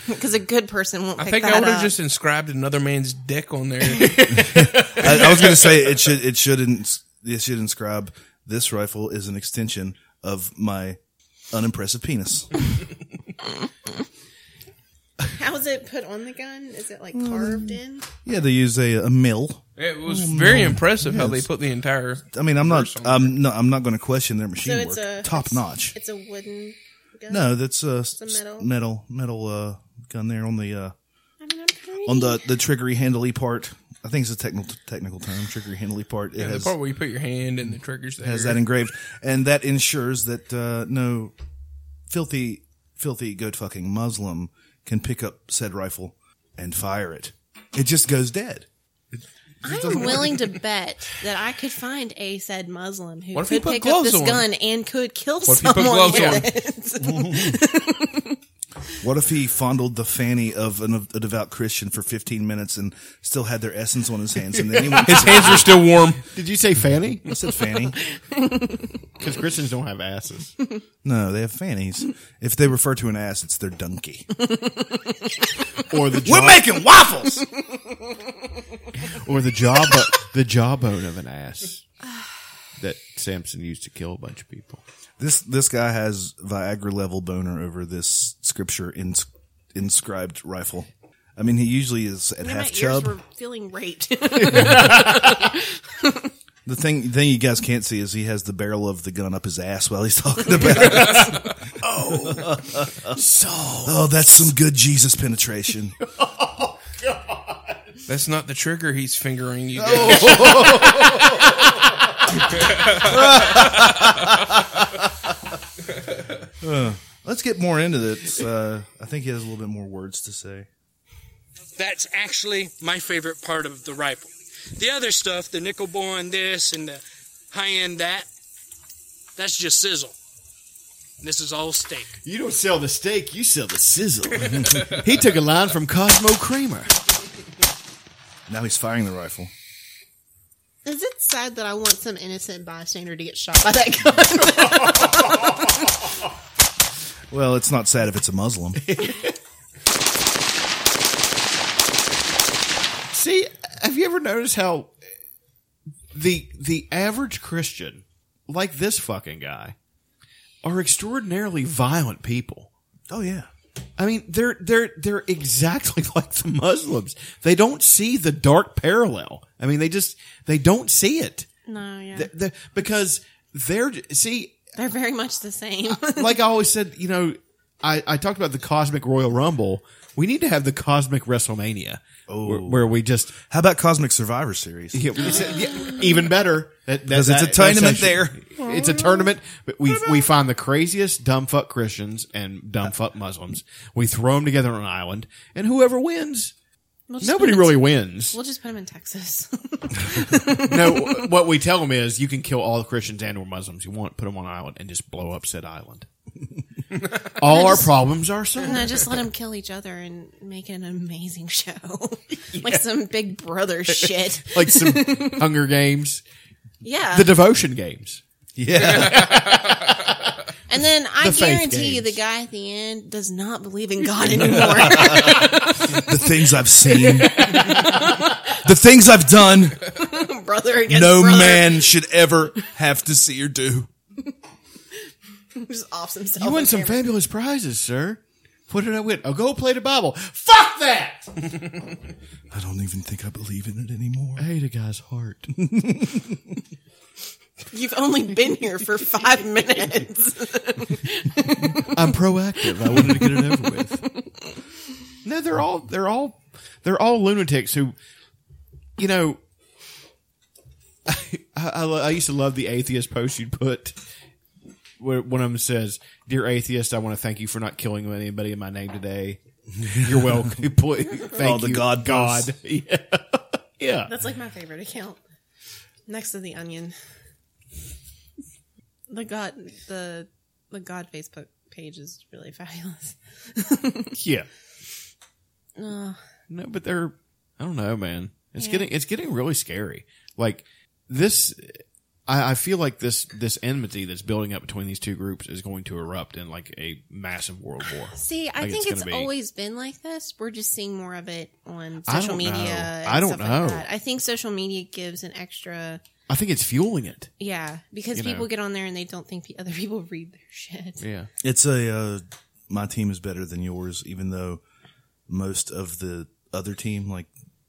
[SPEAKER 7] Because a good person won't.
[SPEAKER 9] I
[SPEAKER 7] Pick
[SPEAKER 9] think I
[SPEAKER 7] that
[SPEAKER 9] would have
[SPEAKER 7] up.
[SPEAKER 9] just inscribed another man's dick on there.
[SPEAKER 6] I, I was going to say it should it should ins- it should inscribe this rifle is an extension of my unimpressive penis.
[SPEAKER 7] How is it put on the gun? Is it like carved in?
[SPEAKER 6] Yeah, they use a, a mill.
[SPEAKER 9] It was
[SPEAKER 6] Oh,
[SPEAKER 9] very
[SPEAKER 6] no.
[SPEAKER 9] impressive how they
[SPEAKER 6] Yes.
[SPEAKER 9] put the entire.
[SPEAKER 6] I mean, I'm not. I'm no. I'm not going to question their machine
[SPEAKER 7] so it's
[SPEAKER 6] work.
[SPEAKER 7] a
[SPEAKER 6] Top
[SPEAKER 7] it's-
[SPEAKER 6] notch.
[SPEAKER 7] It's a wooden. gun?
[SPEAKER 6] No, that's a,
[SPEAKER 7] It's a metal.
[SPEAKER 6] metal metal uh, gun there on the uh,
[SPEAKER 7] I mean, I'm pretty-
[SPEAKER 6] on the the triggery handly part. I think it's a technical technical term. Triggery handly part. It
[SPEAKER 9] Yeah, the
[SPEAKER 6] has,
[SPEAKER 9] part where you put your hand and the triggers there.
[SPEAKER 6] has that engraved, and that ensures that uh, no filthy filthy goat fucking Muslim can pick up said rifle and fire it. It just goes dead.
[SPEAKER 7] I'm willing to bet that I could find a said Muslim who
[SPEAKER 6] What if you
[SPEAKER 7] could
[SPEAKER 6] put
[SPEAKER 7] pick up
[SPEAKER 6] gloves
[SPEAKER 7] this
[SPEAKER 6] on?
[SPEAKER 7] gun and could kill
[SPEAKER 6] What if you put
[SPEAKER 7] someone.
[SPEAKER 6] gloves
[SPEAKER 7] with it.
[SPEAKER 6] What if he fondled the fanny of an, a devout Christian for 15 minutes and still had their essence on his hands? And then he went
[SPEAKER 8] His hands were still warm. Did you say fanny?
[SPEAKER 6] I said fanny.
[SPEAKER 8] Because Christians don't have asses.
[SPEAKER 6] No, they have fannies. If they refer to an ass, it's their donkey.
[SPEAKER 8] Or the
[SPEAKER 6] We're
[SPEAKER 8] jaw-
[SPEAKER 6] making waffles.
[SPEAKER 8] Or the jaw the jawbone of an ass that Samson used to kill a bunch of people.
[SPEAKER 6] This this guy has Viagra level boner over this scripture ins- inscribed rifle. I mean, he usually is at
[SPEAKER 7] Yeah, my
[SPEAKER 6] half
[SPEAKER 7] ears
[SPEAKER 6] chub.
[SPEAKER 7] were feeling raped.
[SPEAKER 6] The thing thing you guys can't see is he has the barrel of the gun up his ass while he's talking about it.
[SPEAKER 14] Oh.
[SPEAKER 6] so oh, that's some good Jesus penetration.
[SPEAKER 9] That's not the trigger he's fingering you.
[SPEAKER 8] Oh.
[SPEAKER 6] Uh, let's get more into this. Uh, I think he has a little bit more words to say.
[SPEAKER 19] That's actually my favorite part of the rifle. The other stuff, the nickel boron this and the high end that, that's just sizzle. This is all steak.
[SPEAKER 8] You don't sell the steak, you sell the sizzle. he took a line from Cosmo Creamer.
[SPEAKER 6] Now he's firing the rifle.
[SPEAKER 7] Is it sad that I want some innocent bystander to get shot by that gun?
[SPEAKER 6] Well, it's not sad if it's a Muslim.
[SPEAKER 8] See, have you ever noticed how the the average Christian, like this fucking guy, are extraordinarily violent people?
[SPEAKER 6] Oh yeah.
[SPEAKER 8] I mean, they're they're they're exactly like the Muslims. They don't see the dark parallel. I mean, they just they don't see it.
[SPEAKER 7] no, yeah.
[SPEAKER 8] Th- th- because they're see
[SPEAKER 7] They're very much the same.
[SPEAKER 8] like I always said, you know, I, I talked about the cosmic Royal Rumble. We need to have the cosmic WrestleMania. Where, where we just
[SPEAKER 6] how about Cosmic Survivor Series?
[SPEAKER 8] Yeah, we said- yeah, even better That- that-
[SPEAKER 6] Because it's a
[SPEAKER 8] that-
[SPEAKER 6] tournament
[SPEAKER 8] that's
[SPEAKER 6] there.
[SPEAKER 8] actually- It's a tournament. But we we find the craziest dumb fuck Christians and dumb fuck Muslims. We throw them together on an island, and whoever wins,
[SPEAKER 7] We'll just
[SPEAKER 8] nobody
[SPEAKER 7] put 'em in-
[SPEAKER 8] really wins.
[SPEAKER 7] We'll just put them in Texas.
[SPEAKER 8] no, what we tell them is you can kill all the Christians and or Muslims you want, put them on an island, and just blow up said island. all
[SPEAKER 7] And I
[SPEAKER 8] our
[SPEAKER 7] just-
[SPEAKER 8] problems are solved.
[SPEAKER 7] No, just let them kill each other and make it an amazing show, like some Big Brother shit,
[SPEAKER 8] like some Hunger Games.
[SPEAKER 7] Yeah.
[SPEAKER 8] The Devotion Games.
[SPEAKER 6] Yeah.
[SPEAKER 7] And then I
[SPEAKER 8] The faith
[SPEAKER 7] guarantee you, the guy at the end does not believe in God anymore.
[SPEAKER 6] the things I've seen, the things I've done,
[SPEAKER 7] brother against
[SPEAKER 6] no
[SPEAKER 7] brother.
[SPEAKER 6] man should ever have to see or do.
[SPEAKER 7] just offs himself.
[SPEAKER 8] You won some fabulous prizes, sir. What did I win? Oh, go play the Bible. Fuck that!
[SPEAKER 6] I don't even think I believe in it anymore.
[SPEAKER 8] I hate a guy's heart.
[SPEAKER 7] You've only been here for five minutes.
[SPEAKER 8] I'm proactive. I wanted to get it over with. No, they're all they're all they're all lunatics who, you know, I, I, lo- I used to love the atheist post you'd put. Where one of them says, "Dear atheist, I want to thank you for not killing anybody in my name today. You're welcome. Pl- Thank
[SPEAKER 6] All the
[SPEAKER 8] you,
[SPEAKER 6] God
[SPEAKER 8] God.
[SPEAKER 6] posts.
[SPEAKER 8] Yeah. yeah,
[SPEAKER 7] That's like my favorite account. Next to the Onion, the God the the God Facebook page is really fabulous.
[SPEAKER 8] yeah.
[SPEAKER 7] Oh.
[SPEAKER 8] No, but they're I don't know, man. It's
[SPEAKER 7] Yeah.
[SPEAKER 8] getting it's getting really scary. Like this I, I feel like this this enmity that's building up between these two groups is going to erupt in like a massive world war.
[SPEAKER 7] See, I
[SPEAKER 8] Like,
[SPEAKER 7] think it's,
[SPEAKER 8] gonna be-
[SPEAKER 7] always been like this. We're just seeing more of it on
[SPEAKER 8] I
[SPEAKER 7] social
[SPEAKER 8] don't
[SPEAKER 7] media.
[SPEAKER 8] know.
[SPEAKER 7] and
[SPEAKER 8] I don't
[SPEAKER 7] stuff like
[SPEAKER 8] know.
[SPEAKER 7] that. I think social media gives an extra,
[SPEAKER 8] I think it's fueling it.
[SPEAKER 7] yeah, because
[SPEAKER 8] You
[SPEAKER 7] people
[SPEAKER 8] know.
[SPEAKER 7] get on there and they don't think the other people read their shit.
[SPEAKER 8] Yeah.
[SPEAKER 6] It's a uh, my team is better than yours, even though most of the other team, like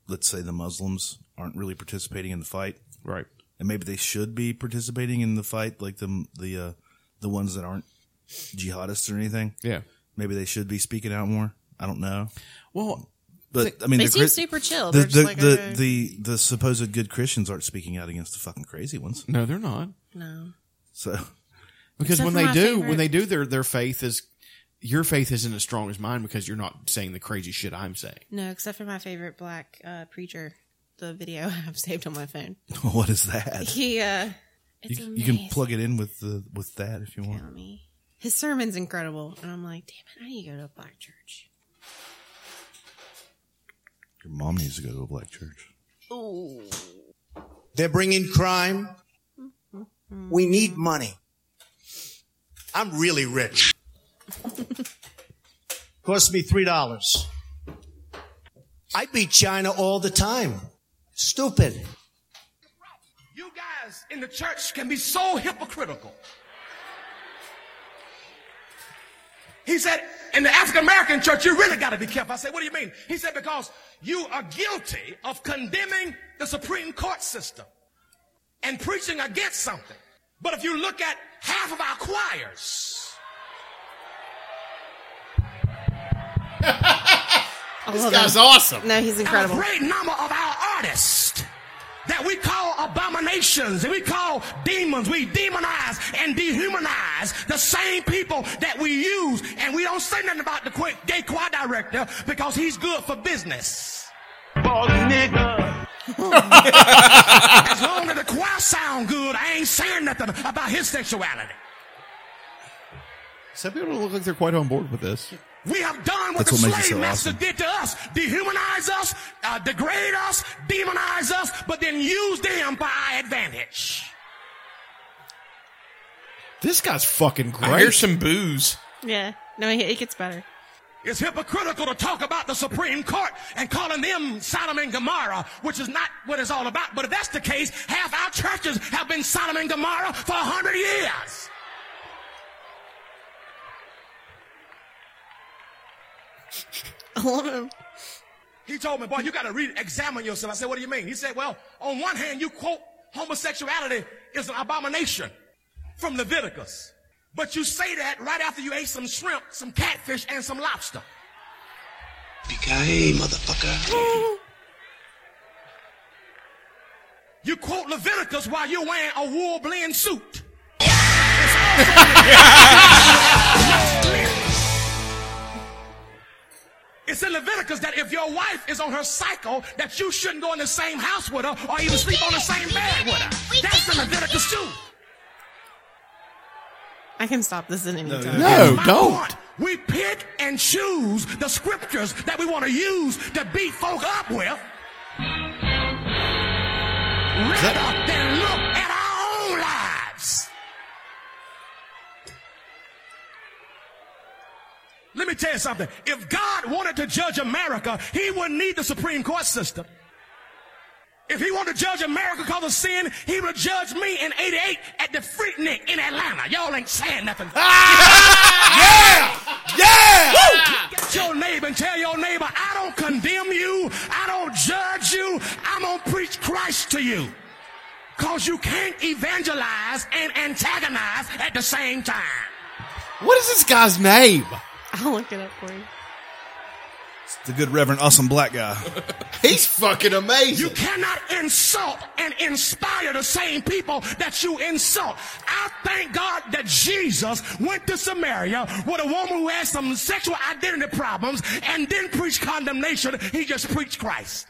[SPEAKER 6] let's say the Muslims, aren't really participating in the fight.
[SPEAKER 8] Right.
[SPEAKER 6] And maybe they should be participating in the fight, like the the uh, the ones that aren't jihadists or anything.
[SPEAKER 8] Yeah.
[SPEAKER 6] Maybe they should be speaking out more. I don't know.
[SPEAKER 8] Well,
[SPEAKER 6] But I mean,
[SPEAKER 7] They
[SPEAKER 6] the
[SPEAKER 7] seem
[SPEAKER 6] Chris-
[SPEAKER 7] super chill.
[SPEAKER 6] The
[SPEAKER 7] They're just
[SPEAKER 6] the,
[SPEAKER 7] like,
[SPEAKER 6] the,
[SPEAKER 7] okay.
[SPEAKER 6] the the supposed good Christians aren't speaking out against the fucking crazy ones.
[SPEAKER 8] No, they're not.
[SPEAKER 7] No.
[SPEAKER 6] So
[SPEAKER 8] Because
[SPEAKER 6] Except
[SPEAKER 8] when
[SPEAKER 6] for
[SPEAKER 8] they
[SPEAKER 6] my
[SPEAKER 8] do,
[SPEAKER 6] favorite-
[SPEAKER 8] when they do their their faith is your faith isn't as strong as mine because you're not saying the crazy shit I'm saying.
[SPEAKER 7] No, except for my favorite black uh, preacher, the video I have saved on my phone.
[SPEAKER 6] what is that?
[SPEAKER 7] He, uh, it's
[SPEAKER 6] You,
[SPEAKER 7] amazing.
[SPEAKER 6] you can plug it in with the with that if you want.
[SPEAKER 7] His sermon's incredible, and I'm like, damn it, I need to go to a black church.
[SPEAKER 6] Your mom needs to go to a black church.
[SPEAKER 7] Ooh.
[SPEAKER 20] They're bringing crime. We need money. I'm really rich. Cost me three dollars. I beat China all the time. Stupid.
[SPEAKER 14] You guys in the church can be so hypocritical. He said, in the African American church, you really got to be careful. I said, what do you mean? He said, because you are guilty of condemning the Supreme Court system and preaching against something. But if you look at half of our choirs,
[SPEAKER 7] I
[SPEAKER 14] This
[SPEAKER 7] love
[SPEAKER 14] guy's
[SPEAKER 7] him.
[SPEAKER 14] awesome.
[SPEAKER 7] No, he's incredible.
[SPEAKER 14] And a great number of our artists that we call abominations and we call demons. We demonize and dehumanize the same people that we use, and we don't say nothing about the qu- gay choir director because he's good for business. Boss nigga. as long as the choir sound good, I ain't saying nothing about his sexuality.
[SPEAKER 8] Some people look like they're quite on board with this.
[SPEAKER 14] We have done what
[SPEAKER 6] That's
[SPEAKER 14] the
[SPEAKER 6] what makes it
[SPEAKER 14] slave
[SPEAKER 6] so
[SPEAKER 14] master
[SPEAKER 6] awesome.
[SPEAKER 14] did to us. Dehumanize us, uh, degrade us, demonize us, but then use them for our advantage.
[SPEAKER 8] This guy's fucking great.
[SPEAKER 9] I hear some booze.
[SPEAKER 7] Yeah. No, it, it gets better.
[SPEAKER 14] It's hypocritical to talk about the Supreme Court and calling them Sodom and Gomorrah, which is not what it's all about. But if that's the case, half our churches have been Sodom and Gomorrah for a hundred years.
[SPEAKER 7] I love him.
[SPEAKER 14] He told me, boy, you got to re-examine yourself. I said, what do you mean? He said, well, on one hand, you quote homosexuality is an abomination from Leviticus. But you say that right after you ate some shrimp, some catfish, and some lobster.
[SPEAKER 21] Hey, motherfucker.
[SPEAKER 14] You quote Leviticus while you're wearing a wool blend suit. It's in Leviticus that if your wife is on her cycle, that you shouldn't go in the same house with her or even sleep on the same bed with her. That's in Leviticus too.
[SPEAKER 7] I can stop this at any
[SPEAKER 14] No,
[SPEAKER 7] time.
[SPEAKER 14] no, no, don't. We pick and choose the scriptures that we want to use to beat folk up with. Rather than look at our own lives. Let me tell you something. If God wanted to judge America, he wouldn't need the Supreme Court system. If he wanted to judge America because of sin, he would judge me in 88 at the Freaknik in Atlanta. Y'all ain't saying nothing.
[SPEAKER 8] Ah!
[SPEAKER 14] yeah! Yeah!
[SPEAKER 8] Ah!
[SPEAKER 14] Get your neighbor and tell your neighbor, I don't condemn you. I don't judge you. I'm going to preach Christ to you. Because you can't evangelize and antagonize at the same time.
[SPEAKER 8] What is this guy's name?
[SPEAKER 7] I'll look it up for you.
[SPEAKER 6] The good Reverend Awesome Black guy.
[SPEAKER 8] He's fucking amazing.
[SPEAKER 14] You cannot insult and inspire the same people that you insult. I thank God that Jesus went to Samaria with a woman who had some sexual identity problems and didn't preach condemnation. He just preached Christ.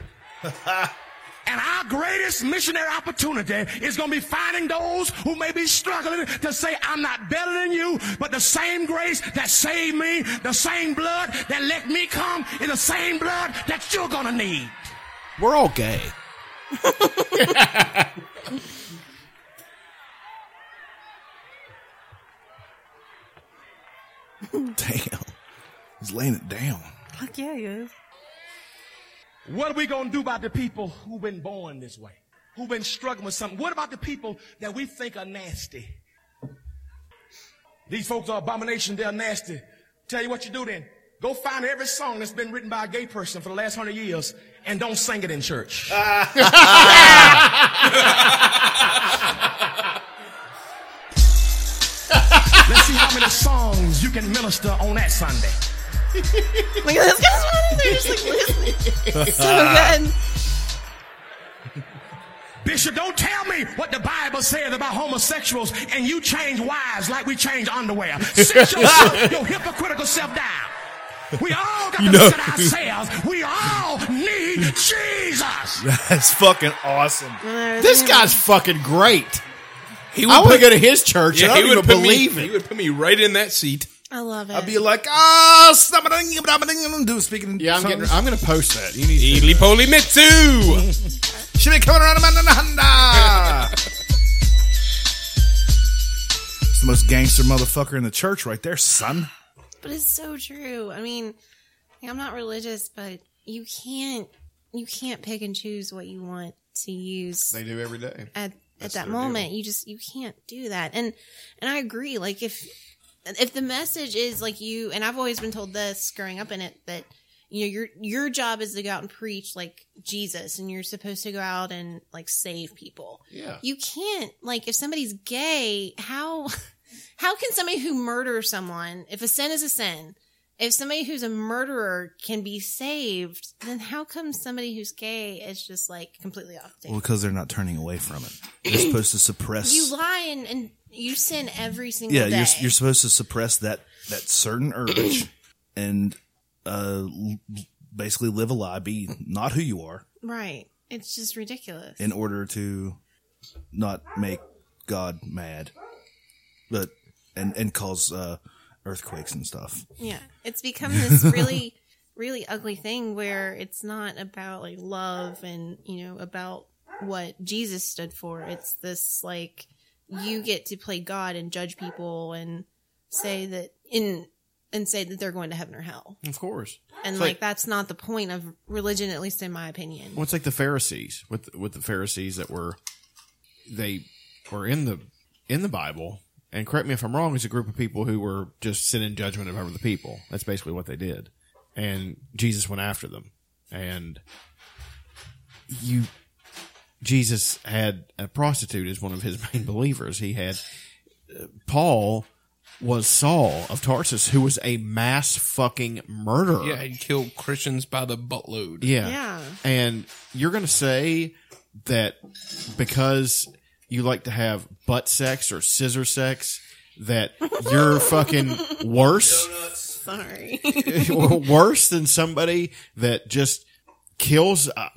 [SPEAKER 14] And our greatest missionary opportunity is going to be finding those who may be struggling to say, I'm not better than you, but the same grace that saved me, the same blood that let me come is the same blood that you're going to need.
[SPEAKER 8] We're all gay.
[SPEAKER 6] Damn. He's laying it down.
[SPEAKER 7] Fuck yeah, he is.
[SPEAKER 14] What are we going to do about the people who've been born this way? Who've been struggling with something? What about the people that we think are nasty? These folks are abomination. They're nasty. Tell you what you do then. Go find every song that's been written by a gay person for the last hundred years and don't sing it in church. Let's see how many songs you can minister on that Sunday.
[SPEAKER 7] Look at this guy's funny. They're just like listening. It's so good.
[SPEAKER 14] Bishop, don't tell me what the Bible says about homosexuals and you change wives like we change underwear. Sit yourself, your hypocritical self down. We all got
[SPEAKER 6] You
[SPEAKER 14] to
[SPEAKER 6] know-
[SPEAKER 14] look at ourselves. We all need Jesus.
[SPEAKER 6] That's fucking awesome.
[SPEAKER 8] This guy's fucking great.
[SPEAKER 6] He
[SPEAKER 8] I want to go to his church. and I don't even
[SPEAKER 9] put
[SPEAKER 8] believe
[SPEAKER 9] me,
[SPEAKER 8] it.
[SPEAKER 9] He would put me right in that seat.
[SPEAKER 7] I love it.
[SPEAKER 6] I'd be like, ah, oh, do speaking. in
[SPEAKER 8] Yeah, I'm
[SPEAKER 6] tongues.
[SPEAKER 8] getting. I'm going to post that. You need
[SPEAKER 9] Ely poly mitsu.
[SPEAKER 6] Should be coming around a mountain in a Honda. It's the most gangster motherfucker in the church, right there, son.
[SPEAKER 7] But it's so true. I mean, like, I'm not religious, but you can't you can't pick and choose what you want to use
[SPEAKER 8] They do every day.
[SPEAKER 7] at at
[SPEAKER 8] That's
[SPEAKER 7] that
[SPEAKER 8] their
[SPEAKER 7] moment. You just you can't do that. And and I agree. Like if if the message is like you and I've always been told this growing up in it that you know your your job is to go out and preach like Jesus and you're supposed to go out and like save people.
[SPEAKER 22] Yeah.
[SPEAKER 7] You can't like if somebody's gay, how how can somebody who murders someone, if a sin is a sin, if somebody who's a murderer can be saved, then how come somebody who's gay is just like completely off the
[SPEAKER 6] Well, because they're not turning away from it. You're supposed to suppress.
[SPEAKER 7] You lie and, and you sin every single
[SPEAKER 6] yeah,
[SPEAKER 7] day.
[SPEAKER 6] you're you're supposed to suppress that that certain urge, and uh, l- basically live a lie, be not who you are,
[SPEAKER 7] right. It's just ridiculous.
[SPEAKER 6] in order to not make God mad, but and and cause uh, earthquakes and stuff.
[SPEAKER 7] Yeah, it's become this really, really ugly thing where it's not about like love and you know about what Jesus stood for. It's this like you get to play God and judge people and say that in and say that they're going to heaven or hell.
[SPEAKER 8] Of course.
[SPEAKER 7] And
[SPEAKER 8] It's
[SPEAKER 7] like,
[SPEAKER 8] like-
[SPEAKER 7] that's not the point of religion, at least in my opinion.
[SPEAKER 8] Well, it's like the Pharisees with with the Pharisees that were they were in the in the Bible. And correct me if I'm wrong. It's a group of people who were just sin and judgment of other people. That's basically what they did. And Jesus went after them. And you, Jesus had a prostitute as one of his main believers. He had uh, Paul was Saul of Tarsus, who was a mass fucking murderer.
[SPEAKER 9] Yeah, he'd kill Christians by the buttload.
[SPEAKER 8] Yeah. And you're going to say that because you like to have butt sex or scissor sex, that you're fucking worse,
[SPEAKER 7] Sorry.
[SPEAKER 8] worse than somebody that just kills uh,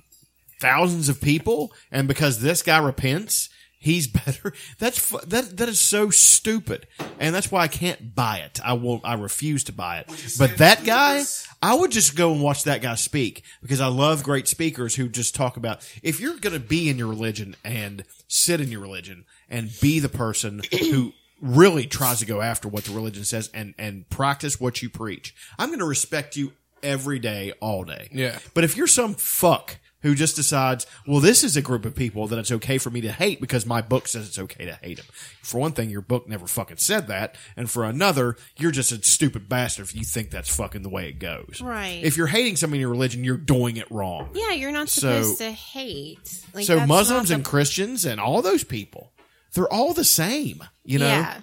[SPEAKER 8] thousands of people. And because this guy repents, he's better. That's fu- that. That is so stupid, and that's why I can't buy it. I won't. I refuse to buy it. But that guy, I would just go and watch that guy speak because I love great speakers who just talk about if you're going to be in your religion and sit in your religion and be the person who really tries to go after what the religion says and and practice what you preach. I'm going to respect you every day, all day.
[SPEAKER 9] Yeah.
[SPEAKER 8] But if you're some fuck who just decides, well, this is a group of people that it's okay for me to hate because my book says it's okay to hate them. For one thing, your book never fucking said that. And for another, you're just a stupid bastard if you think that's fucking the way it goes.
[SPEAKER 7] Right.
[SPEAKER 8] If you're hating somebody in your religion, you're doing it wrong.
[SPEAKER 7] Yeah, you're not
[SPEAKER 8] So-
[SPEAKER 7] supposed to hate. Like,
[SPEAKER 8] so
[SPEAKER 7] that's
[SPEAKER 8] Muslims
[SPEAKER 7] not
[SPEAKER 8] and
[SPEAKER 7] the-
[SPEAKER 8] Christians and all those people, they're all the same, you know?
[SPEAKER 7] Yeah.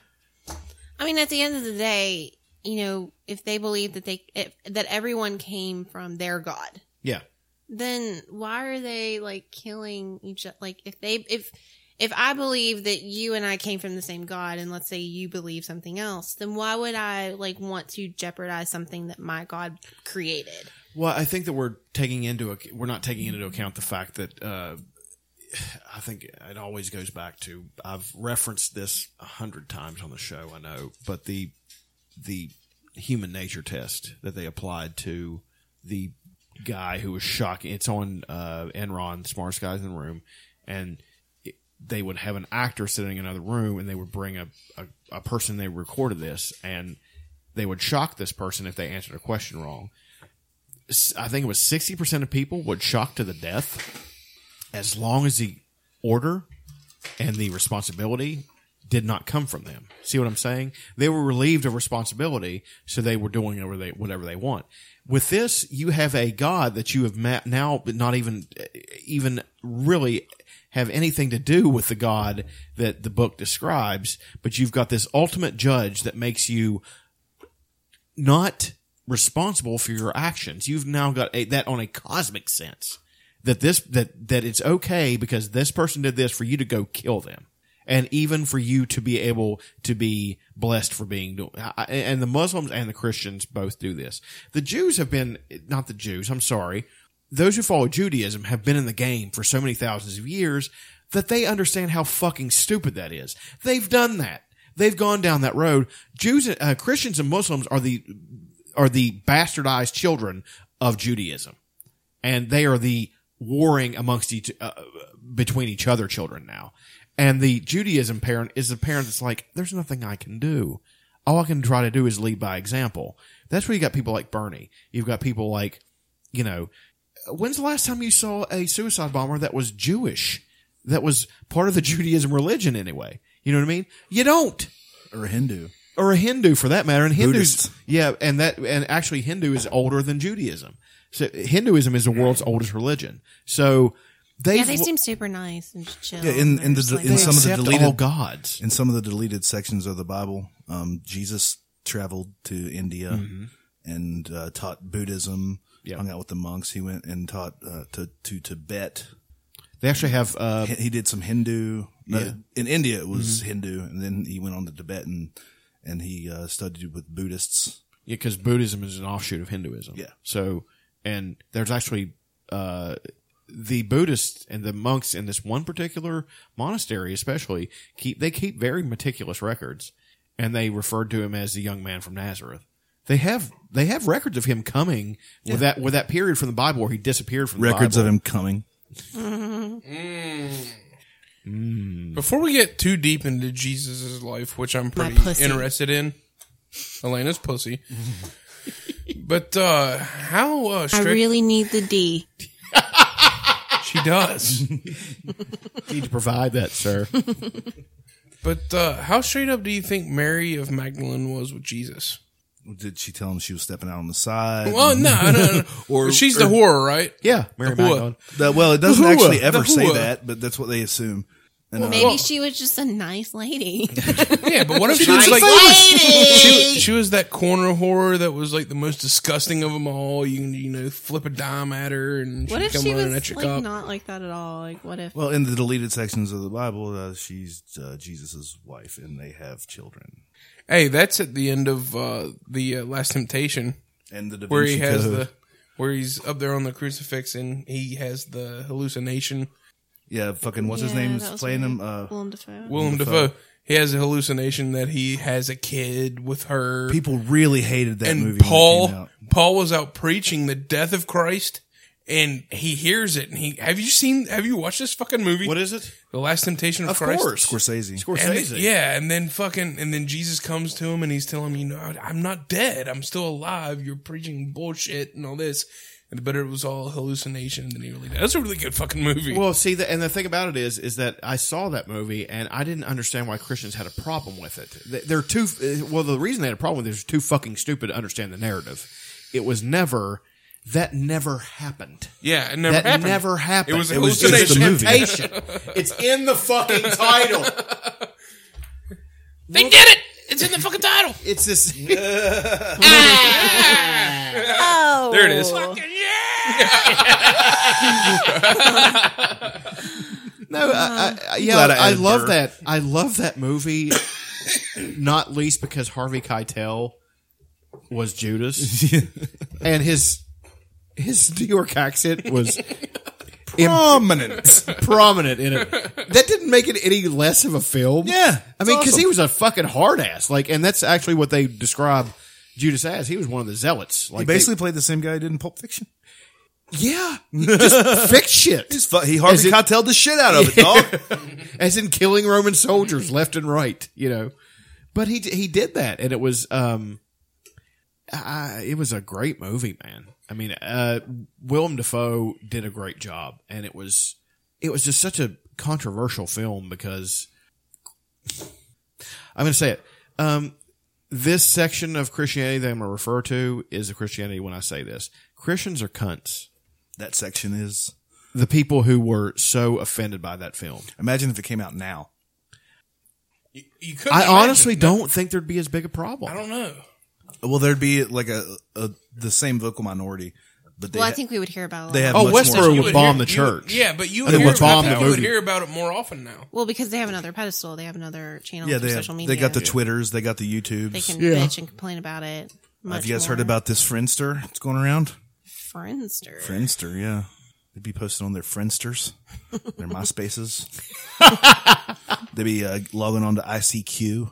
[SPEAKER 7] I mean, at the end of the day, you know, if they believe that they if, that everyone came from their god,
[SPEAKER 8] Yeah.
[SPEAKER 7] then why are they like killing each other? Like, if they if if I believe that you and I came from the same god, and let's say you believe something else, then why would I like want to jeopardize something that my god created?
[SPEAKER 8] Well, I think that we're taking into ac- we're not taking into account the fact that uh, I think it always goes back to I've referenced this a hundred times on the show. I know, but the the human nature test that they applied to the guy who was shocking. It's on uh, Enron, Smartest Guys in the Room, and it, they would have an actor sitting in another room, and they would bring a, a, a person they recorded this, and they would shock this person if they answered a question wrong. S- I think it was sixty percent of people would shock to the death, as long as the order and the responsibility did not come from them. See what I'm saying? They were relieved of responsibility, so they were doing whatever they whatever they want. With this, you have a God that you have ma- now, but not even even really have anything to do with the God that the book describes. But you've got this ultimate judge that makes you not responsible for your actions. You've now got a, that on a cosmic sense that this that that it's okay because this person did this for you to go kill them, and even for you to be able to be blessed for being doing. And the Muslims and the Christians both do this. The Jews have been not the Jews. I'm sorry. Those who follow Judaism have been in the game for so many thousands of years that they understand how fucking stupid that is. They've done that. They've gone down that road. Jews, uh, Christians, and Muslims are the are the bastardized children of Judaism, and they are the warring amongst each uh, between each other children now. And the Judaism parent is the parent that's like, "There's nothing I can do. All I can try to do is lead by example." That's where you got people like Bernie. You've got people like, you know, when's the last time you saw a suicide bomber that was Jewish? That was part of the Judaism religion anyway. You know what I mean? You don't.
[SPEAKER 6] Or a Hindu.
[SPEAKER 8] Or a Hindu for that matter. And Hindus
[SPEAKER 6] Buddhist.
[SPEAKER 8] Yeah, and that and actually Hindu is older than Judaism. So Hinduism is the world's oldest religion. So they
[SPEAKER 7] yeah, they seem super nice and chill.
[SPEAKER 6] Yeah, in in,
[SPEAKER 7] They're
[SPEAKER 6] the,
[SPEAKER 7] just like-
[SPEAKER 6] in some of the
[SPEAKER 8] accept
[SPEAKER 6] deleted
[SPEAKER 8] all gods
[SPEAKER 6] in some of the deleted sections of the Bible, um, Jesus traveled to India
[SPEAKER 8] Mhm.
[SPEAKER 6] and uh, taught Buddhism. Hung out with the monks. He went and taught uh, to to Tibet.
[SPEAKER 8] They actually have. Uh,
[SPEAKER 6] he, he did some Hindu. no,
[SPEAKER 8] Yeah.
[SPEAKER 6] in India, it was
[SPEAKER 8] Mhm.
[SPEAKER 6] Hindu, and then he went on to Tibet and and he uh, studied with Buddhists.
[SPEAKER 8] Yeah, because Buddhism is an offshoot of Hinduism. Yeah. So, and there's actually uh, the Buddhists and the monks in this one particular monastery, especially keep they keep very meticulous records, and they referred to him as the young man from Nazareth. They have they have records of him coming with that with that period from the Bible where he disappeared from the
[SPEAKER 6] Records
[SPEAKER 8] Bible.
[SPEAKER 6] of him coming.
[SPEAKER 7] Mm.
[SPEAKER 9] Before we get too deep into Jesus' life, which I'm pretty
[SPEAKER 7] pussy.
[SPEAKER 9] interested in, Elena's pussy. but uh how
[SPEAKER 8] Oh,
[SPEAKER 9] uh,
[SPEAKER 7] I
[SPEAKER 9] strict
[SPEAKER 7] really need the D.
[SPEAKER 9] she does.
[SPEAKER 8] Need to provide that, sir.
[SPEAKER 9] But uh how straight up do you think Mary of Magdalene was with Jesus?
[SPEAKER 6] Did she tell him she was stepping out on the side?
[SPEAKER 9] Well, no, no, no. She's the whore, right?
[SPEAKER 8] Yeah,
[SPEAKER 9] Mary The whore. Magdalene.
[SPEAKER 6] The- well, it doesn't
[SPEAKER 9] The whore.
[SPEAKER 6] actually ever
[SPEAKER 9] The
[SPEAKER 6] say
[SPEAKER 9] whore.
[SPEAKER 6] that, but that's what they assume. And,
[SPEAKER 7] Well,
[SPEAKER 6] uh,
[SPEAKER 7] maybe she was just a nice lady.
[SPEAKER 9] yeah, but what if she was like she, she was that corner whore that was like the most disgusting of them all. You can you know flip a dime at her and she'd
[SPEAKER 7] What if
[SPEAKER 9] come
[SPEAKER 7] she
[SPEAKER 9] running
[SPEAKER 7] was
[SPEAKER 9] at your
[SPEAKER 7] like
[SPEAKER 9] cup.
[SPEAKER 7] not like that at all? Like, what if?
[SPEAKER 6] well, in the deleted sections of the Bible, uh, she's uh, Jesus' wife, and they have children.
[SPEAKER 9] Hey, that's at the end of uh, the uh, Last Temptation,
[SPEAKER 6] And the Da
[SPEAKER 9] where he
[SPEAKER 6] Vinci
[SPEAKER 9] has
[SPEAKER 6] Code.
[SPEAKER 9] the where he's up there on the crucifix and he has the hallucination.
[SPEAKER 6] Yeah, fucking what's his Yeah, name that is was playing him? right. Uh,
[SPEAKER 7] Willem Dafoe.
[SPEAKER 9] Willem Dafoe. He has a hallucination that he has a kid with her.
[SPEAKER 6] People really hated that
[SPEAKER 9] and
[SPEAKER 6] movie. when it
[SPEAKER 9] Paul
[SPEAKER 6] came out.
[SPEAKER 9] Paul was out preaching the death of Christ, and he hears it. And he have you seen? Have you watched this fucking movie? What
[SPEAKER 8] is it?
[SPEAKER 9] The Last Temptation of,
[SPEAKER 6] Of
[SPEAKER 9] Christ.
[SPEAKER 6] course. Scorsese.
[SPEAKER 9] And then-
[SPEAKER 6] Scorsese.
[SPEAKER 9] yeah, and then fucking and then Jesus comes to him and he's telling him, you know, I'm not dead. I'm still alive. You're preaching bullshit and all this. And but it was all hallucination. And he really died. That's a really good fucking movie.
[SPEAKER 8] Well, see, the, and the thing about it is, is that I saw that movie and I didn't understand why Christians had a problem with it. They- They're too uh, well. The reason they had a problem with it is they're too fucking stupid to understand the narrative. It was never that never happened.
[SPEAKER 9] Yeah, it never
[SPEAKER 8] that
[SPEAKER 9] happened.
[SPEAKER 8] never happened.
[SPEAKER 9] It was a It was just hallucination. the movie.
[SPEAKER 8] Temptation. it's in the fucking title.
[SPEAKER 9] they did it. It's in the fucking title.
[SPEAKER 8] It's this.
[SPEAKER 9] oh, there it is.
[SPEAKER 8] No, I, I,
[SPEAKER 9] I'm
[SPEAKER 8] yeah,
[SPEAKER 9] glad I
[SPEAKER 8] I,
[SPEAKER 9] added
[SPEAKER 8] love
[SPEAKER 9] burr.
[SPEAKER 8] that. I love that movie, not least because Harvey Keitel was Judas, and his his New York accent was
[SPEAKER 6] prominent,
[SPEAKER 8] prominent in it. That didn't make it any less of a film.
[SPEAKER 6] Yeah,
[SPEAKER 8] I mean,
[SPEAKER 6] it's
[SPEAKER 8] because
[SPEAKER 6] awesome.
[SPEAKER 8] he was a fucking hard ass. Like, and that's actually what they describe Judas as. He was one of the zealots.
[SPEAKER 6] he
[SPEAKER 8] Like,
[SPEAKER 6] basically played the same guy who did in Pulp Fiction.
[SPEAKER 8] Yeah, just fix shit.
[SPEAKER 6] He's fu- he Harvey Keitel the shit out of it, dog.
[SPEAKER 8] As in killing Roman soldiers left and right, you know. But he d- he did that, and it was um, I, it was a great movie, man. I mean, uh, Willem Dafoe did a great job, and it was it was just such a controversial film because I'm going to say it. Um, this section of Christianity that I'm going to refer to is the Christianity when I say this. Christians are cunts.
[SPEAKER 6] That section is
[SPEAKER 8] the people who were so offended by that film.
[SPEAKER 6] Imagine if it came out now.
[SPEAKER 9] You
[SPEAKER 8] I
[SPEAKER 9] couldn't imagine.
[SPEAKER 8] honestly don't think there'd be as big a problem.
[SPEAKER 9] I don't know.
[SPEAKER 6] Well, there'd be like a, a the same vocal minority, but they
[SPEAKER 7] well, I
[SPEAKER 6] ha-
[SPEAKER 7] think we would hear about. it.
[SPEAKER 6] they have
[SPEAKER 8] Oh,
[SPEAKER 6] much
[SPEAKER 8] Westboro
[SPEAKER 6] more-
[SPEAKER 8] would You would bomb hear- the you would- church.
[SPEAKER 9] Yeah, but you
[SPEAKER 8] And
[SPEAKER 9] would
[SPEAKER 8] it
[SPEAKER 9] hear
[SPEAKER 8] would bomb
[SPEAKER 9] about-
[SPEAKER 8] the
[SPEAKER 9] you would
[SPEAKER 8] movie.
[SPEAKER 9] hear about it more often now.
[SPEAKER 7] Well, because they have another pedestal, they have another channel
[SPEAKER 6] yeah,
[SPEAKER 7] for
[SPEAKER 6] they have,
[SPEAKER 7] social media.
[SPEAKER 6] they got the Twitters, they got the YouTubes.
[SPEAKER 7] They can bitch and complain about it. Much
[SPEAKER 6] Have you guys
[SPEAKER 7] more.
[SPEAKER 6] heard about this Friendster? It's going around.
[SPEAKER 7] Friendster?
[SPEAKER 6] Friendster, yeah. They'd be posting on their Friendsters, their MySpaces. They'd be uh, logging on to ICQ.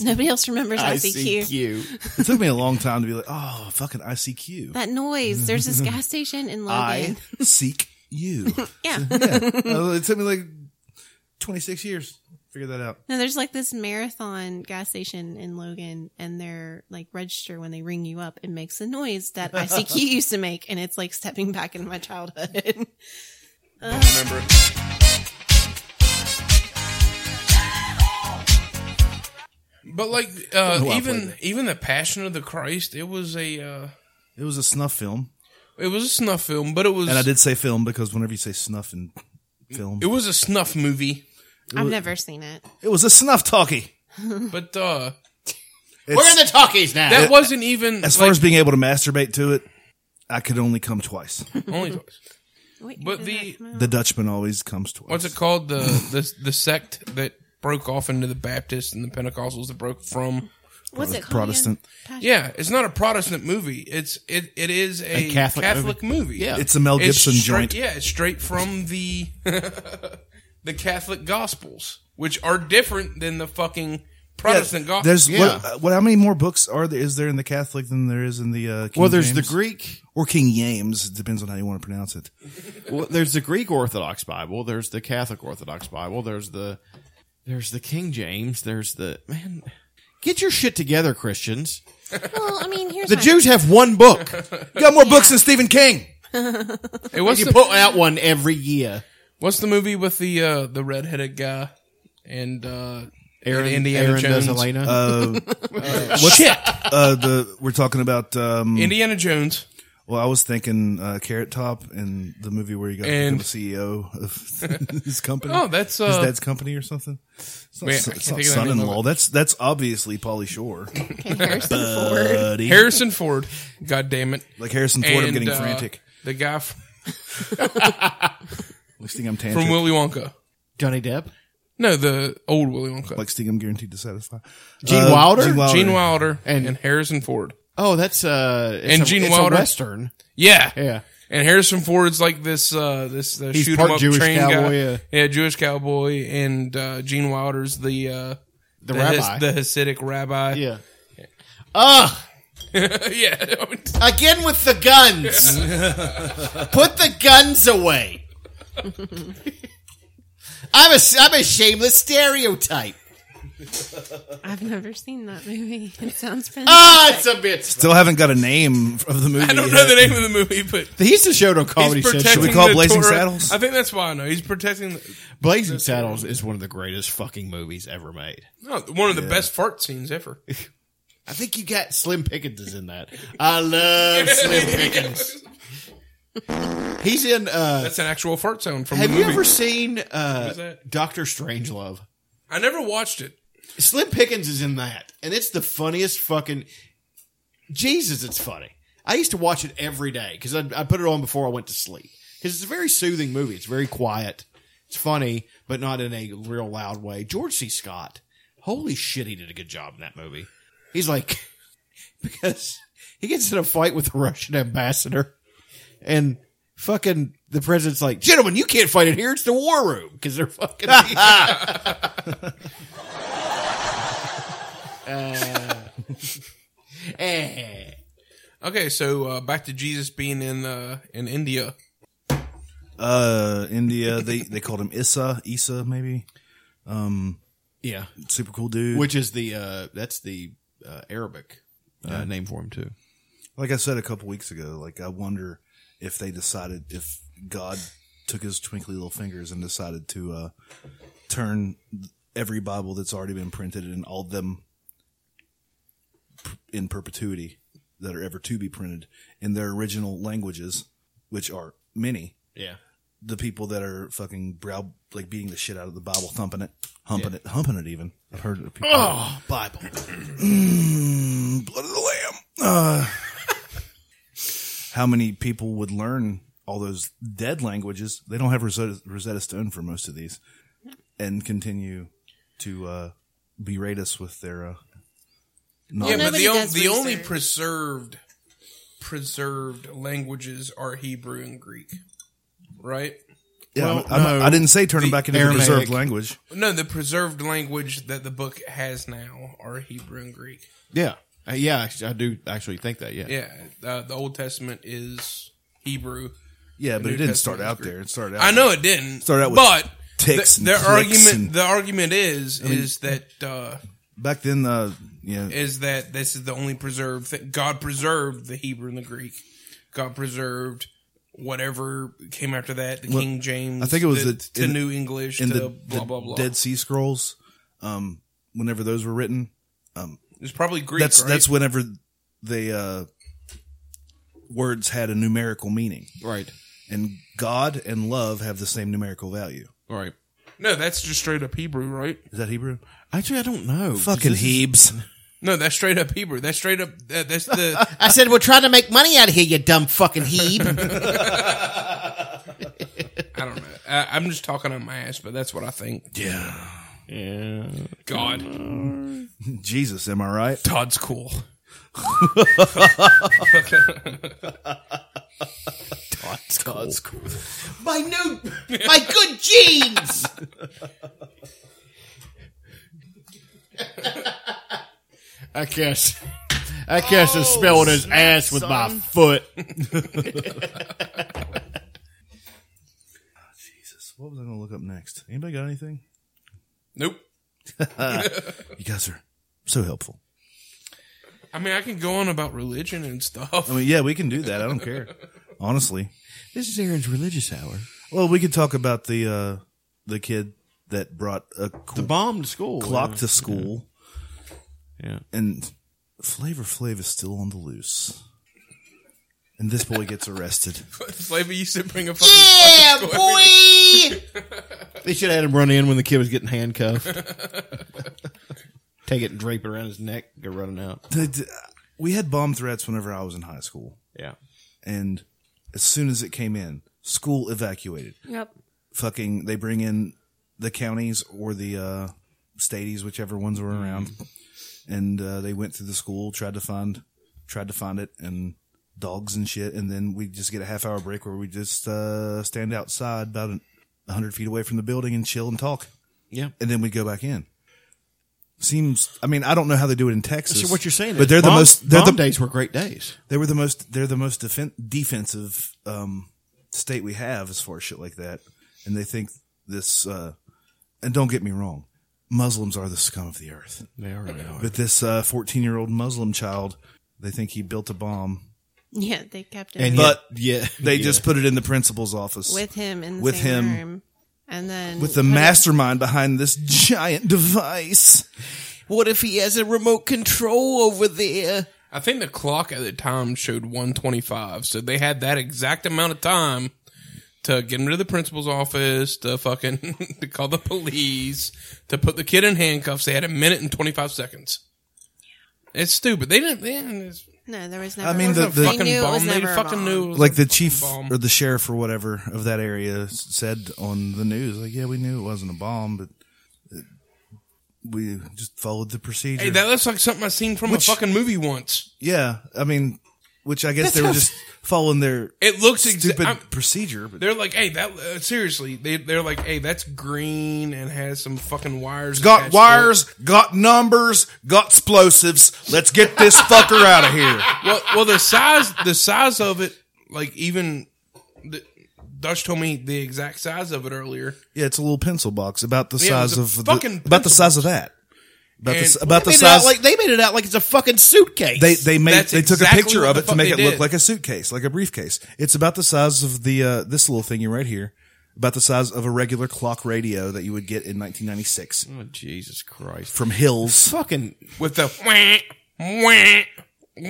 [SPEAKER 7] Nobody else remembers ICQ.
[SPEAKER 6] it took me a long time to be like, oh, fucking ICQ.
[SPEAKER 7] That noise. There's this gas station in
[SPEAKER 6] I
[SPEAKER 7] Logan.
[SPEAKER 6] seek you.
[SPEAKER 7] yeah.
[SPEAKER 6] Uh, it took me like 26 years to figure that out.
[SPEAKER 7] No, there's like this marathon gas station in Logan, and they're like register when they ring you up. It makes a noise that ICQ used to make, and it's like stepping back into my childhood. Ugh.
[SPEAKER 9] Remember? But like
[SPEAKER 6] I
[SPEAKER 9] uh,
[SPEAKER 6] played
[SPEAKER 9] even even the Passion of the Christ, it was a uh,
[SPEAKER 6] It was a snuff film.
[SPEAKER 9] it was a snuff film, but it was
[SPEAKER 6] And I did say film because whenever you say snuff and film,
[SPEAKER 9] it was a snuff movie.
[SPEAKER 7] I've never seen it.
[SPEAKER 6] it was a snuff talkie.
[SPEAKER 9] But uh,
[SPEAKER 6] We're in the
[SPEAKER 8] talkies now.
[SPEAKER 9] That
[SPEAKER 6] It-
[SPEAKER 9] wasn't even
[SPEAKER 6] As far as being able to masturbate to it, I could only come twice.
[SPEAKER 9] only twice. but the
[SPEAKER 6] the Dutchman always comes twice.
[SPEAKER 9] what's it called the the the sect that broke off into the Baptists and the Pentecostals that broke from
[SPEAKER 6] What's it called Protestant.
[SPEAKER 9] Yeah, it's not a Protestant movie. It's it it is a,
[SPEAKER 6] A
[SPEAKER 9] Catholic,
[SPEAKER 6] Catholic
[SPEAKER 9] movie.
[SPEAKER 6] movie. Yeah. It's a Mel Gibson
[SPEAKER 9] straight-
[SPEAKER 6] joint.
[SPEAKER 9] Yeah, it's straight from the the Catholic Gospels, which are different than the fucking Protestant God.
[SPEAKER 6] There's what, uh, what? How many more books are there? Is there in the Catholic than there is in the? Uh, King
[SPEAKER 8] Well, there's the
[SPEAKER 6] James?
[SPEAKER 8] Greek.
[SPEAKER 6] or King James. It depends on how you want to pronounce it.
[SPEAKER 8] well, there's the Greek Orthodox Bible, there's the Catholic Orthodox Bible, there's the there's the King James, there's the man. Get your shit together, Christians.
[SPEAKER 7] Well, I mean, here's
[SPEAKER 8] The
[SPEAKER 7] my-
[SPEAKER 8] Jews have one book. Got more books than Stephen King.
[SPEAKER 9] Hey, what's
[SPEAKER 8] you
[SPEAKER 9] the-
[SPEAKER 8] put out one every year.
[SPEAKER 9] What's the movie with the uh, the redheaded guy and uh,
[SPEAKER 8] Aaron-
[SPEAKER 9] and Indiana
[SPEAKER 8] Aaron
[SPEAKER 9] Jones?
[SPEAKER 8] does Elena?
[SPEAKER 6] Uh,
[SPEAKER 9] Uh,
[SPEAKER 6] what's-
[SPEAKER 9] shit.
[SPEAKER 6] Uh, the we're talking about um,
[SPEAKER 9] Indiana Jones.
[SPEAKER 6] Well, I was thinking uh, Carrot Top and the movie where he got
[SPEAKER 9] And-
[SPEAKER 6] and, the CEO E of his company.
[SPEAKER 9] Oh, that's,
[SPEAKER 6] his
[SPEAKER 9] uh,
[SPEAKER 6] dad's company or something. It's not,
[SPEAKER 9] Man,
[SPEAKER 6] so-
[SPEAKER 9] I
[SPEAKER 6] it's
[SPEAKER 9] can't
[SPEAKER 6] not
[SPEAKER 9] think of the name of
[SPEAKER 6] son-in-law. That's that's obviously Polly Shore. Buddy.
[SPEAKER 9] Harrison Ford. God damn it.
[SPEAKER 6] Like Harrison Ford, I'm
[SPEAKER 9] And,
[SPEAKER 6] getting
[SPEAKER 9] uh,
[SPEAKER 6] frantic.
[SPEAKER 9] The guy from,
[SPEAKER 6] Next thing I'm tantric.
[SPEAKER 9] from Willy Wonka.
[SPEAKER 8] Johnny Depp.
[SPEAKER 9] No, the old Willy Wonka.
[SPEAKER 6] Like Sting, I'm guaranteed to satisfy.
[SPEAKER 8] Gene
[SPEAKER 6] Uh,
[SPEAKER 8] Wilder?
[SPEAKER 6] Gene Wilder.
[SPEAKER 9] Gene Wilder and, Harrison Ford.
[SPEAKER 8] Oh, that's uh, it's
[SPEAKER 9] and
[SPEAKER 8] a-
[SPEAKER 9] Gene
[SPEAKER 8] it's a
[SPEAKER 9] Wilder.
[SPEAKER 8] Western.
[SPEAKER 9] Yeah.
[SPEAKER 8] Yeah.
[SPEAKER 9] And Harrison Ford's like this uh this uh,
[SPEAKER 8] He's
[SPEAKER 9] shoot 'em
[SPEAKER 8] part
[SPEAKER 9] up
[SPEAKER 8] Jewish
[SPEAKER 9] train
[SPEAKER 8] cowboy,
[SPEAKER 9] guy.
[SPEAKER 8] yeah.
[SPEAKER 9] Jewish cowboy and uh Gene Wilder's the uh
[SPEAKER 8] The
[SPEAKER 9] Has-
[SPEAKER 8] rabbi.
[SPEAKER 9] the Hasidic rabbi.
[SPEAKER 8] Yeah. Ugh.
[SPEAKER 6] Ah!
[SPEAKER 9] yeah.
[SPEAKER 8] Again with the guns. Put the guns away. I'm a I'm a shameless stereotype.
[SPEAKER 7] I've never seen that movie. It sounds fantastic.
[SPEAKER 8] Ah, it's a bit.
[SPEAKER 6] Still haven't got a name of the movie.
[SPEAKER 9] I don't know the name of the movie, but
[SPEAKER 8] They used to show it on Comedy
[SPEAKER 9] he's
[SPEAKER 8] Central.
[SPEAKER 9] protecting
[SPEAKER 8] Should we call
[SPEAKER 9] the
[SPEAKER 8] Blazing
[SPEAKER 9] Torah-
[SPEAKER 8] Saddles?
[SPEAKER 9] I think that's why I know. He's protecting the,
[SPEAKER 8] Blazing Saddles is one of the greatest fucking movies ever made.
[SPEAKER 9] no, one of the
[SPEAKER 8] Yeah.
[SPEAKER 9] best fart scenes ever.
[SPEAKER 8] I think you got Slim Pickens is in that. I love Slim Pickens. He's in. Uh,
[SPEAKER 9] That's an actual fart sound from
[SPEAKER 8] Have
[SPEAKER 9] the
[SPEAKER 8] you
[SPEAKER 9] movie.
[SPEAKER 8] ever seen
[SPEAKER 9] Who's
[SPEAKER 8] uh,
[SPEAKER 9] that?
[SPEAKER 8] Doctor Strangelove?
[SPEAKER 9] I never watched it.
[SPEAKER 8] Slim Pickens is in that, and it's the funniest fucking. Jesus, it's funny. I used to watch it every day because I, I put it on before I went to sleep. Because it's a very soothing movie. It's very quiet. It's funny, but not in a real loud way. George C. Scott, holy shit, he did a good job in that movie. He's like, because he gets in a fight with the Russian ambassador, and fucking the president's like, gentlemen, you can't fight in here. It's the war room because they're fucking. uh, eh.
[SPEAKER 9] okay, so uh, back to Jesus being in uh, in India.
[SPEAKER 6] Uh, India. They they called him Issa, Issa maybe. Um,
[SPEAKER 8] yeah,
[SPEAKER 6] super cool dude.
[SPEAKER 8] which is the uh, that's the uh, Arabic uh, name for him too.
[SPEAKER 6] like I said a couple weeks ago, like I wonder if they decided if God took his twinkly little fingers and decided to uh, turn every Bible that's already been printed and all of them p- in perpetuity that are ever to be printed in their original languages, which are many.
[SPEAKER 8] Yeah.
[SPEAKER 6] The people that are fucking brow like beating the shit out of the Bible, thumping it, humping it, humping it. Even I've heard of people.
[SPEAKER 8] Oh, Bible.
[SPEAKER 6] Mm, blood of the Lamb. Uh, how many people would learn all those dead languages? They don't have Rosetta, Rosetta Stone for most of these, and continue to uh, berate us with their. Uh,
[SPEAKER 9] yeah,
[SPEAKER 6] knowledge.
[SPEAKER 9] but the,
[SPEAKER 7] nobody
[SPEAKER 9] on-
[SPEAKER 7] does
[SPEAKER 9] the only
[SPEAKER 7] research.
[SPEAKER 9] preserved preserved languages are Hebrew and Greek, right?
[SPEAKER 6] Yeah, I'm- I'm- I didn't say turn them back into the
[SPEAKER 8] Aramaic.
[SPEAKER 6] preserved language.
[SPEAKER 9] No, the preserved language that the book has now are Hebrew and Greek.
[SPEAKER 8] Yeah, Uh, yeah, actually, I do actually think that. Yeah,
[SPEAKER 9] Yeah, uh, the Old Testament is Hebrew.
[SPEAKER 6] Yeah,
[SPEAKER 9] The
[SPEAKER 6] but it
[SPEAKER 9] New
[SPEAKER 6] didn't
[SPEAKER 9] Testament
[SPEAKER 6] start
[SPEAKER 9] is
[SPEAKER 6] out
[SPEAKER 9] Greek.
[SPEAKER 6] there. It started out.
[SPEAKER 9] I know it didn't.
[SPEAKER 6] Started out with
[SPEAKER 9] but
[SPEAKER 6] ticks
[SPEAKER 9] the,
[SPEAKER 6] and
[SPEAKER 9] their
[SPEAKER 6] clicks
[SPEAKER 9] argument.
[SPEAKER 6] and-
[SPEAKER 9] the argument is
[SPEAKER 6] I mean-
[SPEAKER 9] is that uh,
[SPEAKER 6] back then. Uh, yeah,
[SPEAKER 9] is that this is the only preserved thing. God preserved the Hebrew and the Greek. God preserved whatever came after that, the
[SPEAKER 6] Well,
[SPEAKER 9] King James.
[SPEAKER 6] I think it was
[SPEAKER 9] the,
[SPEAKER 6] the-
[SPEAKER 9] to
[SPEAKER 6] in-
[SPEAKER 9] New English
[SPEAKER 6] in
[SPEAKER 9] to
[SPEAKER 6] the,
[SPEAKER 9] blah
[SPEAKER 6] the
[SPEAKER 9] blah blah.
[SPEAKER 6] Dead Sea Scrolls. Um, whenever those were written, um,
[SPEAKER 9] It's probably Greek,
[SPEAKER 6] That's
[SPEAKER 9] right?
[SPEAKER 6] that's whenever the uh, words had a numerical meaning,
[SPEAKER 8] right?
[SPEAKER 6] And God and love have the same numerical value.
[SPEAKER 8] right.
[SPEAKER 9] No, that's just straight up Hebrew, right?
[SPEAKER 6] Is that Hebrew?
[SPEAKER 8] Actually, I don't know.
[SPEAKER 6] Fucking Hebes.
[SPEAKER 9] No, that's straight up Hebrew. That's straight up. That, that's the.
[SPEAKER 8] I said we're trying to make money out of here, you dumb fucking heeb.
[SPEAKER 9] I don't know. I, I'm just talking on my ass, but that's what I think.
[SPEAKER 6] Yeah.
[SPEAKER 8] Yeah.
[SPEAKER 9] God.
[SPEAKER 6] Jesus, am I right?
[SPEAKER 9] Todd's cool.
[SPEAKER 8] Todd's cool.
[SPEAKER 14] My new, my good jeans.
[SPEAKER 8] I guess. I guess I
[SPEAKER 14] Oh,
[SPEAKER 8] spelled his
[SPEAKER 9] snap,
[SPEAKER 8] ass with my
[SPEAKER 9] son.
[SPEAKER 8] foot.
[SPEAKER 6] Jesus, what was I going to look up next? Anybody got anything?
[SPEAKER 9] Nope.
[SPEAKER 6] you guys are so helpful.
[SPEAKER 9] I mean, I can go on about religion and stuff.
[SPEAKER 6] I mean, yeah, we can do that. I don't care. Honestly.
[SPEAKER 8] This is Aaron's religious hour.
[SPEAKER 6] Well, we could talk about the uh, the kid that brought a the
[SPEAKER 8] bomb to school,
[SPEAKER 6] clock
[SPEAKER 8] yeah.
[SPEAKER 6] to school.
[SPEAKER 8] Yeah.
[SPEAKER 6] And Flavor Flav is still on the loose. And this boy gets arrested.
[SPEAKER 9] Flavor used to bring a fucking yeah,
[SPEAKER 8] They should have had him run in when the kid was getting handcuffed. Take it and drape it around his neck, go running out.
[SPEAKER 6] The- the- we had bomb threats whenever I was in high school.
[SPEAKER 8] Yeah.
[SPEAKER 6] And as soon as it came in, school evacuated.
[SPEAKER 7] Yep.
[SPEAKER 6] Fucking, they bring in the counties or the uh, stadies, whichever ones were
[SPEAKER 8] Mm-hmm.
[SPEAKER 6] around, and uh, they went through the school, tried to find, tried to find it, and dogs and shit. And then we just get a half hour break where we just uh, stand outside about a hundred feet away from the building and chill and talk.
[SPEAKER 8] Yeah.
[SPEAKER 6] And then we go back in. Seems. I mean, I don't know how they do it in Texas.
[SPEAKER 8] So what you're saying is
[SPEAKER 6] but they're the
[SPEAKER 8] bomb-
[SPEAKER 6] most. They're
[SPEAKER 8] bomb
[SPEAKER 6] the,
[SPEAKER 8] days were great days.
[SPEAKER 6] They were the most. They're the most defen- defensive um, state we have as far as shit like that. And they think this. Uh, and don't get me wrong, Muslims are the scum of the earth.
[SPEAKER 8] They are. They are.
[SPEAKER 6] But this 14 year old Muslim child, they think he built a bomb.
[SPEAKER 7] Yeah, they kept him.
[SPEAKER 6] but
[SPEAKER 8] yeah,
[SPEAKER 6] they
[SPEAKER 8] yeah.
[SPEAKER 6] just put it in the principal's office
[SPEAKER 7] with him in the
[SPEAKER 6] with
[SPEAKER 7] same
[SPEAKER 6] him
[SPEAKER 7] room. And then
[SPEAKER 6] with the mastermind behind this giant device.
[SPEAKER 8] What if he has a remote control over there?
[SPEAKER 9] I think the clock at the time showed 125, so they had that exact amount of time to get him to the principal's office, to fucking to call the police, to put the kid in handcuffs. They had a minute and 25 seconds. It's stupid. They didn't. They didn't
[SPEAKER 7] No, there was never.
[SPEAKER 6] I mean, the, the
[SPEAKER 7] they knew it was
[SPEAKER 9] They
[SPEAKER 7] never a
[SPEAKER 9] fucking
[SPEAKER 7] bomb.
[SPEAKER 9] knew. it was
[SPEAKER 6] like
[SPEAKER 9] a
[SPEAKER 6] the
[SPEAKER 9] fucking
[SPEAKER 6] chief
[SPEAKER 9] bomb.
[SPEAKER 6] or the sheriff or whatever of that area s- said on the news, like, yeah, we knew it wasn't a bomb, but it, we just followed the procedure.
[SPEAKER 9] Hey, that looks like something I seen from
[SPEAKER 6] Which-
[SPEAKER 9] a fucking movie once.
[SPEAKER 6] yeah, I mean, which I guess
[SPEAKER 9] That's
[SPEAKER 6] they were
[SPEAKER 9] how-
[SPEAKER 6] just following their
[SPEAKER 9] It looks exa-
[SPEAKER 6] stupid
[SPEAKER 9] I'm-
[SPEAKER 6] procedure. But
[SPEAKER 9] They're like, hey, that uh, seriously. They they're like, hey, that's green and has some fucking wires.
[SPEAKER 6] got
[SPEAKER 9] attached to it.
[SPEAKER 6] wires, got numbers, got explosives. Let's get this fucker out of here.
[SPEAKER 9] well, well, the size, the size of it, like even the, Dutch told me the exact size of it earlier.
[SPEAKER 6] Yeah, it's a little pencil box about the
[SPEAKER 9] Yeah, it
[SPEAKER 6] size
[SPEAKER 9] was a
[SPEAKER 6] of the,
[SPEAKER 9] fucking
[SPEAKER 6] about the size of that. About the,
[SPEAKER 9] And-
[SPEAKER 6] s- about the
[SPEAKER 8] They made it out
[SPEAKER 6] size
[SPEAKER 8] like they made it out like it's a fucking suitcase.
[SPEAKER 6] They they made
[SPEAKER 8] That's
[SPEAKER 6] they took
[SPEAKER 8] exactly
[SPEAKER 6] a picture
[SPEAKER 8] what
[SPEAKER 6] of
[SPEAKER 8] the
[SPEAKER 6] it to
[SPEAKER 8] fuck
[SPEAKER 6] make
[SPEAKER 8] they
[SPEAKER 6] it look
[SPEAKER 8] did.
[SPEAKER 6] like a suitcase, like a briefcase. It's about the size of the uh, this little thingy right here, about the size of a regular clock radio that you would get in 1996.
[SPEAKER 8] Oh Jesus Christ!
[SPEAKER 6] From Hills,
[SPEAKER 8] fucking
[SPEAKER 9] with the wah, wah,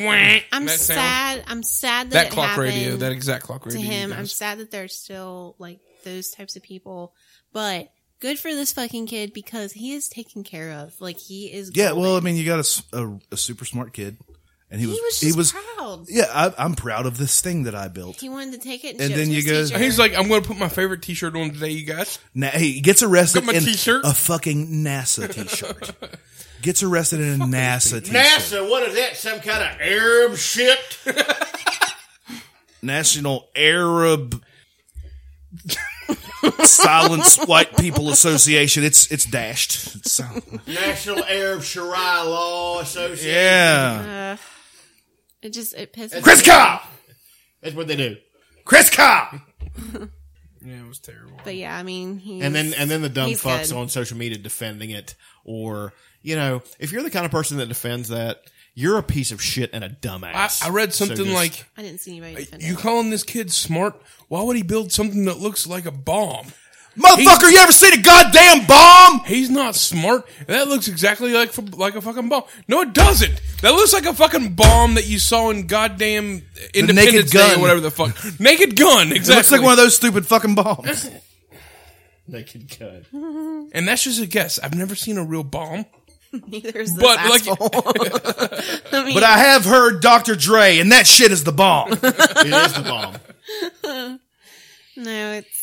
[SPEAKER 9] wah.
[SPEAKER 7] I'm
[SPEAKER 9] that sound.
[SPEAKER 7] sad. I'm sad that,
[SPEAKER 9] That
[SPEAKER 7] it
[SPEAKER 9] clock radio,
[SPEAKER 7] happened
[SPEAKER 9] that exact clock radio
[SPEAKER 7] to
[SPEAKER 9] you
[SPEAKER 7] him. I'm
[SPEAKER 9] guys.
[SPEAKER 7] sad that there's still like those types of people, but good for this fucking kid because he is taken care of. Like he is.
[SPEAKER 6] Yeah, well, I mean, you got a s- a, a super smart kid, and he was
[SPEAKER 7] was
[SPEAKER 6] he
[SPEAKER 7] just
[SPEAKER 6] was,
[SPEAKER 7] proud.
[SPEAKER 6] Yeah, I, I'm proud of this thing that I built.
[SPEAKER 7] He wanted to take it, and,
[SPEAKER 6] And
[SPEAKER 7] then
[SPEAKER 6] then you
[SPEAKER 7] go.
[SPEAKER 6] go-
[SPEAKER 9] He's like, I'm going to put my favorite T-shirt on today, you guys.
[SPEAKER 6] Now he gets arrested
[SPEAKER 9] Got my
[SPEAKER 6] in
[SPEAKER 9] t-shirt.
[SPEAKER 6] a fucking NASA T-shirt. gets arrested in a NASA T-shirt.
[SPEAKER 8] NASA, what is that? Some kind of Arab shit?
[SPEAKER 6] National Arab Silence White People Association. It's it's dashed. It's, um,
[SPEAKER 8] National Arab Sharia Law Association.
[SPEAKER 6] Yeah.
[SPEAKER 7] Uh, it just it pisses. me
[SPEAKER 8] Chris
[SPEAKER 7] off.
[SPEAKER 8] Cobb. That's what they do. Chris Cobb.
[SPEAKER 9] Yeah, it was terrible.
[SPEAKER 7] But yeah, I mean, he's,
[SPEAKER 8] and then and then the dumb
[SPEAKER 7] he's
[SPEAKER 8] fucks
[SPEAKER 7] good.
[SPEAKER 8] on social media defending it or you know if you're the kind of person that defends that you're a piece of shit and a
[SPEAKER 9] I,
[SPEAKER 8] dumbass
[SPEAKER 9] I read
[SPEAKER 8] So
[SPEAKER 9] something
[SPEAKER 8] just-
[SPEAKER 9] like,
[SPEAKER 7] I didn't see anybody defend
[SPEAKER 9] you calling this kid smart? Why would he build something that looks like a bomb?
[SPEAKER 6] Motherfucker, you ever seen a goddamn bomb?
[SPEAKER 9] He's not smart. That looks exactly like like a fucking bomb. No, it doesn't. That looks like a fucking bomb that you saw in goddamn Independence Day
[SPEAKER 6] Gun.
[SPEAKER 9] or whatever the fuck. Naked Gun,
[SPEAKER 6] It
[SPEAKER 9] exactly.
[SPEAKER 6] looks like one of those stupid fucking bombs.
[SPEAKER 8] naked gun
[SPEAKER 9] And that's just a guess. I've never seen a real bomb.
[SPEAKER 7] Neither is this
[SPEAKER 9] But
[SPEAKER 7] asshole.
[SPEAKER 9] like,
[SPEAKER 7] I mean-
[SPEAKER 6] But I have heard Dr. Dre, and that shit is the bomb.
[SPEAKER 8] it is the bomb
[SPEAKER 7] no, it's.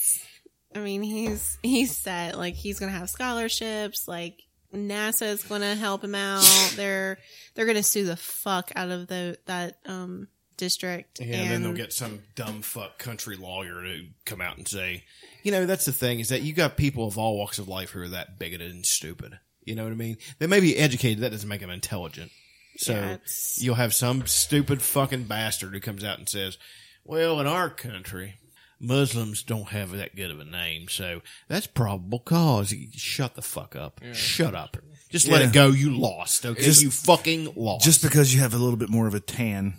[SPEAKER 7] I mean, he's he's set. Like he's gonna have scholarships. Like NASA is gonna help him out. they're they're gonna sue the fuck out of the that um district.
[SPEAKER 8] yeah, and then they'll get some dumb fuck country lawyer to come out and say you know that's the thing is that you got people of all walks of life who are that bigoted and stupid you know what i mean they may be educated that doesn't make them intelligent So
[SPEAKER 7] Yeah, it's-
[SPEAKER 8] you'll have some stupid fucking bastard who comes out and says, "Well, in our country, Muslims don't have that good of a name, so that's probable cause." Shut the fuck up. Shut up. Just let
[SPEAKER 6] Yeah.
[SPEAKER 8] it go. You lost. Okay,
[SPEAKER 6] Just-
[SPEAKER 8] you fucking lost.
[SPEAKER 6] Just because you have a little bit more of a tan,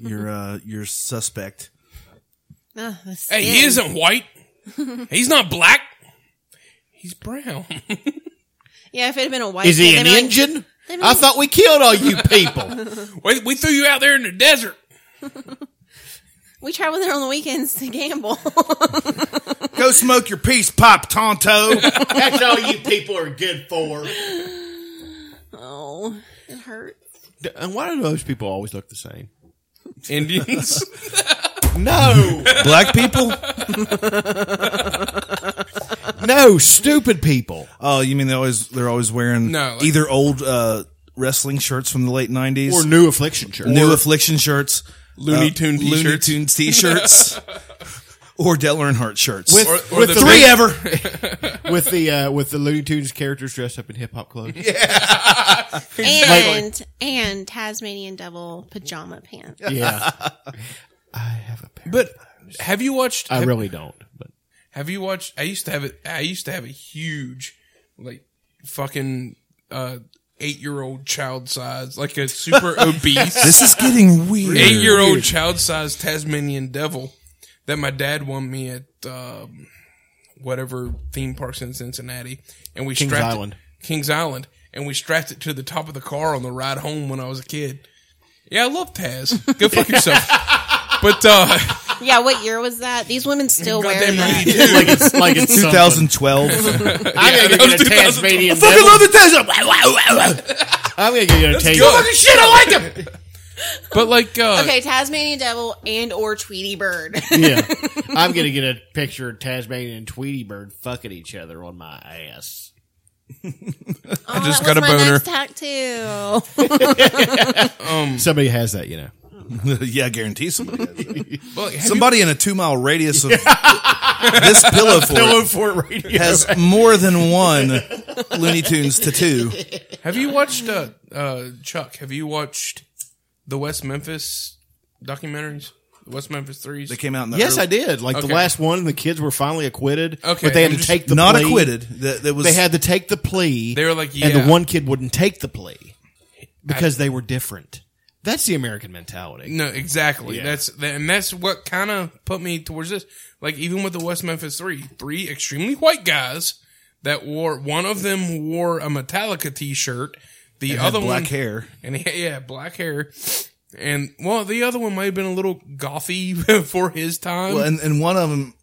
[SPEAKER 6] you're uh, you're suspect.
[SPEAKER 7] Ugh, the
[SPEAKER 9] Hey, he
[SPEAKER 7] skin.
[SPEAKER 9] isn't white. He's not black. He's brown.
[SPEAKER 7] Yeah, if it had been a white
[SPEAKER 9] Is he
[SPEAKER 7] kid,
[SPEAKER 9] an
[SPEAKER 7] they'd be like-
[SPEAKER 9] Indian?
[SPEAKER 7] they'd be
[SPEAKER 9] I
[SPEAKER 7] like-
[SPEAKER 9] thought we killed all you
[SPEAKER 8] people.
[SPEAKER 9] we, we threw you out there in the desert.
[SPEAKER 7] We travel there on the weekends to gamble.
[SPEAKER 6] Go smoke your peace pipe, Tonto.
[SPEAKER 8] That's all you people are good for.
[SPEAKER 7] oh, it hurts.
[SPEAKER 8] D- And why do those people always look the same?
[SPEAKER 9] Indians?
[SPEAKER 8] no.
[SPEAKER 6] Black people?
[SPEAKER 8] no, stupid people.
[SPEAKER 6] Oh, you mean they always they're always wearing
[SPEAKER 8] No, like-
[SPEAKER 6] either old uh, wrestling shirts from the late nineties
[SPEAKER 8] Or new affliction shirts.
[SPEAKER 6] new
[SPEAKER 8] Or-
[SPEAKER 6] affliction shirts, Uh,
[SPEAKER 9] Looney Tune
[SPEAKER 6] Looney
[SPEAKER 9] t-shirts.
[SPEAKER 6] Tunes t-shirts, or Dell Earnhardt shirts.
[SPEAKER 8] With- Or- or with the
[SPEAKER 6] three
[SPEAKER 8] big-
[SPEAKER 6] ever.
[SPEAKER 8] with the uh, with the Looney Tunes characters dressed up in hip hop clothes.
[SPEAKER 7] Yeah.
[SPEAKER 8] Like-
[SPEAKER 7] and and Tasmanian devil pajama pants.
[SPEAKER 8] yeah.
[SPEAKER 9] But have you watched?
[SPEAKER 8] I
[SPEAKER 9] have-
[SPEAKER 8] really don't. But
[SPEAKER 9] Have you watched? I used to have it. I used to have a huge, like, fucking uh, eight-year-old child size, like a super obese.
[SPEAKER 6] This is getting weird.
[SPEAKER 9] Eight-year-old
[SPEAKER 6] Weird.
[SPEAKER 9] child size Tasmanian devil that my dad won me at um, whatever theme parks in Cincinnati, and we
[SPEAKER 8] Kings
[SPEAKER 9] strapped
[SPEAKER 8] Island.
[SPEAKER 9] It, Kings Island, and we strapped it to the top of the car on the ride home when I was a kid. Yeah, I love Taz. Go fuck yourself. but uh,
[SPEAKER 7] Yeah, what year was that? These women still wear
[SPEAKER 9] Goddamn
[SPEAKER 7] that.
[SPEAKER 9] 92. Like it's- like it's
[SPEAKER 6] 2012. I
[SPEAKER 8] I'm
[SPEAKER 7] something.
[SPEAKER 9] Yeah,
[SPEAKER 8] gonna
[SPEAKER 9] that
[SPEAKER 8] go get
[SPEAKER 9] was 2012.
[SPEAKER 8] a Tasmanian.
[SPEAKER 9] I fucking
[SPEAKER 8] devil.
[SPEAKER 9] love the
[SPEAKER 8] I'm gonna go get a
[SPEAKER 9] That's
[SPEAKER 8] Tasmanian.
[SPEAKER 9] good.
[SPEAKER 8] Fucking shit, I like him.
[SPEAKER 9] but like, uh,
[SPEAKER 7] okay, Tasmanian devil and or Tweety Bird.
[SPEAKER 8] yeah, I'm gonna get a picture of Tasmanian and Tweety Bird fucking each other on my ass.
[SPEAKER 7] I
[SPEAKER 9] just
[SPEAKER 7] that
[SPEAKER 9] got a
[SPEAKER 7] was my
[SPEAKER 9] boner.
[SPEAKER 7] next tattoo.
[SPEAKER 9] Um,
[SPEAKER 8] somebody has that, you know.
[SPEAKER 6] yeah, I guarantee somebody. has it.
[SPEAKER 9] Well, Oh, have
[SPEAKER 6] somebody in a two mile radius of this pillow fort,
[SPEAKER 8] Pillow fort radio.
[SPEAKER 6] has more than one Looney Tunes tattoo.
[SPEAKER 9] Have you watched uh, uh, Chuck? Have you watched the West Memphis documentaries? The West Memphis threes. They
[SPEAKER 6] came out in
[SPEAKER 8] Yes, I did. Like the
[SPEAKER 9] Okay.
[SPEAKER 8] last one, the kids were finally acquitted.
[SPEAKER 9] Okay,
[SPEAKER 8] but they had
[SPEAKER 9] I'm
[SPEAKER 8] to
[SPEAKER 9] just-
[SPEAKER 8] take the
[SPEAKER 6] Not
[SPEAKER 8] plea.
[SPEAKER 6] acquitted. That- that was-
[SPEAKER 8] they had to take the plea.
[SPEAKER 9] They were like,
[SPEAKER 8] and
[SPEAKER 9] yeah.
[SPEAKER 8] the one kid wouldn't take the plea because they were different. That's the American mentality.
[SPEAKER 9] No, exactly.
[SPEAKER 8] Yeah.
[SPEAKER 9] That's that, and that's what kind of put me towards this. Like even with the West Memphis three, three extremely white guys that wore one of them wore a Metallica T-shirt, the
[SPEAKER 6] And had
[SPEAKER 9] other
[SPEAKER 6] black
[SPEAKER 9] one
[SPEAKER 6] hair.
[SPEAKER 9] and he, yeah, black hair. And well, the other one might have been a little gothy for his time.
[SPEAKER 6] Well, and, and one of them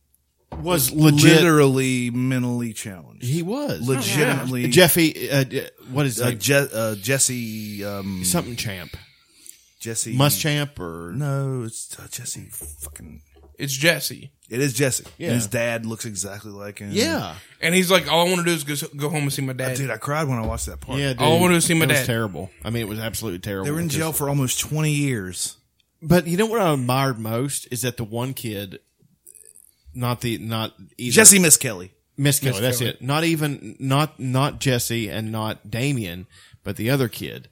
[SPEAKER 8] Um, Was legit-
[SPEAKER 6] literally mentally challenged.
[SPEAKER 8] He was Oh,
[SPEAKER 6] legitimately
[SPEAKER 8] Jeffy. Uh, Je- what is
[SPEAKER 6] uh,
[SPEAKER 8] that?
[SPEAKER 6] Je- uh, Jesse um,
[SPEAKER 8] Something champ.
[SPEAKER 6] Jesse
[SPEAKER 8] Muschamp or
[SPEAKER 6] no? It's uh, Jesse. Fucking
[SPEAKER 9] it's Jesse.
[SPEAKER 6] It is Jesse.
[SPEAKER 9] Yeah.
[SPEAKER 6] And his dad looks exactly like him.
[SPEAKER 9] And he's like, all I want to do is go, go home and see my dad.
[SPEAKER 6] dude, I cried when I watched that part.
[SPEAKER 8] Yeah, dude.
[SPEAKER 9] All Oh, I want to see my
[SPEAKER 8] it
[SPEAKER 9] dad.
[SPEAKER 8] Was terrible. I mean, it was absolutely terrible.
[SPEAKER 6] They were in
[SPEAKER 8] because-
[SPEAKER 6] jail for almost twenty years.
[SPEAKER 8] But you know what I admired most is that the one kid, not the not either,
[SPEAKER 6] Jesse Miss Kelly.
[SPEAKER 8] Miss Kelly.
[SPEAKER 6] Miss
[SPEAKER 8] that's
[SPEAKER 6] Kelly.
[SPEAKER 8] it. Not even not not Jesse and not Damien, but the other kid.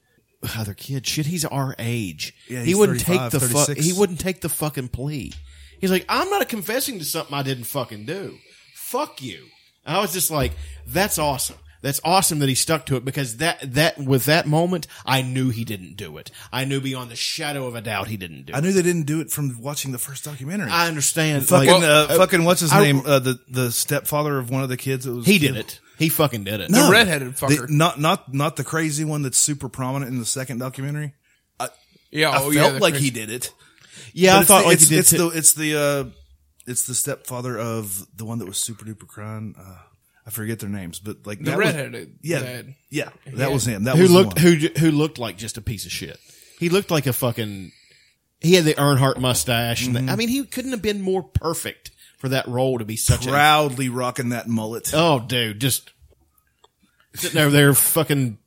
[SPEAKER 8] Other kid, shit, he's our age.
[SPEAKER 6] Yeah,
[SPEAKER 8] he
[SPEAKER 6] he's
[SPEAKER 8] wouldn't
[SPEAKER 6] 35,
[SPEAKER 8] take the fuck.
[SPEAKER 6] 36.
[SPEAKER 8] He wouldn't take the fucking plea. He's like, I'm not confessing to something I didn't fucking do. Fuck you. And I was just like, that's awesome. That's awesome that he stuck to it because that that with that moment, I knew he didn't do it. I knew beyond the shadow of a doubt he didn't do.
[SPEAKER 6] I knew they didn't do it from watching the first documentary.
[SPEAKER 8] I understand.
[SPEAKER 6] Fucking,
[SPEAKER 8] Like-
[SPEAKER 6] uh, fucking, what's his
[SPEAKER 8] I-
[SPEAKER 6] name? Uh, the the stepfather of one of the kids. That was
[SPEAKER 8] He did it. He fucking did it.
[SPEAKER 6] No,
[SPEAKER 8] The
[SPEAKER 9] redheaded fucker.
[SPEAKER 6] The- not not not the crazy one that's super prominent in the second documentary. I,
[SPEAKER 9] Yeah,
[SPEAKER 6] Uh, I
[SPEAKER 9] oh,
[SPEAKER 6] felt
[SPEAKER 9] yeah, the
[SPEAKER 6] like
[SPEAKER 9] crazy-
[SPEAKER 6] he did it.
[SPEAKER 8] Yeah, I
[SPEAKER 6] it's
[SPEAKER 8] thought
[SPEAKER 6] the,
[SPEAKER 8] like
[SPEAKER 6] it's,
[SPEAKER 8] he did
[SPEAKER 6] it's
[SPEAKER 8] too.
[SPEAKER 6] the it's the uh, it's the stepfather of the one that was super duper crying. Uh, I forget their names, but like
[SPEAKER 9] The
[SPEAKER 6] that was-
[SPEAKER 9] redheaded
[SPEAKER 6] yeah,
[SPEAKER 9] dad.
[SPEAKER 6] yeah, that
[SPEAKER 9] Yeah.
[SPEAKER 6] was him. That
[SPEAKER 8] who
[SPEAKER 6] was the
[SPEAKER 8] looked
[SPEAKER 6] one.
[SPEAKER 8] who j- who looked like just a piece of shit. He looked like a fucking. He had the Earnhardt mustache. and the-
[SPEAKER 6] Mhm.
[SPEAKER 8] I mean, he couldn't have been more perfect for that role to be such
[SPEAKER 6] proudly rocking that mullet.
[SPEAKER 8] a. Oh, dude, just sitting over there fucking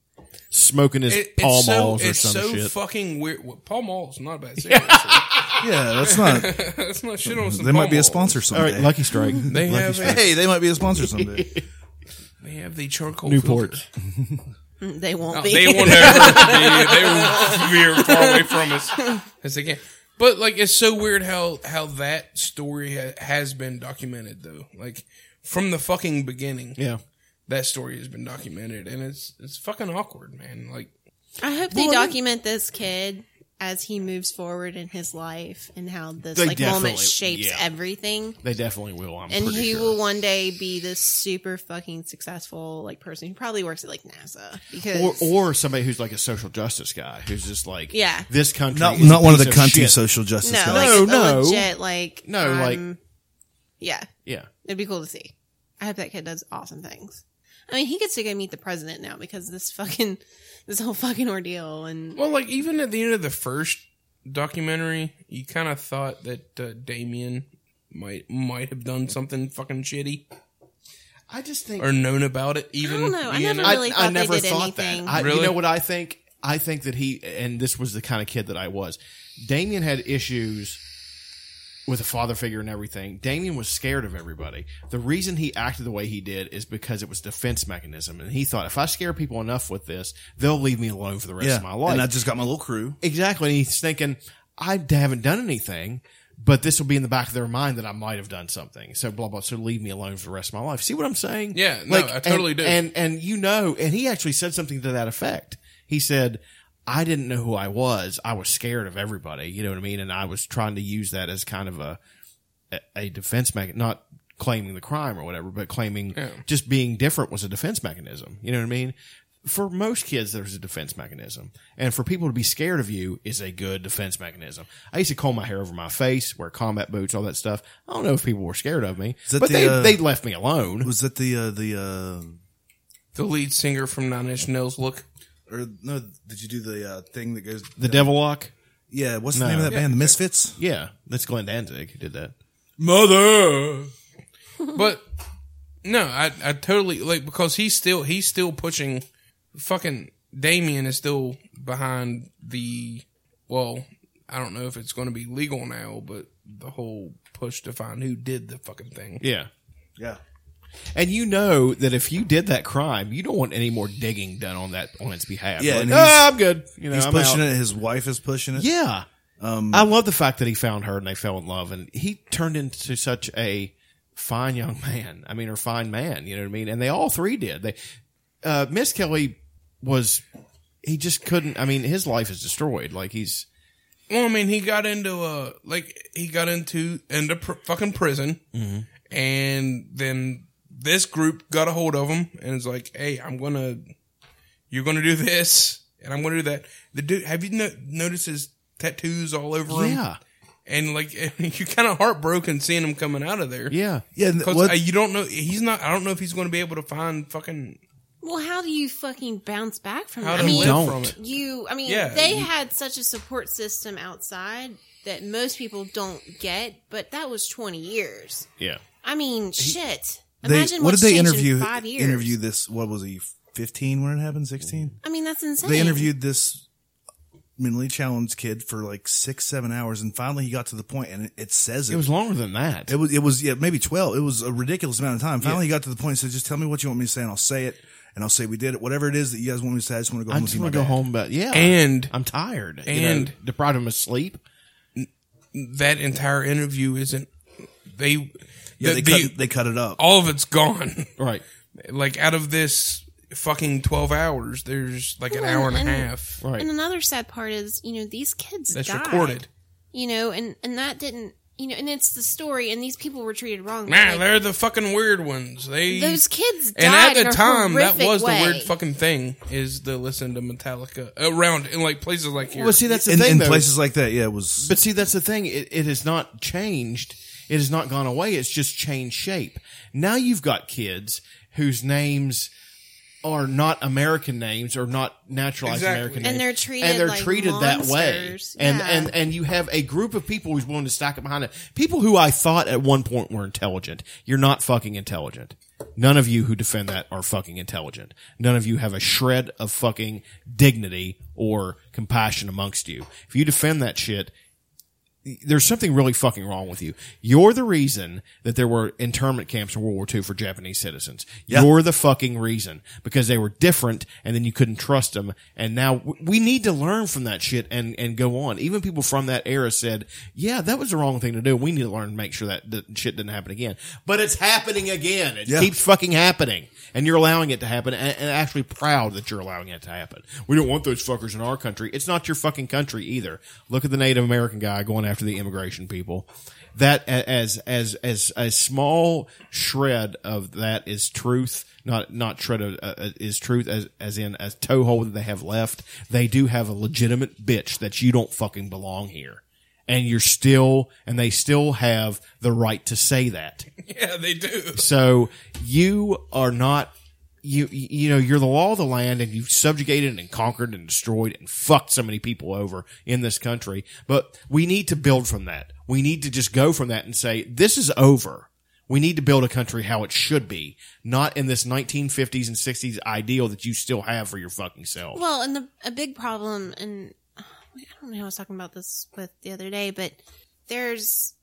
[SPEAKER 8] smoking his
[SPEAKER 9] It-
[SPEAKER 8] Pall
[SPEAKER 9] it's so-
[SPEAKER 8] Malls or
[SPEAKER 9] it's
[SPEAKER 8] some
[SPEAKER 9] so
[SPEAKER 8] shit.
[SPEAKER 9] fucking weird. Well, Pall Mall's not a bad cigarette. yeah,
[SPEAKER 6] that's not-
[SPEAKER 9] that's not shit on some.
[SPEAKER 6] They might be a
[SPEAKER 9] Pall
[SPEAKER 6] sponsor
[SPEAKER 9] Malls.
[SPEAKER 6] someday.
[SPEAKER 8] All right, Lucky Strike.
[SPEAKER 9] They
[SPEAKER 6] Lucky
[SPEAKER 9] have a-
[SPEAKER 6] Strike. hey, they might be a sponsor someday.
[SPEAKER 9] They have the charcoal
[SPEAKER 8] Newport.
[SPEAKER 9] filter.
[SPEAKER 7] Mm, They won't
[SPEAKER 9] No,
[SPEAKER 7] be.
[SPEAKER 9] They will never be. They will be as far away from us as they can. But like, it's so weird how how that story ha- has been documented though. Like from the fucking beginning.
[SPEAKER 8] Yeah.
[SPEAKER 9] that story has been documented, and it's it's fucking awkward, man. Like,
[SPEAKER 7] I hope they
[SPEAKER 9] Well, I mean-
[SPEAKER 7] document this kid as he moves forward in his life and how this
[SPEAKER 8] They
[SPEAKER 7] like moment
[SPEAKER 8] definitely-
[SPEAKER 7] shapes
[SPEAKER 8] yeah.
[SPEAKER 7] everything.
[SPEAKER 8] They definitely will. I'm
[SPEAKER 7] and
[SPEAKER 8] pretty
[SPEAKER 7] he
[SPEAKER 8] sure.
[SPEAKER 7] will one day be this super fucking successful like person who probably works at like NASA because
[SPEAKER 8] Or, or somebody who's like a social justice guy who's just like,
[SPEAKER 7] Yeah.
[SPEAKER 8] this country.
[SPEAKER 6] Not-
[SPEAKER 8] is a
[SPEAKER 6] not one of
[SPEAKER 8] piece
[SPEAKER 6] the country
[SPEAKER 8] shit.
[SPEAKER 6] social justice
[SPEAKER 7] no,
[SPEAKER 6] guys.
[SPEAKER 7] like,
[SPEAKER 8] No,
[SPEAKER 7] a
[SPEAKER 8] no.
[SPEAKER 7] legit like
[SPEAKER 8] No, like-
[SPEAKER 7] um, yeah,
[SPEAKER 8] Yeah.
[SPEAKER 7] it'd be cool to see. I hope that kid does awesome things. I mean, he gets to go meet the president now because this fucking this whole fucking ordeal and
[SPEAKER 9] well, like even at the end of the first documentary, you kind of thought that uh, Damien might might have done something fucking shitty.
[SPEAKER 8] I just think
[SPEAKER 9] or known about it. Even
[SPEAKER 7] don't know. I
[SPEAKER 9] being
[SPEAKER 7] never
[SPEAKER 9] a-
[SPEAKER 7] really thought they did anything.
[SPEAKER 8] that. I,
[SPEAKER 9] Really?
[SPEAKER 8] You know what I think? I think that he, and this was the kind of kid that I was. Damien had issues with a father figure and everything. Damien was scared of everybody. The reason he acted the way he did is because it was defense mechanism, and he thought if I scare people enough with this, they'll leave me alone for the rest
[SPEAKER 6] Yeah.
[SPEAKER 8] of my life.
[SPEAKER 6] And I just got my little crew.
[SPEAKER 8] Exactly. And he's thinking, I haven't done anything, but this will be in the back of their mind that I might have done something. So blah blah. So leave me alone for the rest of my life. See what I'm saying?
[SPEAKER 9] Yeah, no, I totally
[SPEAKER 8] and,
[SPEAKER 9] do.
[SPEAKER 8] And and you know, and he actually said something to that effect. He said, I didn't know who I was. I was scared of everybody. You know what I mean? And I was trying to use that as kind of a a, a defense mechanism, not claiming the crime or whatever, but claiming
[SPEAKER 9] Yeah.
[SPEAKER 8] just being different was a defense mechanism. You know what I mean? For most kids, there's a defense mechanism. And for people to be scared of you is a good defense mechanism. I used to comb my hair over my face, wear combat boots, all that stuff. I don't know if people were scared of me,
[SPEAKER 6] Is that
[SPEAKER 8] but
[SPEAKER 6] the,
[SPEAKER 8] they,
[SPEAKER 6] uh,
[SPEAKER 8] they left me alone.
[SPEAKER 6] Was that the uh, the uh,
[SPEAKER 9] the lead singer from Nine Inch Nails look.
[SPEAKER 6] uh, Or no? Did you do the uh, thing that goes
[SPEAKER 8] The Devil Lock?
[SPEAKER 6] Yeah, what's the name of that band? The Misfits?
[SPEAKER 8] Yeah, that's Glenn Danzig who did that.
[SPEAKER 9] Mother. but no, I I totally like because he's still he's still pushing. Fucking Damien is still behind the. Well, I don't know if it's going to be legal now, but the whole push to find who did the fucking thing.
[SPEAKER 8] Yeah.
[SPEAKER 6] Yeah.
[SPEAKER 8] And you know that if you did that crime, you don't want any more digging done on that on its behalf.
[SPEAKER 6] Yeah,
[SPEAKER 8] Like,
[SPEAKER 6] and
[SPEAKER 8] "Ah,
[SPEAKER 6] he's-
[SPEAKER 8] I'm good. You know,
[SPEAKER 6] he's
[SPEAKER 8] I'm
[SPEAKER 6] pushing
[SPEAKER 8] out."
[SPEAKER 6] it. His wife is pushing it.
[SPEAKER 8] Yeah.
[SPEAKER 6] Um,
[SPEAKER 8] I love the fact that he found her and they fell in love and he turned into such a fine young man. I mean, or fine man, you know what I mean? And they all three did. They, uh, Miss Kelly was, he just couldn't, I mean, his life is destroyed. Like he's,
[SPEAKER 9] Well, I mean, he got into a like he got into into pr- fucking prison,
[SPEAKER 8] Mhm.
[SPEAKER 9] and then this group got a hold of him and it's like, "Hey, I'm gonna, you're gonna do this, and I'm gonna do that." The dude, have you no- noticed his tattoos all over him?
[SPEAKER 8] Yeah.
[SPEAKER 9] and like you're kind of heartbroken seeing him coming out of there.
[SPEAKER 8] Yeah,
[SPEAKER 6] Yeah, and
[SPEAKER 9] because
[SPEAKER 6] what-
[SPEAKER 9] you don't know he's not. I don't know if he's going to be able to find fucking.
[SPEAKER 7] Well, how do you fucking bounce back from
[SPEAKER 9] How
[SPEAKER 7] that?
[SPEAKER 9] do
[SPEAKER 7] I
[SPEAKER 9] you
[SPEAKER 7] mean,
[SPEAKER 9] live from it?
[SPEAKER 7] you. I mean,
[SPEAKER 9] Yeah,
[SPEAKER 7] they
[SPEAKER 9] you-
[SPEAKER 7] had such a support system outside that most people don't get, but that was twenty years.
[SPEAKER 8] Yeah.
[SPEAKER 7] I mean, shit.
[SPEAKER 6] They,
[SPEAKER 7] Imagine
[SPEAKER 6] what did
[SPEAKER 7] what's
[SPEAKER 6] they
[SPEAKER 7] changed in
[SPEAKER 6] interview?
[SPEAKER 7] Five years.
[SPEAKER 6] Interview this? What was he? Fifteen when it happened? Sixteen?
[SPEAKER 7] I mean, that's insane.
[SPEAKER 6] They interviewed this mentally challenged kid for like six, seven hours, and finally he got to the point, and it, it says it.
[SPEAKER 8] It was longer than that.
[SPEAKER 6] It was, it was, yeah, maybe twelve. It was a ridiculous amount of time. Finally, he got to the point. and said, "Just tell me what you want me to say, and I'll say it, and I'll say we did it. Whatever it is that you guys want me to say, I just want to go
[SPEAKER 8] I
[SPEAKER 6] home.
[SPEAKER 8] just
[SPEAKER 6] and see
[SPEAKER 8] want
[SPEAKER 6] my
[SPEAKER 8] to go
[SPEAKER 6] dad."
[SPEAKER 8] home, but yeah.
[SPEAKER 9] And-
[SPEAKER 8] I'm tired. you know,
[SPEAKER 9] and-
[SPEAKER 8] deprived him of sleep.
[SPEAKER 9] That entire interview isn't. They
[SPEAKER 6] Yeah,
[SPEAKER 9] the-
[SPEAKER 6] they,
[SPEAKER 9] the-
[SPEAKER 6] cut, they cut it up.
[SPEAKER 9] all of it's gone.
[SPEAKER 8] Right.
[SPEAKER 9] Like out of this fucking 12 hours, there's like an hour and, a half.
[SPEAKER 7] And another sad part is, you know, these kids
[SPEAKER 9] That's
[SPEAKER 7] died,
[SPEAKER 9] recorded.
[SPEAKER 7] You know, and and that didn't. You know, and it's the story, and these people were treated wrong.
[SPEAKER 9] Man,
[SPEAKER 7] Like,
[SPEAKER 9] they're the fucking weird ones. They
[SPEAKER 7] Those kids
[SPEAKER 9] And
[SPEAKER 7] died
[SPEAKER 9] at the
[SPEAKER 7] in a
[SPEAKER 9] time, that
[SPEAKER 7] horrific
[SPEAKER 9] was the
[SPEAKER 7] way.
[SPEAKER 9] weird fucking thing is to listen to Metallica around in like places like here.
[SPEAKER 8] Well, see, that's the
[SPEAKER 6] in,
[SPEAKER 8] thing.
[SPEAKER 6] in
[SPEAKER 8] though.
[SPEAKER 6] places like that, yeah, it was.
[SPEAKER 8] But see, that's the thing. It, it has not changed. It has not gone away. It's just changed shape. Now you've got kids whose names are not American names or not naturalized
[SPEAKER 7] Exactly.
[SPEAKER 8] American names.
[SPEAKER 7] And they're treated
[SPEAKER 8] And they're
[SPEAKER 7] like
[SPEAKER 8] treated that way.
[SPEAKER 7] monsters.
[SPEAKER 8] And,
[SPEAKER 7] Yeah.
[SPEAKER 8] and, and you have a group of people who's willing to stack it behind it. People who I thought at one point were intelligent. You're not fucking intelligent. None of you who defend that are fucking intelligent. None of you have a shred of fucking dignity or compassion amongst you. If you defend that shit, there's something really fucking wrong with you. You're the reason that there were internment camps in World War II for Japanese citizens.
[SPEAKER 6] Yeah.
[SPEAKER 8] You're the fucking reason because they were different and then you couldn't trust them. And now w- we need to learn from that shit and, and go on. Even people from that era said, yeah, that was the wrong thing to do. We need to learn and make sure that, that shit didn't happen again. But it's happening again. It
[SPEAKER 6] Yeah.
[SPEAKER 8] keeps fucking happening. And you're allowing it to happen and, and actually proud that you're allowing it to happen. We don't want those fuckers in our country. It's not your fucking country either. Look at the Native American guy going after the immigration people. That a- as as as a small shred of that is truth, not not shred of uh, uh, is truth as as in a toehold that they have left. They do have a legitimate bitch that you don't fucking belong here, and you're still and they still have the right to say that.
[SPEAKER 9] Yeah, they do.
[SPEAKER 8] So you are not you you know you're the law of the land and you've subjugated and conquered and destroyed and fucked so many people over in this country but we need to build from that we need to just go from that and say this is over we need to build a country how it should be not in this 1950s and 60s ideal that you still have for your fucking self
[SPEAKER 7] Well, and the a big problem, and I don't know, who I was talking about this with the other day, but there's,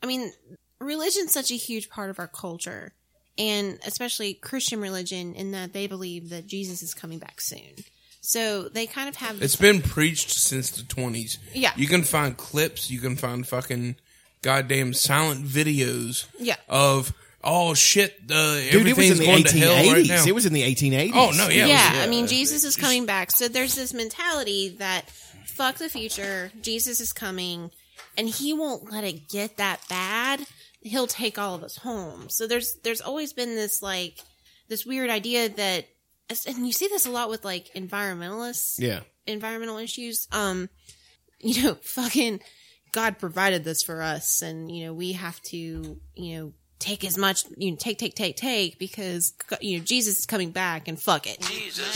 [SPEAKER 7] I mean, religion's such a huge part of our culture, and especially Christian religion, in that they believe that Jesus is coming back soon. So they kind of have
[SPEAKER 9] It's been preached since the twenties.
[SPEAKER 7] Yeah.
[SPEAKER 9] you can find clips. You can find fucking goddamn silent videos.
[SPEAKER 7] Yeah.
[SPEAKER 9] of oh shit, uh,
[SPEAKER 8] Dude, it was
[SPEAKER 9] everything's
[SPEAKER 8] in the
[SPEAKER 9] going to hell right
[SPEAKER 8] 1880s.
[SPEAKER 9] now.
[SPEAKER 8] it was in the 1880s.
[SPEAKER 9] Oh, no, yeah, it was-
[SPEAKER 7] yeah, I mean, Jesus is coming back. So there's this mentality that fuck the future, Jesus is coming, and he won't let it get that bad. He'll take all of us home. So there's there's always been this like this weird idea that and you see this a lot with like environmentalists.
[SPEAKER 8] Yeah.
[SPEAKER 7] Environmental issues. Um you know, fucking God provided this for us and you know, we have to, you know, take as much, you know, take take take take because you know, Jesus is coming back and fuck it.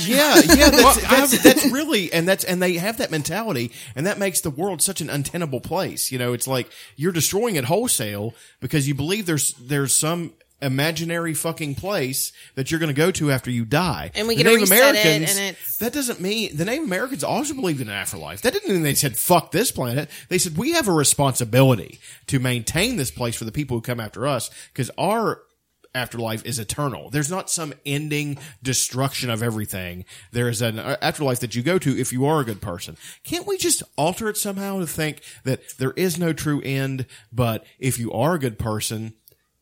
[SPEAKER 8] Yeah, yeah, that's, that's, that's really, and that's, and they have that mentality, and that makes the world such an untenable place. You know, it's like you're destroying it wholesale because you believe there's there's some imaginary fucking place that you're going to go to after you die,
[SPEAKER 7] And we
[SPEAKER 8] The
[SPEAKER 7] get to
[SPEAKER 8] Native
[SPEAKER 7] reset it, and it's-
[SPEAKER 8] that doesn't mean the Native Americans also believed in an afterlife. That didn't mean they said fuck this planet. They said we have a responsibility to maintain this place for the people who come after us because our afterlife is eternal. There's not some ending destruction of everything. There is an uh, afterlife that you go to if you are a good person. Can't we just alter it somehow to think that there is no true end, but if you are a good person,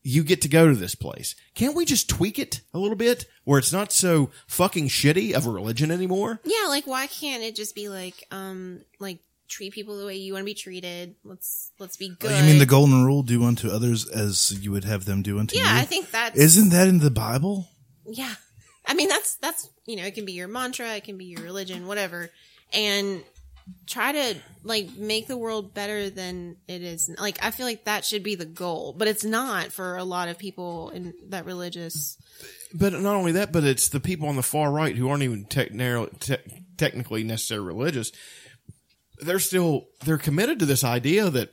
[SPEAKER 8] you get to go to this place. Can't we just tweak it a little bit where it's not so fucking shitty of a religion anymore?
[SPEAKER 7] Yeah, like why can't it just be like um like treat people the way you want to be treated? Let's let's be
[SPEAKER 8] Oh,
[SPEAKER 7] good.
[SPEAKER 6] You mean the golden rule? Do unto others as you would have them do unto you.
[SPEAKER 7] Yeah, I think that's-
[SPEAKER 6] isn't that in the Bible?
[SPEAKER 7] Yeah. I mean that's that's you know, it can be your mantra, it can be your religion, whatever. And try to like make the world better than it is. Like I feel like that should be the goal, but it's not for a lot of people in that religious.
[SPEAKER 8] But not only that, but it's the people on the far right who aren't even technarily, te- technically necessarily religious. They're still they're committed to this idea that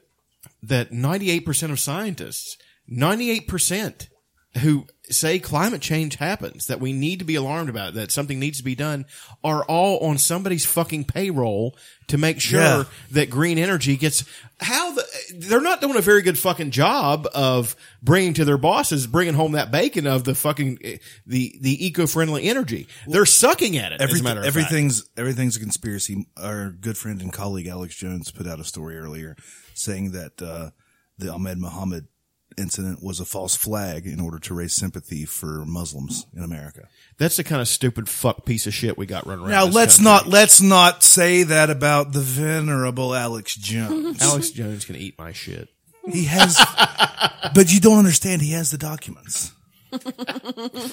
[SPEAKER 8] that ninety eight percent of scientists, ninety eight percent who say climate change happens, that we need to be alarmed about, it, that something needs to be done, are all on somebody's fucking payroll to make sure
[SPEAKER 6] Yeah.
[SPEAKER 8] that green energy gets how the they're not doing a very good fucking job of bringing to their bosses bringing home that bacon of the fucking eh, the the eco-friendly energy they're sucking at it as a
[SPEAKER 6] Everything-
[SPEAKER 8] matter of fact.
[SPEAKER 6] everything's everything's a conspiracy. Our good friend and colleague Alex Jones put out a story earlier saying that uh, the Ahmed Muhammad incident was a false flag in order to raise sympathy for Muslims in America.
[SPEAKER 8] that's the kind of stupid fuck piece of shit we got running around
[SPEAKER 6] Now
[SPEAKER 8] this
[SPEAKER 6] let's
[SPEAKER 8] country.
[SPEAKER 6] not let's not say that about the venerable Alex Jones.
[SPEAKER 8] alex jones can eat my shit
[SPEAKER 6] he has, but you don't understand. He has the documents.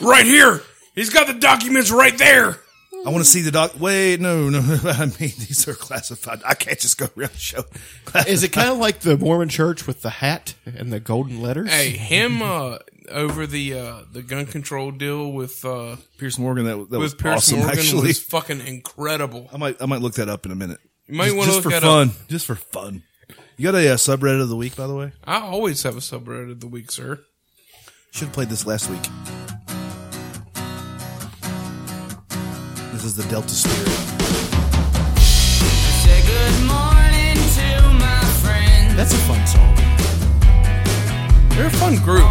[SPEAKER 9] right here. He's got the documents right there.
[SPEAKER 6] I want to see the doc. Wait, no, no, no. I mean, these are classified. I can't just go around the show.
[SPEAKER 8] is it kind of like the mormon church with the hat and the golden letters
[SPEAKER 9] Hey, him uh, over the uh, the gun control deal with uh,
[SPEAKER 6] Pierce Morgan? That, that
[SPEAKER 9] with
[SPEAKER 6] was
[SPEAKER 9] Pierce
[SPEAKER 6] awesome.
[SPEAKER 9] Morgan
[SPEAKER 6] actually,
[SPEAKER 9] was fucking incredible.
[SPEAKER 6] I might I might look that up in a minute.
[SPEAKER 9] You might
[SPEAKER 6] Just-
[SPEAKER 9] wanna
[SPEAKER 6] just
[SPEAKER 9] look
[SPEAKER 6] for
[SPEAKER 9] that
[SPEAKER 6] fun.
[SPEAKER 9] up.
[SPEAKER 6] Just for fun. You got a uh, subreddit of the week, by the way.
[SPEAKER 9] I always have a subreddit of the week, sir.
[SPEAKER 6] Should have played this last week. This is the Delta Spirit.
[SPEAKER 21] Say good morning to my friend.
[SPEAKER 4] That's a fun song.
[SPEAKER 9] They're a fun group.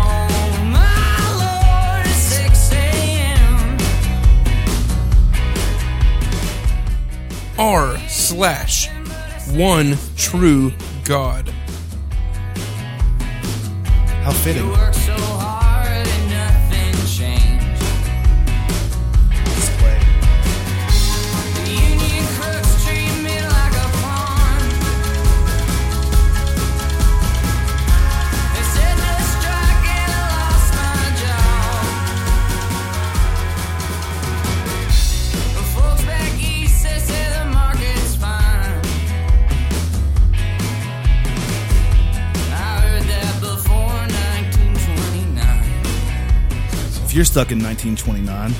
[SPEAKER 9] R slash one true God.
[SPEAKER 4] How fitting.
[SPEAKER 6] If you're stuck in 1929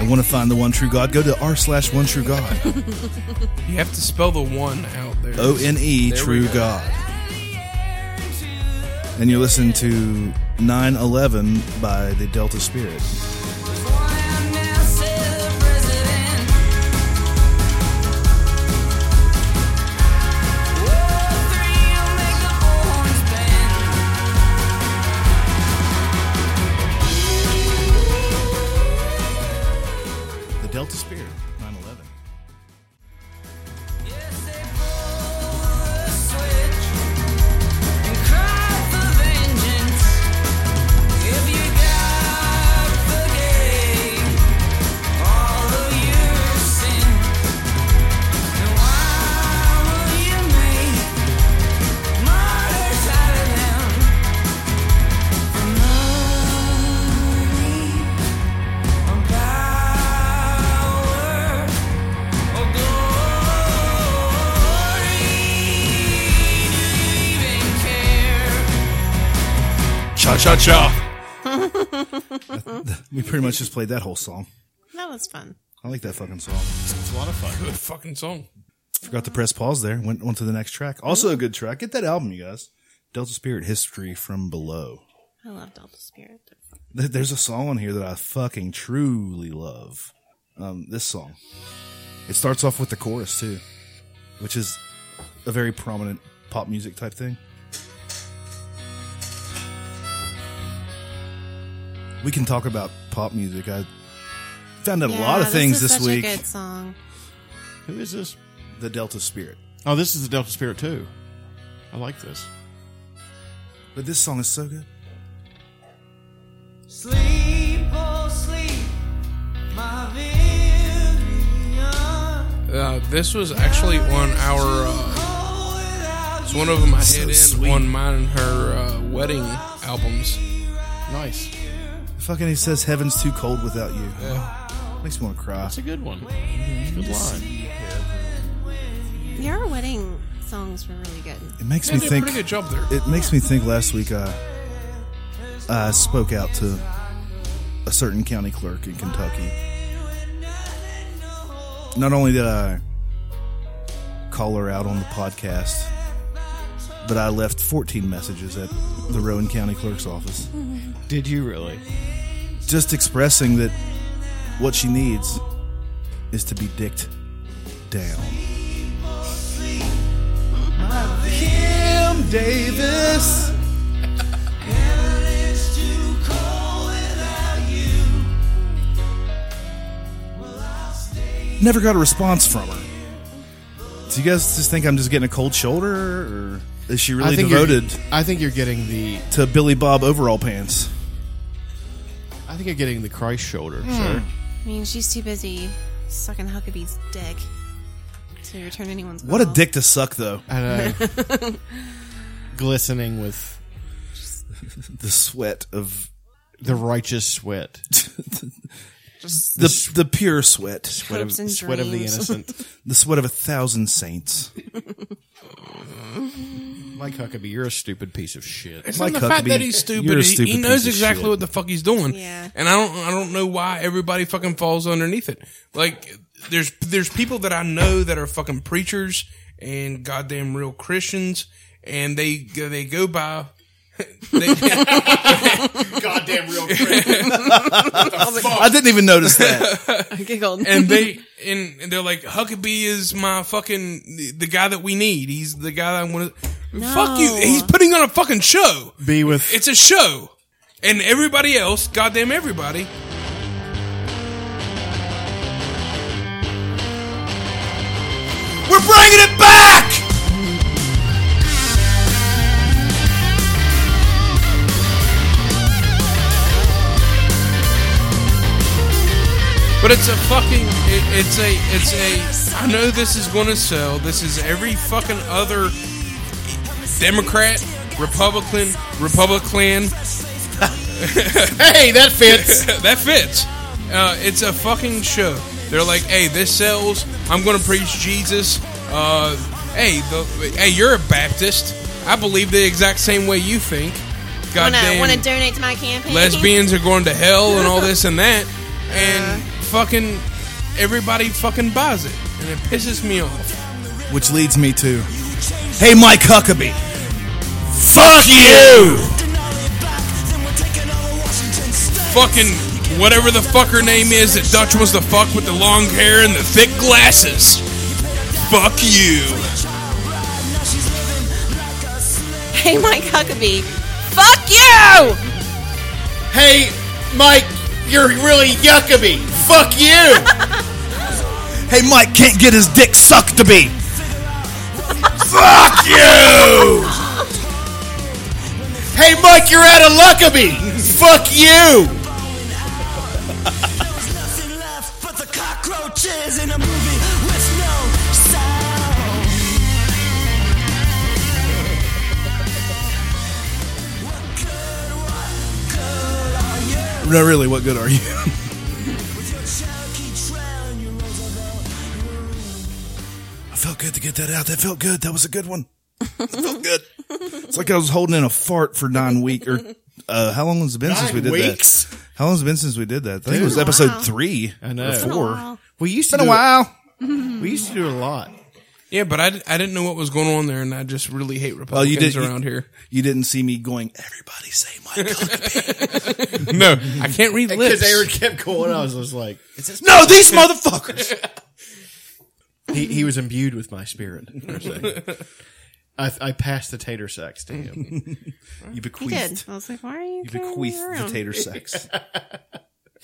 [SPEAKER 6] and want to find the one true God, go to r slash one true God.
[SPEAKER 9] You have to spell the one out there.
[SPEAKER 6] O N E
[SPEAKER 9] There we
[SPEAKER 6] true
[SPEAKER 9] go.
[SPEAKER 6] God. And you're listening to 911 by the Delta Spirit. The Delta Spirit, 911. Cha cha cha. we pretty much just played that whole song.
[SPEAKER 7] That was fun.
[SPEAKER 6] I like that fucking song.
[SPEAKER 9] It's a lot of fun. Good fucking song.
[SPEAKER 6] Forgot to press pause there. Went on to the next track. Also a good track. Get that album, you guys. Delta Spirit History from Below.
[SPEAKER 7] I love Delta Spirit.
[SPEAKER 6] Th- There's a song on here that I fucking truly love. Um, this song. It starts off with the chorus too, which is a very prominent pop music type thing. We can talk about pop music. I found out a lot
[SPEAKER 7] Yeah,
[SPEAKER 6] of things
[SPEAKER 7] is
[SPEAKER 6] this
[SPEAKER 7] such
[SPEAKER 6] week.
[SPEAKER 7] A good song.
[SPEAKER 8] Who is this?
[SPEAKER 6] The Delta Spirit.
[SPEAKER 8] Oh, this is the Delta Spirit too. I like this.
[SPEAKER 6] But this song is so good.
[SPEAKER 21] Sleep, oh sleep, my Vivian.
[SPEAKER 9] Uh, this was actually on our. Uh, it's one of them I had
[SPEAKER 6] So
[SPEAKER 9] in
[SPEAKER 6] sweet.
[SPEAKER 9] on mine and her uh, wedding albums.
[SPEAKER 8] Nice.
[SPEAKER 6] Fucking he says heaven's too cold without you. Makes me want to cry.
[SPEAKER 8] That's a good one. Good line.
[SPEAKER 7] Your wedding songs were really good.
[SPEAKER 6] It makes
[SPEAKER 7] Yeah,
[SPEAKER 6] me
[SPEAKER 7] they did a
[SPEAKER 6] think.
[SPEAKER 7] pretty good job there.
[SPEAKER 6] It makes me think. Last week, I I spoke out to a certain county clerk in Kentucky. Not only did I call her out on the podcast, but I left 14 messages at the Rowan County Clerk's office.
[SPEAKER 8] Did you really?
[SPEAKER 6] Just expressing that what she needs is to be dicked down.
[SPEAKER 13] Kim Davis.
[SPEAKER 6] never got a response from her. Do you guys just think I'm just getting a cold shoulder, or is she really
[SPEAKER 8] I think
[SPEAKER 6] devoted
[SPEAKER 8] You're, I think you're getting the.
[SPEAKER 6] to Billy Bob overall pants?
[SPEAKER 8] I think you're getting the Christ shoulder,
[SPEAKER 7] Hmm.
[SPEAKER 8] sir.
[SPEAKER 7] I mean, she's too busy sucking Huckabee's dick to return anyone's.
[SPEAKER 6] What a
[SPEAKER 7] call.
[SPEAKER 6] dick to suck, though.
[SPEAKER 8] I know. Glistening with
[SPEAKER 6] the sweat of
[SPEAKER 8] the righteous sweat,
[SPEAKER 7] Just-
[SPEAKER 6] the the pure sweat,
[SPEAKER 8] Sweat of- Hopes and sweat of the dreams. innocent.
[SPEAKER 6] the sweat of a thousand saints.
[SPEAKER 8] Mike Huckabee, you're a stupid piece of shit.
[SPEAKER 9] It's not the fact that he's stupid. He, he knows exactly what the fuck he's doing. And I don't I don't know why everybody fucking falls underneath it. Like there's there's people that I know that are fucking preachers and goddamn real Christians and they they go by they, goddamn
[SPEAKER 8] real
[SPEAKER 6] I didn't even notice that.
[SPEAKER 7] I giggled.
[SPEAKER 9] And they and and they're like, Huckabee is my fucking the- the guy that we need. He's the guy that I want to. Fuck you. He's putting on a fucking show.
[SPEAKER 8] Be with
[SPEAKER 9] It's a show, and everybody else, goddamn everybody.
[SPEAKER 6] We're bringing it back.
[SPEAKER 9] But it's a fucking. It, it's a. It's a. I know this is going to sell. This is every fucking other Democrat, Republican, Republican.
[SPEAKER 8] hey, that fits.
[SPEAKER 9] that fits. Uh, it's a fucking show. They're like, hey, this sells. I'm going to preach Jesus. Uh, hey, the, hey, you're a Baptist. I believe the exact same way you think. Goddamn
[SPEAKER 7] want to donate to my campaign?
[SPEAKER 9] lesbians are going to hell and all this and that, and fucking everybody fucking buys it, and it pisses me off.
[SPEAKER 6] Which leads me to, hey, Mike Huckabee, fuck you.
[SPEAKER 9] Fucking whatever the fuck her name is that Dutch wants to fuck with the long hair and the thick glasses. Fuck you.
[SPEAKER 7] Hey, Mike Huckabee, fuck you!
[SPEAKER 8] Hey, Mike, you're really Huckabee. Fuck you.
[SPEAKER 6] Hey, Mike can't get his dick sucked to be. Fuck you.
[SPEAKER 8] Hey, Mike, you're out of Luckabee. Fuck you.
[SPEAKER 13] Cockroaches in a movie with no sound.
[SPEAKER 6] No, really, what good are you? I felt good to get that out. That felt good. That was a good one. That felt good. It's like I was holding in a fart for nine weeks. Or uh, how long has it been since we
[SPEAKER 8] Nine
[SPEAKER 6] did
[SPEAKER 8] weeks?
[SPEAKER 6] that? How long has it been since we did that? I think
[SPEAKER 8] Dude.
[SPEAKER 6] it was
[SPEAKER 8] Been a
[SPEAKER 6] episode
[SPEAKER 8] while.
[SPEAKER 6] three.
[SPEAKER 8] I know.
[SPEAKER 6] Or
[SPEAKER 8] It's been a
[SPEAKER 6] four.
[SPEAKER 8] while. We used to
[SPEAKER 6] Been a
[SPEAKER 8] do it-
[SPEAKER 6] while.
[SPEAKER 8] We used to do it a lot.
[SPEAKER 9] Yeah, but I, I didn't know what was going on there, and I just really hate Republicans
[SPEAKER 6] Well, Oh, you did
[SPEAKER 9] around
[SPEAKER 6] you,
[SPEAKER 9] here.
[SPEAKER 6] You didn't see me going. Everybody say Mike Huckabee.
[SPEAKER 9] no, I can't read lips.
[SPEAKER 8] Because Aaron kept going, I was just like, Is this-
[SPEAKER 6] No, these motherfuckers.
[SPEAKER 8] he, he was imbued with my spirit. per se. I, I passed the tater sacks to him.
[SPEAKER 6] you
[SPEAKER 7] He did. I was like, why are you?
[SPEAKER 6] You
[SPEAKER 7] carrying me
[SPEAKER 6] bequeathed the
[SPEAKER 7] around?
[SPEAKER 6] tater sacks.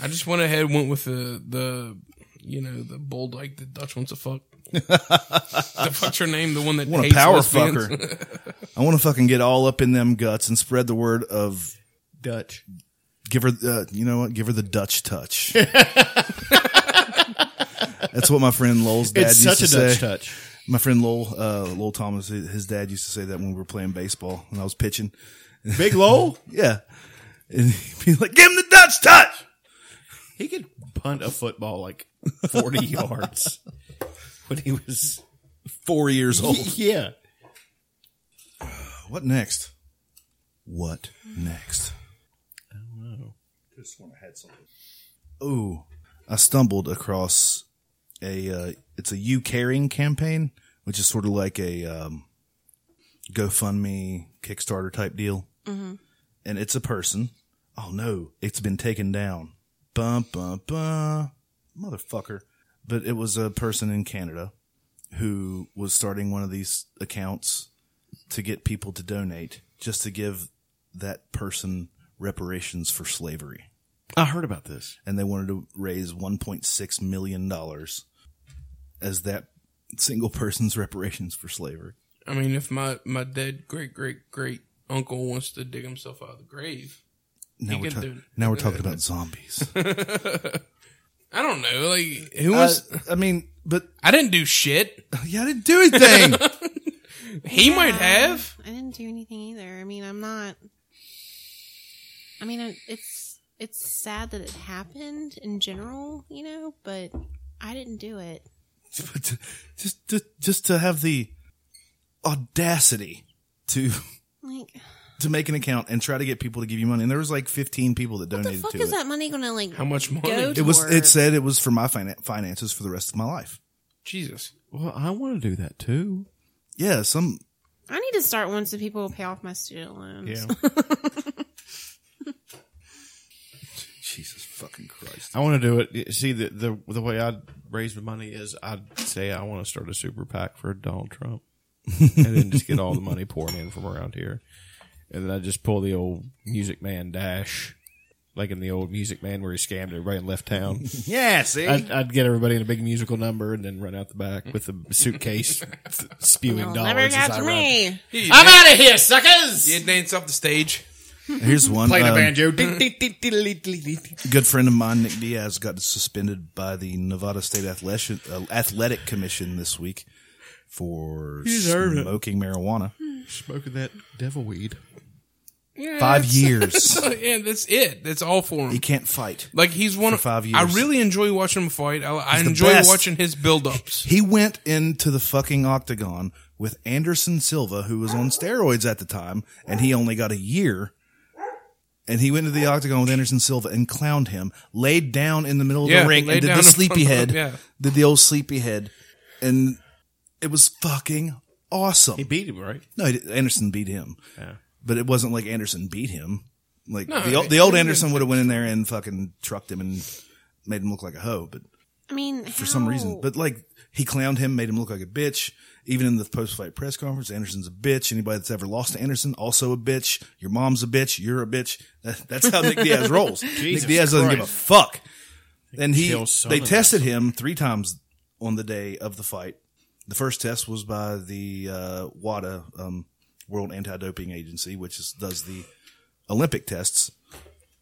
[SPEAKER 9] I just went ahead and went with the the you know the bull dyke that Dutch wants to fuck. the fuck's her name? The one that
[SPEAKER 6] I want a
[SPEAKER 9] hates
[SPEAKER 6] power
[SPEAKER 9] lesbians?
[SPEAKER 6] fucker. I want to fucking get all up in them guts and spread the word of
[SPEAKER 8] Dutch.
[SPEAKER 6] Give her, uh, you know what? Give her the Dutch touch. That's what my friend Lowell's dad
[SPEAKER 8] It's
[SPEAKER 6] used
[SPEAKER 8] such
[SPEAKER 6] to
[SPEAKER 8] a Dutch
[SPEAKER 6] say.
[SPEAKER 8] touch.
[SPEAKER 6] My friend Lowell, uh, Lowell Thomas, his his dad used to say that when we were playing baseball and I was pitching.
[SPEAKER 8] Big Lowell?
[SPEAKER 6] yeah. And he'd be like, give him the Dutch touch.
[SPEAKER 8] He could punt a football like 40 yards when he was
[SPEAKER 6] four years old.
[SPEAKER 8] Yeah.
[SPEAKER 6] What next? What next? I don't know. Just want to had something. Ooh, I stumbled across a. Uh, it's a you caring campaign, which is sort of like a um, GoFundMe Kickstarter type deal,
[SPEAKER 7] Mm-hmm.
[SPEAKER 13] Mhm.
[SPEAKER 6] and it's a person. Oh no, it's been taken down. Bum bum bum, motherfucker! But it was a person in Canada who was starting one of these accounts to get people to donate, just to give that person reparations for slavery
[SPEAKER 8] I heard about this.
[SPEAKER 6] and they wanted to raise 1.6 million dollars as that single person's reparations for slavery.
[SPEAKER 9] I mean, if my my dead great great great uncle wants to dig himself out of the grave,
[SPEAKER 6] Now
[SPEAKER 9] he
[SPEAKER 6] we're
[SPEAKER 9] can
[SPEAKER 6] ta-
[SPEAKER 9] do it.
[SPEAKER 6] now we're talking about zombies.
[SPEAKER 9] I don't know, like who was?
[SPEAKER 6] I mean, but
[SPEAKER 9] I didn't do shit.
[SPEAKER 6] Yeah, I didn't do anything.
[SPEAKER 9] he
[SPEAKER 7] Yeah,
[SPEAKER 9] might have.
[SPEAKER 7] I didn't do anything either. I mean, I'm not. I mean, I- it's it's sad that it happened in general, you know, but I didn't do it.
[SPEAKER 6] just, just just to have the audacity to
[SPEAKER 7] Like,
[SPEAKER 6] to make an account and try to get people to give you money. And there was like 15 people that donated
[SPEAKER 7] fuck
[SPEAKER 6] to
[SPEAKER 7] is
[SPEAKER 6] it.
[SPEAKER 7] that money gonna like?
[SPEAKER 9] How much money?
[SPEAKER 7] Go
[SPEAKER 6] It was it
[SPEAKER 7] towards-
[SPEAKER 6] said it was for my finan- finances for the rest of my life.
[SPEAKER 9] Jesus.
[SPEAKER 8] Well, I want to do that too.
[SPEAKER 6] Yeah, some
[SPEAKER 7] I need to start one so people will pay off my student loans.
[SPEAKER 6] Yeah.
[SPEAKER 8] I want to do it. See the the the way I raise the money is I'd say I want to start a super PAC for Donald Trump, and then just get all the money pouring in from around here, and then I just pull the old Music Man dash, like in the old Music Man where he scammed everybody and left town.
[SPEAKER 6] Yeah, see?
[SPEAKER 8] I'd, I'd get everybody in a big musical number and then run out the back with the suitcase spewing
[SPEAKER 7] You'll
[SPEAKER 8] dollars.
[SPEAKER 7] never
[SPEAKER 8] as
[SPEAKER 7] catch
[SPEAKER 8] I run.
[SPEAKER 7] me.
[SPEAKER 9] He
[SPEAKER 8] I'm
[SPEAKER 9] dan-
[SPEAKER 8] outta here, suckers!
[SPEAKER 9] You dance off the stage.
[SPEAKER 6] Here's one.
[SPEAKER 8] Playing a
[SPEAKER 6] um,
[SPEAKER 8] banjo.
[SPEAKER 6] good friend of mine, Nick Diaz, got suspended by the Nevada State Athletic, uh, Athletic Commission this week for
[SPEAKER 8] He deserved it.
[SPEAKER 6] smoking marijuana.
[SPEAKER 7] Hmm.
[SPEAKER 8] Smoking that devil weed.
[SPEAKER 9] Yeah,
[SPEAKER 6] Five
[SPEAKER 9] that's-
[SPEAKER 6] years.
[SPEAKER 9] yeah, that's it. That's all for him.
[SPEAKER 6] He can't fight.
[SPEAKER 9] Like he's one
[SPEAKER 6] For
[SPEAKER 9] of
[SPEAKER 6] five
[SPEAKER 9] I
[SPEAKER 6] years.
[SPEAKER 9] really enjoy watching him fight. I, I
[SPEAKER 6] He's the
[SPEAKER 9] enjoy
[SPEAKER 6] best.
[SPEAKER 9] watching his build-ups.
[SPEAKER 6] He went into the fucking octagon with Anderson Silva, who was on steroids at the time, and he only got a year. And he went into the octagon with Anderson Silva and clowned him, laid down in the middle of
[SPEAKER 9] Yeah,
[SPEAKER 6] the ring,
[SPEAKER 9] laid
[SPEAKER 6] and did
[SPEAKER 9] down
[SPEAKER 6] the
[SPEAKER 9] in front of him,
[SPEAKER 6] sleepyhead,
[SPEAKER 9] yeah.
[SPEAKER 6] did the old sleepyhead, and it was fucking awesome. He
[SPEAKER 8] beat him, right?
[SPEAKER 6] No, he did- Anderson beat him,
[SPEAKER 8] Yeah.
[SPEAKER 6] but it wasn't like Anderson beat him. Like
[SPEAKER 7] No,
[SPEAKER 6] the the,
[SPEAKER 7] it-
[SPEAKER 6] the old
[SPEAKER 7] it-
[SPEAKER 6] Anderson would have went in there and fucking trucked him and made him look like a hoe, but
[SPEAKER 7] I mean,
[SPEAKER 6] for some reason. But like he clowned him, made him look like a bitch. Even in the post fight press conference, Anderson's a bitch. Anybody that's ever lost to Anderson also a bitch. Your mom's a bitch. You're a bitch. That- That's how Nick Diaz rolls.
[SPEAKER 8] Jesus
[SPEAKER 6] Nick Diaz doesn't give a
[SPEAKER 8] Christ.
[SPEAKER 6] fuck. And he
[SPEAKER 8] Kill son
[SPEAKER 6] they
[SPEAKER 8] of a-
[SPEAKER 6] tested him three times on the day of the fight. The first test was by the uh, WADA um, World Anti Doping Agency, which is, does the Olympic tests.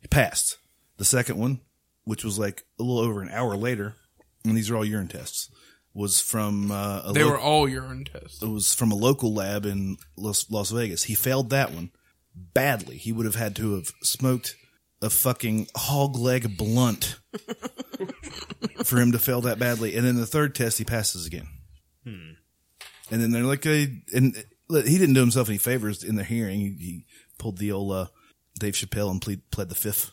[SPEAKER 6] He passed. The second one, which was like a little over an hour later, and these are all urine tests, was from uh, a
[SPEAKER 9] They
[SPEAKER 6] lo-
[SPEAKER 9] were all urine tests.
[SPEAKER 6] It was from a local lab in Las, Las Vegas. He failed that one badly. He would have had to have smoked a fucking hog leg blunt for him to fail that badly. And then the third test, he passes again.
[SPEAKER 8] Hmm.
[SPEAKER 6] And then they're like, hey, and look, he didn't do himself any favors in the hearing. He, he pulled the old uh, Dave Chappelle and plead, pled the fifth.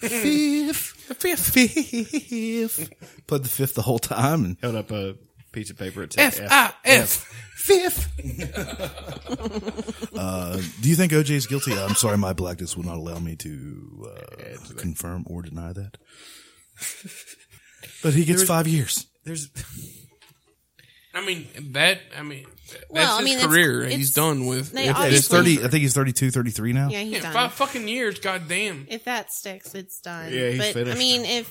[SPEAKER 9] Fifth.
[SPEAKER 6] Fifth. Pled the fifth the whole time and
[SPEAKER 8] held up a piece of paper. It
[SPEAKER 9] F I F.
[SPEAKER 6] Fifth. uh, do you think OJ's guilty? I'm sorry, my blackness will not allow me to uh, confirm or deny that. But he gets
[SPEAKER 8] There's-
[SPEAKER 6] five years.
[SPEAKER 8] There's
[SPEAKER 9] I mean that. I mean that's
[SPEAKER 7] Well, I
[SPEAKER 9] his
[SPEAKER 7] mean, it's-
[SPEAKER 9] career.
[SPEAKER 7] it's-
[SPEAKER 9] he's done with.
[SPEAKER 7] they
[SPEAKER 9] with
[SPEAKER 7] obviously-
[SPEAKER 9] his
[SPEAKER 6] He's 30,
[SPEAKER 9] career.
[SPEAKER 6] I think he's 32, 33 now.
[SPEAKER 7] Yeah, he's
[SPEAKER 9] Yeah,
[SPEAKER 7] done.
[SPEAKER 9] five fucking years. Goddamn.
[SPEAKER 7] If that sticks, it's done.
[SPEAKER 6] Yeah, he's
[SPEAKER 7] but I
[SPEAKER 6] finished.
[SPEAKER 7] mean, if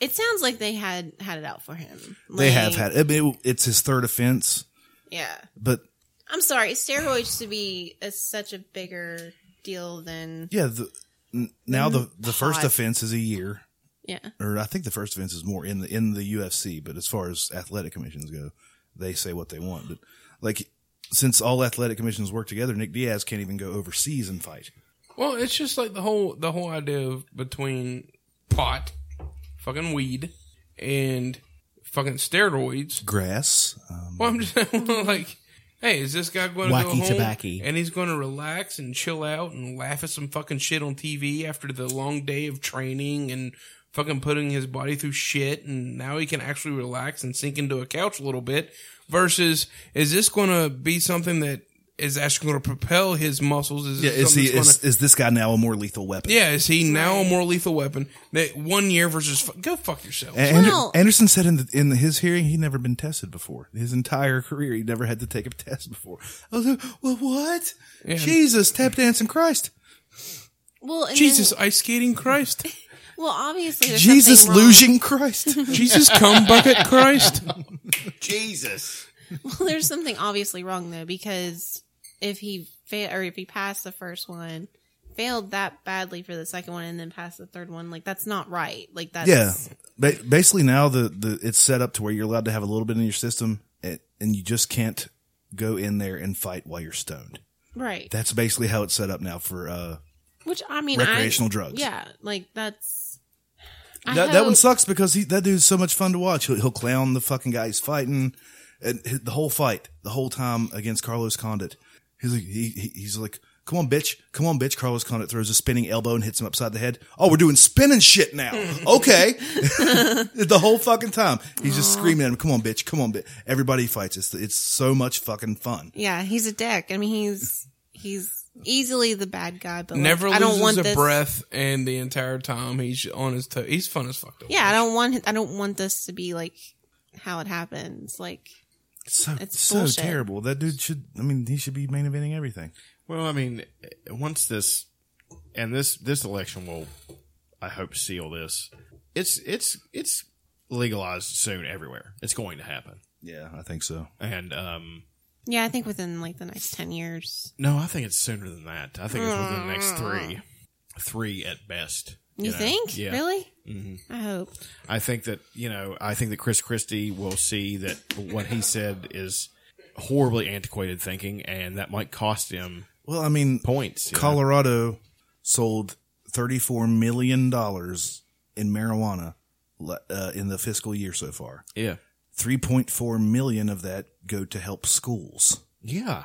[SPEAKER 7] it sounds like they had had it out for him,
[SPEAKER 6] They
[SPEAKER 7] Like,
[SPEAKER 6] have had I mean, it- It's his third offense,
[SPEAKER 7] Yeah,
[SPEAKER 6] but
[SPEAKER 7] I'm sorry. Steroids used to be a, such a bigger deal than
[SPEAKER 6] yeah, the, n- now the, the first
[SPEAKER 7] Pot.
[SPEAKER 6] offense is a year.
[SPEAKER 7] Yeah.
[SPEAKER 6] Or I think the first offense is more in the in the UFC, but as far as athletic commissions go, they say what they want. But like since all athletic commissions work together, Nick Diaz can't even go overseas and fight.
[SPEAKER 9] Well, it's just like the whole the whole idea of between pot, fucking weed, and fucking steroids.
[SPEAKER 6] Grass. Um,
[SPEAKER 9] Well, I'm just
[SPEAKER 7] Mm-hmm.
[SPEAKER 9] like, hey, is this guy going to go
[SPEAKER 6] Wacky
[SPEAKER 9] home
[SPEAKER 6] tobacco.
[SPEAKER 9] and he's going to relax and chill out and laugh at some fucking shit on TV after the long day of training and fucking putting his body through shit, and now he can actually relax and sink into a couch a little bit? Versus, is this going to be something that is actually going to propel his muscles? Is
[SPEAKER 6] yeah,
[SPEAKER 9] this
[SPEAKER 6] is he
[SPEAKER 9] something that's
[SPEAKER 6] is,
[SPEAKER 9] gonna-
[SPEAKER 6] is this guy now a more lethal weapon?
[SPEAKER 9] yeah, is he now a more lethal weapon? That one year versus fu- go fuck yourself.
[SPEAKER 6] A- Ander- Anderson said in the, in his hearing he'd never been tested before. His entire career, he never had to take a test before. I was like, well, what?
[SPEAKER 9] Yeah.
[SPEAKER 6] Jesus, oh, tap dancing Christ,
[SPEAKER 7] well, and
[SPEAKER 9] Jesus,
[SPEAKER 7] then-
[SPEAKER 9] ice skating Christ,
[SPEAKER 7] well, obviously, there's
[SPEAKER 6] Jesus,
[SPEAKER 7] something wrong-
[SPEAKER 6] losing Christ,
[SPEAKER 9] Jesus, cum bucket Christ.
[SPEAKER 8] Jesus.
[SPEAKER 7] Well, there's something obviously wrong though because if he failed or if he passed the first one, failed that badly for the second one, and then passed the third one, like that's not right. Like that's
[SPEAKER 6] yeah. Ba- basically, now the, the it's set up to where you're allowed to have a little bit in your system, and, and you just can't go in there and fight while you're stoned.
[SPEAKER 7] right.
[SPEAKER 6] That's basically how it's set up now for uh,
[SPEAKER 7] Which I mean,
[SPEAKER 6] recreational
[SPEAKER 7] I,
[SPEAKER 6] drugs.
[SPEAKER 7] Yeah, like that's I
[SPEAKER 6] that, that one
[SPEAKER 7] hope-
[SPEAKER 6] sucks because he, that dude's so much fun to watch. He'll, he'll clown the fucking guy he's fighting, and h- the whole fight, the whole time against Carlos Condit, he's like, he, he- he's like, "Come on, bitch! Come on, bitch!" Carlos Condit throws a spinning elbow and hits him upside the head. Oh, we're doing spinning shit now. Okay, the whole fucking time he's just screaming at him, "Come on, bitch! Come on, bitch!" Everybody fights. It's it's so much fucking fun.
[SPEAKER 7] Yeah, he's a dick. I mean, he's he's easily the bad guy, but like,
[SPEAKER 9] Never
[SPEAKER 7] I don't
[SPEAKER 9] loses
[SPEAKER 7] want
[SPEAKER 9] a
[SPEAKER 7] this.
[SPEAKER 9] breath, and the entire time he's on his toe. He's fun as fuck. Though.
[SPEAKER 7] Yeah, I don't want I don't want this to be like how it happens. Like
[SPEAKER 6] It's so
[SPEAKER 7] It's
[SPEAKER 6] so
[SPEAKER 7] bullshit.
[SPEAKER 6] terrible. That dude should. I mean, he should be main eventing everything.
[SPEAKER 8] Well, I mean, once this and this this election will, I hope, seal this. It's it's it's legalized soon everywhere. It's going to happen.
[SPEAKER 6] Yeah, I think so.
[SPEAKER 8] And um,
[SPEAKER 7] yeah, I think within like the next ten years.
[SPEAKER 8] no, I think it's sooner than that. I think it's within the next three, three at best.
[SPEAKER 7] You,
[SPEAKER 8] know?
[SPEAKER 7] think?
[SPEAKER 8] Yeah.
[SPEAKER 7] Really?
[SPEAKER 8] Mhm.
[SPEAKER 7] I hope.
[SPEAKER 8] I think that you know. I think that Chris Christie will see that what he said is horribly antiquated thinking, and that might cost him.
[SPEAKER 6] Well, I mean,
[SPEAKER 8] points. you know?
[SPEAKER 6] Colorado sold thirty-four million dollars in marijuana le- uh, in the fiscal year so far.
[SPEAKER 8] Yeah.
[SPEAKER 6] three point four million of that go to help schools.
[SPEAKER 8] Yeah,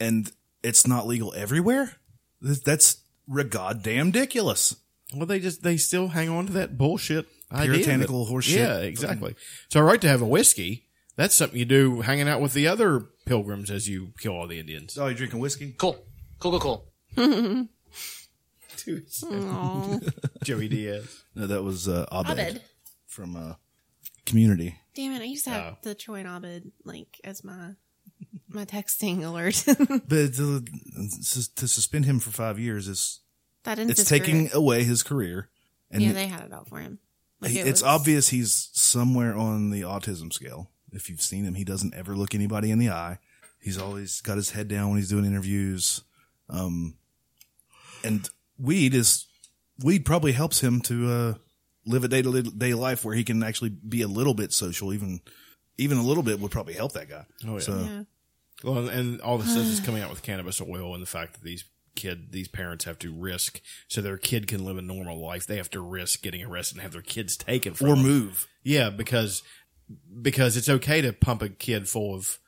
[SPEAKER 6] and it's not legal everywhere. Th- That's re- goddamn ridiculous.
[SPEAKER 8] Well, they just they still hang on to that bullshit. idea that-
[SPEAKER 6] Puritanical horseshit.
[SPEAKER 8] Yeah, exactly. It's all right to have a whiskey. That's something you do hanging out with the other pilgrims as you kill all the Indians.
[SPEAKER 6] Oh, you drinking whiskey?
[SPEAKER 8] Cool, cool, cool, cool.
[SPEAKER 7] Aw.
[SPEAKER 8] Joey Diaz.
[SPEAKER 6] No, that was uh, Abed,
[SPEAKER 7] Abed.
[SPEAKER 6] from uh, Community.
[SPEAKER 7] Damn it! I used to have
[SPEAKER 6] Oh.
[SPEAKER 7] the Troy and Abed like as my my texting alert.
[SPEAKER 6] But to, to suspend him for five years is
[SPEAKER 7] That ends
[SPEAKER 6] it's
[SPEAKER 7] his
[SPEAKER 6] taking
[SPEAKER 7] career.
[SPEAKER 6] away his career. And
[SPEAKER 7] yeah, they had it out for him. Like,
[SPEAKER 6] he-
[SPEAKER 7] it
[SPEAKER 6] it's
[SPEAKER 7] was-
[SPEAKER 6] obvious he's somewhere on the autism scale. If you've seen him, he doesn't ever look anybody in the eye. He's always got his head down when he's doing interviews. Um, and weed is weed probably helps him to uh, live a day to day life where he can actually be a little bit social. Even even a little bit would probably help that guy.
[SPEAKER 8] Oh yeah.
[SPEAKER 6] So-
[SPEAKER 8] Well, and- and all the stuff that's coming out with cannabis oil and the fact that these kid these parents have to risk so their kid can live a normal life. They have to risk getting arrested and have their kids taken from
[SPEAKER 6] Or
[SPEAKER 8] them.
[SPEAKER 6] move.
[SPEAKER 8] Yeah, because because it's okay to pump a kid full of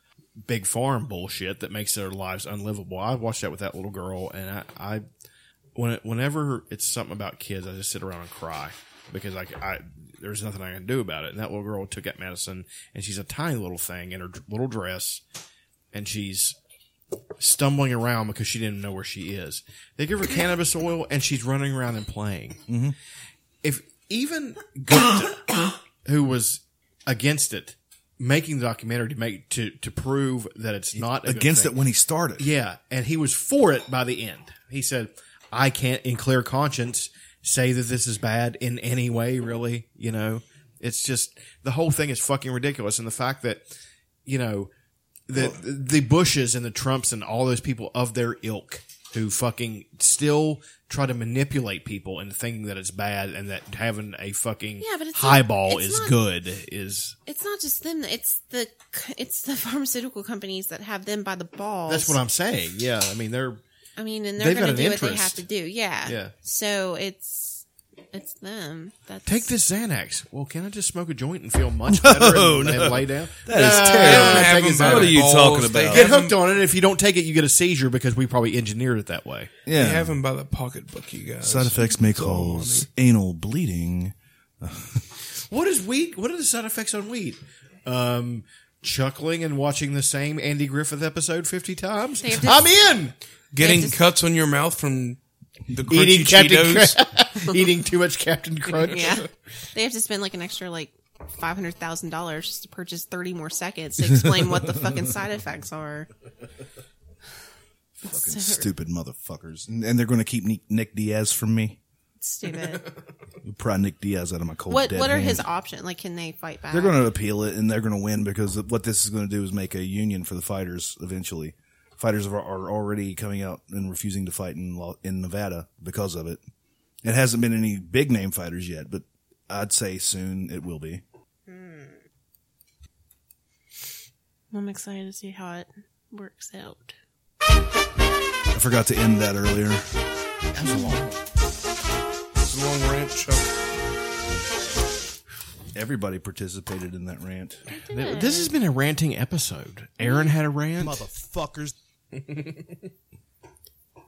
[SPEAKER 8] big farm bullshit that makes their lives unlivable. I watched that with that little girl, and I, I when whenever it's something about kids, I just sit around and cry because I, I there's nothing I can do about it. And that little girl took that medicine, and she's a tiny little thing in her d- little dress, and she's stumbling around because she didn't know where she is. They give her cannabis oil, and she's running around and playing.
[SPEAKER 6] Mhm.
[SPEAKER 8] If even Gupta, who was against it, making the documentary to make to to prove that it's not a good
[SPEAKER 6] Against
[SPEAKER 8] thing.
[SPEAKER 6] it when he started.
[SPEAKER 8] Yeah, and he was for it by the end. He said, "I can't, in clear conscience, say that this is bad in any way. Really, you know, it's just the whole thing is fucking ridiculous, and the fact that you know the the Bushes and the Trumps and all those people of their ilk who fucking still try to manipulate people into thinking that it's bad and that having a fucking
[SPEAKER 7] Yeah, but it's not-
[SPEAKER 8] highball
[SPEAKER 7] it's
[SPEAKER 8] is
[SPEAKER 7] not-
[SPEAKER 8] good is
[SPEAKER 7] It's not just them. It's the it's the pharmaceutical companies that have them by the balls.
[SPEAKER 8] that's what I'm saying. Yeah, I mean they're
[SPEAKER 7] I mean, and they're
[SPEAKER 8] They've got
[SPEAKER 7] going to
[SPEAKER 8] an
[SPEAKER 7] do what they
[SPEAKER 8] interest.
[SPEAKER 7] have to do. Yeah.
[SPEAKER 8] Yeah.
[SPEAKER 7] So it's it's them. That's
[SPEAKER 8] Take this Xanax. Well, can I just smoke a joint and feel much better
[SPEAKER 6] No,
[SPEAKER 8] and,
[SPEAKER 6] no.
[SPEAKER 8] and lay down?
[SPEAKER 6] That is terrible. They have them by the balls. They
[SPEAKER 8] Get
[SPEAKER 6] have
[SPEAKER 8] hooked on it. and If you don't take it, you get a seizure because we probably engineered it that way.
[SPEAKER 6] Yeah.
[SPEAKER 9] They have him by the pocketbook, you guys.
[SPEAKER 6] Side effects may cause anal bleeding.
[SPEAKER 8] What is weed? What are the side effects on weed? Um, chuckling and watching the same Andy Griffith episode fifty times.
[SPEAKER 9] They have to-
[SPEAKER 8] I'm in.
[SPEAKER 9] Getting
[SPEAKER 8] They have to-
[SPEAKER 9] cuts on your mouth from the crunchy
[SPEAKER 8] Eating Captain
[SPEAKER 9] Cheetos.
[SPEAKER 8] Crunch. Eating too much Captain Crunch.
[SPEAKER 7] Yeah. They have to spend like an extra like five hundred thousand dollars just to purchase thirty more seconds to explain what the fucking side effects are. It's
[SPEAKER 6] Fucking
[SPEAKER 7] so
[SPEAKER 6] stupid motherfuckers. And, and they're going to keep Nick, Nick Diaz from me.
[SPEAKER 7] Stupid.
[SPEAKER 6] You pry Nick Diaz out of my cold
[SPEAKER 7] what
[SPEAKER 6] dead
[SPEAKER 7] what are
[SPEAKER 6] hand.
[SPEAKER 7] his options? Like, can they fight back?
[SPEAKER 6] They're going to appeal it and they're going to win because what this is going to do is make a union for the fighters eventually. Fighters are, are already coming out and refusing to fight in Lo- in Nevada because of it. It hasn't been any big name fighters yet, but I'd say soon it will be.
[SPEAKER 7] Hmm. I'm excited to see how it works out.
[SPEAKER 6] I forgot to end that earlier.
[SPEAKER 9] It's a long rant, Chuck.
[SPEAKER 6] Everybody participated in that rant.
[SPEAKER 8] Th- This has been a ranting episode. Aaron had a rant.
[SPEAKER 6] Motherfuckers.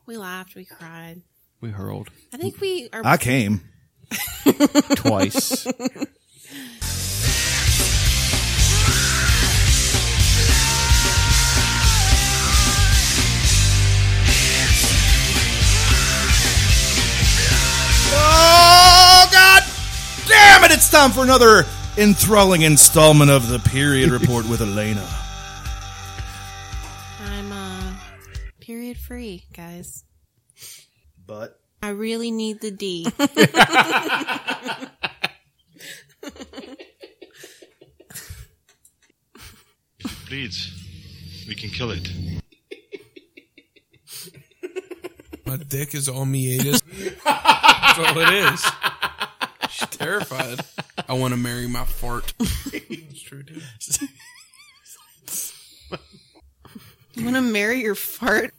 [SPEAKER 7] We laughed, we cried.
[SPEAKER 8] We hurled.
[SPEAKER 7] I think we are.
[SPEAKER 6] I came.
[SPEAKER 8] Twice.
[SPEAKER 13] It's
[SPEAKER 6] Oh, God damn it! It's time for another enthralling installment of the Period Report with Elena.
[SPEAKER 7] I'm uh period free, guys.
[SPEAKER 6] But
[SPEAKER 7] I really need the D.
[SPEAKER 1] It bleeds. We can kill it.
[SPEAKER 9] My dick is on meatus. That's all it is. She's terrified. I want to marry my fart. it's true, dude.
[SPEAKER 7] You want to marry your fart?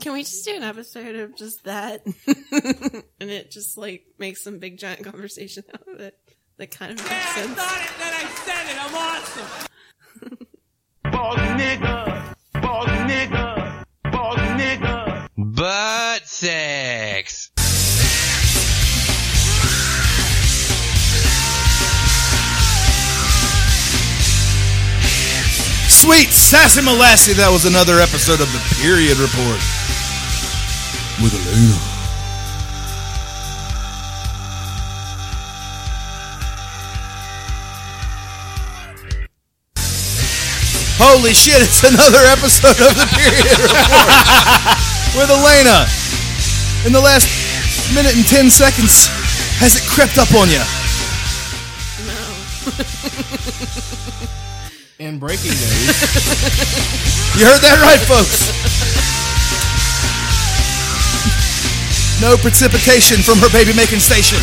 [SPEAKER 7] Can we just do an episode of just that? and it just like makes some big giant conversation out of it. That kind of makes sense.
[SPEAKER 22] Butt sex.
[SPEAKER 6] Sweet Sassy Molasses, that was another episode of the Period Report with Elena. Holy shit, it's another episode of the Period Report with Elena. In the last minute and 10 seconds, has it crept up on you?
[SPEAKER 8] And breaking news.
[SPEAKER 6] You heard that right, folks. No precipitation from her baby making station.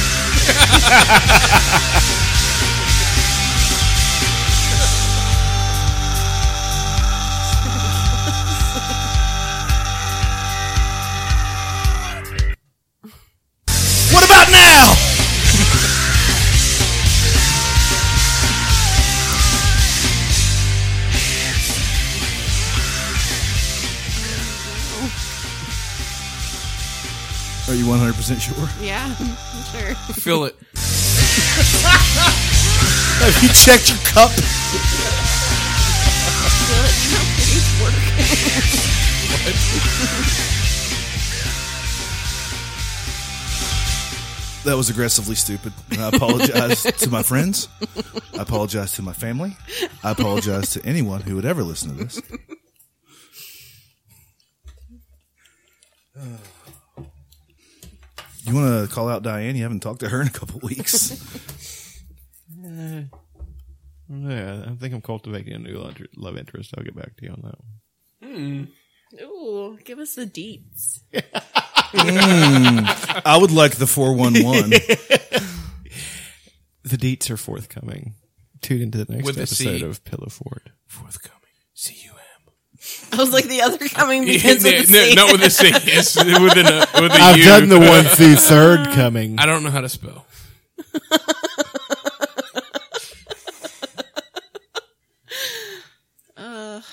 [SPEAKER 6] what about now? Are you 100% sure?
[SPEAKER 7] Yeah, I'm sure.
[SPEAKER 9] Feel it.
[SPEAKER 6] Have you checked your cup? That was aggressively stupid. And I apologize to my friends. I apologize to my family. I apologize to anyone who would ever listen to this. You want to call out Diane? You haven't talked to her in a couple weeks.
[SPEAKER 8] Uh, yeah, I think I'm cultivating a new lo- love interest. I'll get back to you on that one.
[SPEAKER 7] Ooh, give us the deets.
[SPEAKER 6] Mm, I would like the 411.
[SPEAKER 8] The deets are forthcoming. Tune into the next
[SPEAKER 9] With a C.
[SPEAKER 8] episode of Pillow Fort.
[SPEAKER 7] I was like the other coming begins
[SPEAKER 9] Yeah,
[SPEAKER 7] with the C.
[SPEAKER 9] no, not with a C. It's with an, uh, with a
[SPEAKER 8] I've
[SPEAKER 9] U.
[SPEAKER 8] done the one through third coming.
[SPEAKER 9] I don't know how to spell.
[SPEAKER 7] Ugh.
[SPEAKER 6] Oh,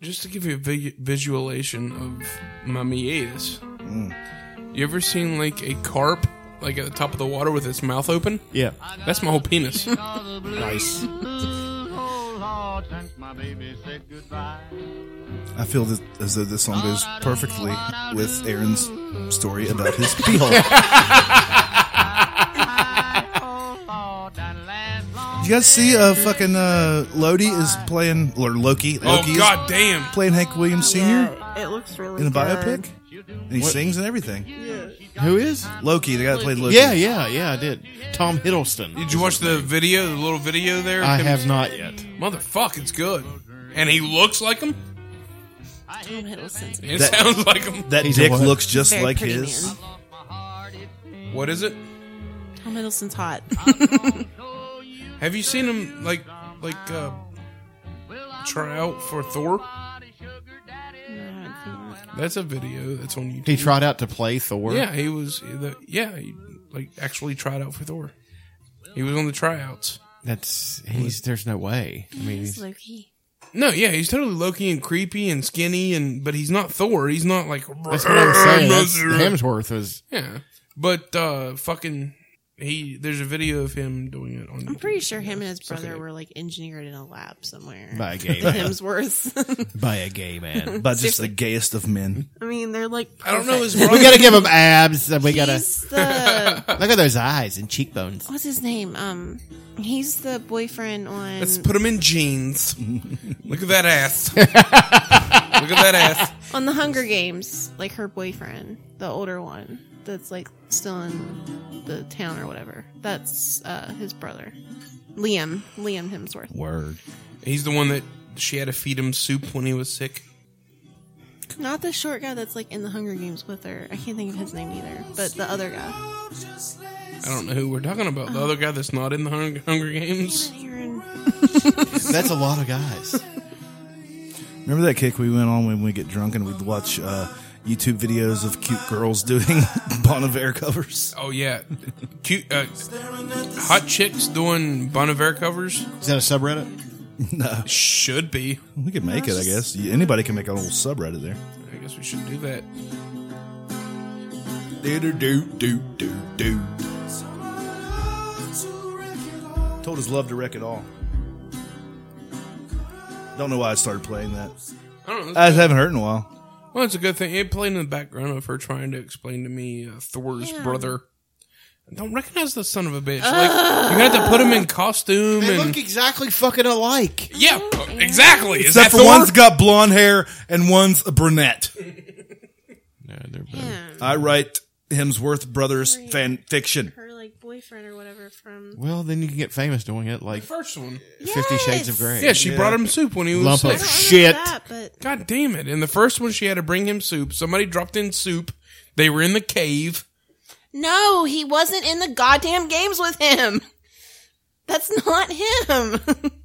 [SPEAKER 9] Just to give you a vi- visualization of my meatus.
[SPEAKER 8] Mm.
[SPEAKER 9] You ever seen like a carp like at the top of the water with its mouth open?
[SPEAKER 8] Yeah.
[SPEAKER 9] That's my whole penis.
[SPEAKER 8] nice.
[SPEAKER 6] I feel that, as though this song goes perfectly with Aaron's story about his pee hole. Did you guys see uh, fucking uh, Lodi is playing or Loki?
[SPEAKER 9] Oh,
[SPEAKER 6] Loki is
[SPEAKER 9] goddamn.
[SPEAKER 6] Playing Hank Williams Sr.
[SPEAKER 7] It looks really
[SPEAKER 6] in a
[SPEAKER 7] good.
[SPEAKER 6] biopic, and he
[SPEAKER 8] What?
[SPEAKER 6] sings and everything.
[SPEAKER 8] Who is
[SPEAKER 6] Loki? The guy that played Loki.
[SPEAKER 8] Yeah, yeah, yeah. I did. Tom Hiddleston.
[SPEAKER 9] Did you watch the video, the little video there?
[SPEAKER 8] I
[SPEAKER 9] Him-
[SPEAKER 8] have not yet.
[SPEAKER 9] Motherfuck, it's good. And he looks like him.
[SPEAKER 7] Tom Hiddleston's
[SPEAKER 9] It
[SPEAKER 6] That-
[SPEAKER 9] sounds like him.
[SPEAKER 6] That
[SPEAKER 8] He's a
[SPEAKER 6] dick
[SPEAKER 8] what?
[SPEAKER 6] looks just
[SPEAKER 7] Very
[SPEAKER 6] like
[SPEAKER 7] pretty
[SPEAKER 6] his.
[SPEAKER 7] man.
[SPEAKER 9] What is it?
[SPEAKER 7] Tom Hiddleston's hot.
[SPEAKER 9] Have you seen him like like uh try out for Thor? That's a video that's on YouTube.
[SPEAKER 8] He tried out to play Thor.
[SPEAKER 9] Yeah, he was. The, yeah, he like actually tried out for Thor. He was on the tryouts.
[SPEAKER 8] That's he's. There's no way. I mean, he's,
[SPEAKER 7] Loki.
[SPEAKER 9] No, yeah, he's totally Loki and creepy and skinny, and but he's not Thor. He's not like
[SPEAKER 8] that's what I'm saying. That's, Hemsworth was.
[SPEAKER 9] Yeah, but uh, fucking He there's a video of him doing it on.
[SPEAKER 7] I'm
[SPEAKER 9] YouTube.
[SPEAKER 7] pretty sure him and his
[SPEAKER 9] Suck it
[SPEAKER 7] brother
[SPEAKER 9] up.
[SPEAKER 7] were like engineered in a lab somewhere.
[SPEAKER 6] By a gay
[SPEAKER 7] The
[SPEAKER 6] man.
[SPEAKER 7] Hemsworths.
[SPEAKER 8] By a gay man.
[SPEAKER 6] By just the gayest of men.
[SPEAKER 7] I mean, they're like.
[SPEAKER 9] I don't know his
[SPEAKER 7] perfect.
[SPEAKER 8] we gotta give him abs. And we gotta
[SPEAKER 7] He's the-
[SPEAKER 8] look at those eyes and cheekbones.
[SPEAKER 7] What's his name? Um, he's the boyfriend on.
[SPEAKER 9] Let's put him in jeans. Look at that ass. Look at that ass.
[SPEAKER 7] on the Hunger Games, like her boyfriend, the older one that's like still in the town or whatever. That's uh, his brother, Liam. Liam Hemsworth.
[SPEAKER 6] Word.
[SPEAKER 9] He's the one that she had to feed him soup when he was sick.
[SPEAKER 7] Not the short guy that's like in the Hunger Games with her. I can't think of his name either, but the other guy.
[SPEAKER 9] I don't know who we're talking about. The other guy that's not in the Hung- Hunger Games.
[SPEAKER 8] That's a lot of guys.
[SPEAKER 6] Remember that kick we went on when we get drunk and we'd watch uh, YouTube videos of cute girls doing Bon Iver covers?
[SPEAKER 9] Oh yeah, cute uh, hot chicks doing Bon Iver covers
[SPEAKER 8] Is that a subreddit?
[SPEAKER 6] No.
[SPEAKER 9] should be.
[SPEAKER 6] We could make it, I guess. You- Anybody can make a little subreddit there.
[SPEAKER 9] I guess we should do that.
[SPEAKER 6] Do do do do do do. Told his love to wreck it all. Don't know why I started playing that.
[SPEAKER 9] I don't know.
[SPEAKER 6] I haven't heard in a while.
[SPEAKER 9] Well, it's a good thing. It played in the background of her trying to explain to me uh, Thor's
[SPEAKER 7] Yeah.
[SPEAKER 9] brother. I don't recognize the son of a bitch. Like you had to put him in costume
[SPEAKER 8] They
[SPEAKER 9] and
[SPEAKER 8] look exactly fucking alike.
[SPEAKER 9] yeah, exactly. Is that
[SPEAKER 6] Except for
[SPEAKER 9] Thor?
[SPEAKER 6] one's got blonde hair and one's a brunette. I write Hemsworth brothers fan fiction.
[SPEAKER 7] Her like boyfriend or whatever from.
[SPEAKER 8] Well, then you can get famous doing it, like
[SPEAKER 9] first one.
[SPEAKER 8] Fifty Shades of Grey.
[SPEAKER 9] Yeah, she brought him soup when he was
[SPEAKER 8] Lump
[SPEAKER 9] sick.
[SPEAKER 8] of shit.
[SPEAKER 9] God damn it! In the first one, she had to bring him soup. Somebody dropped in soup. They were in the cave.
[SPEAKER 7] No, he wasn't in the goddamn games with him. That's not him.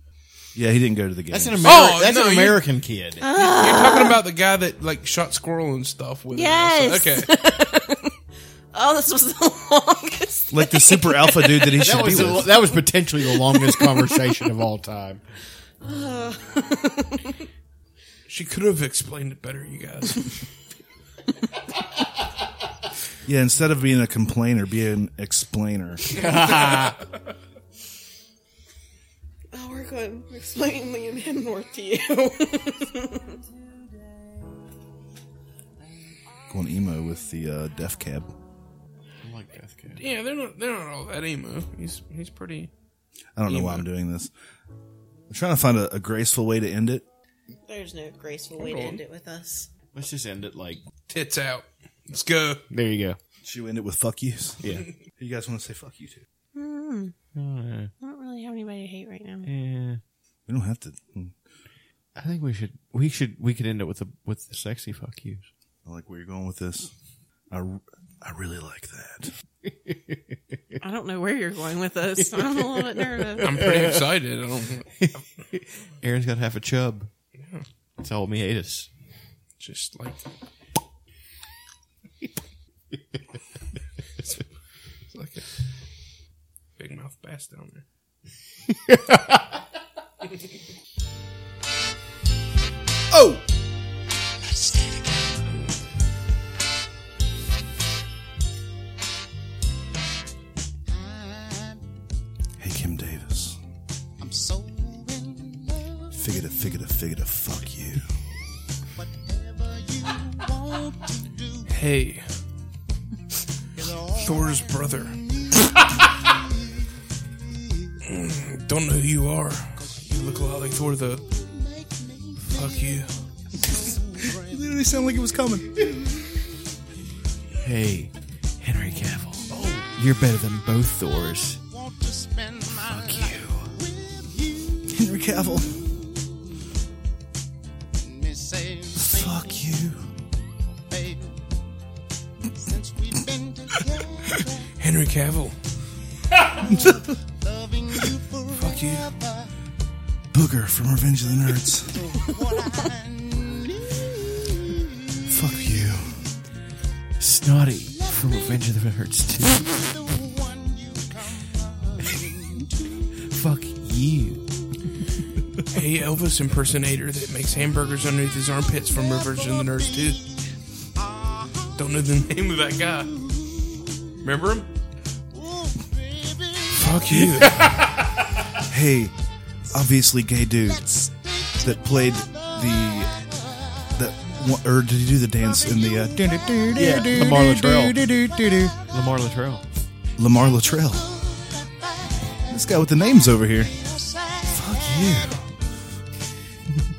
[SPEAKER 6] Yeah, he didn't go to the game. Oh,
[SPEAKER 8] That's an Ameri- that's an
[SPEAKER 9] you-
[SPEAKER 8] American kid.
[SPEAKER 9] You're talking about the guy that like shot squirrel and stuff with. him.
[SPEAKER 7] Yes.
[SPEAKER 9] Okay.
[SPEAKER 7] oh, this was the longest.
[SPEAKER 6] Like the super alpha dude that he should
[SPEAKER 8] that was
[SPEAKER 6] be
[SPEAKER 8] the-
[SPEAKER 6] with.
[SPEAKER 8] that was potentially the longest conversation of all time.
[SPEAKER 7] Ugh.
[SPEAKER 9] She could have explained it better, you guys.
[SPEAKER 6] Yeah, instead of being a complainer, be an explainer.
[SPEAKER 7] oh, we're going to explain Liam Hemsworth to you.
[SPEAKER 6] Going emo with the uh, Def Cab.
[SPEAKER 8] I like Death Cab.
[SPEAKER 9] yeah, they're not. They're not all that emo. He's he's pretty.
[SPEAKER 6] I don't know why I'm doing this. I'm trying to find a, a graceful way to end it.
[SPEAKER 7] There's no graceful way to
[SPEAKER 8] Hold on.
[SPEAKER 7] end it with us.
[SPEAKER 8] Let's just end it like
[SPEAKER 9] Tits out. Let's go.
[SPEAKER 8] there. You go.
[SPEAKER 6] Should we end it with fuck yous?
[SPEAKER 8] Yeah.
[SPEAKER 6] You guys want to say fuck you too?
[SPEAKER 7] Hmm.
[SPEAKER 8] Uh,
[SPEAKER 7] I don't really have anybody to hate right now.
[SPEAKER 8] yeah.
[SPEAKER 6] We don't have to.
[SPEAKER 8] I think we should. We should. We could end it with a with the sexy fuck yous.
[SPEAKER 6] I like where you're going with this. I, r- I really like that.
[SPEAKER 7] I don't know where you're going with us. I'm a little bit nervous.
[SPEAKER 9] I'm pretty excited. I don't
[SPEAKER 8] Aaron's got half a chub. It's all meatus.
[SPEAKER 9] just like. it's like a big mouth bass down there.
[SPEAKER 6] Oh! Hey, Kim Davis.
[SPEAKER 13] I'm so
[SPEAKER 6] Figure to figure to figure to fuck you.
[SPEAKER 9] Hey, Thor's brother. Mm, Don't know who you are. You look a lot like Thor. The fuck you.
[SPEAKER 6] literally sounded like it was coming.
[SPEAKER 8] Hey, Henry Cavill. You're better than both Thors.
[SPEAKER 6] Henry Cavill. Fuck you.
[SPEAKER 9] Henry Cavill.
[SPEAKER 6] Fuck you. Booger from Revenge of the Nerds. Fuck you.
[SPEAKER 8] Snotty from Revenge of the Nerds 2. Fuck you.
[SPEAKER 9] Hey, Elvis impersonator that makes hamburgers underneath his armpits from Revenge of the Nerds too. Don't know the name of that guy. Remember him? Fuck you.
[SPEAKER 6] hey, obviously gay dude that played the that one- or did he do the dance in the uh,
[SPEAKER 8] Yeah, Lamar Latrell. Lamar Latrell.
[SPEAKER 6] Lamar Latrell? This guy with the names over here. Fuck you.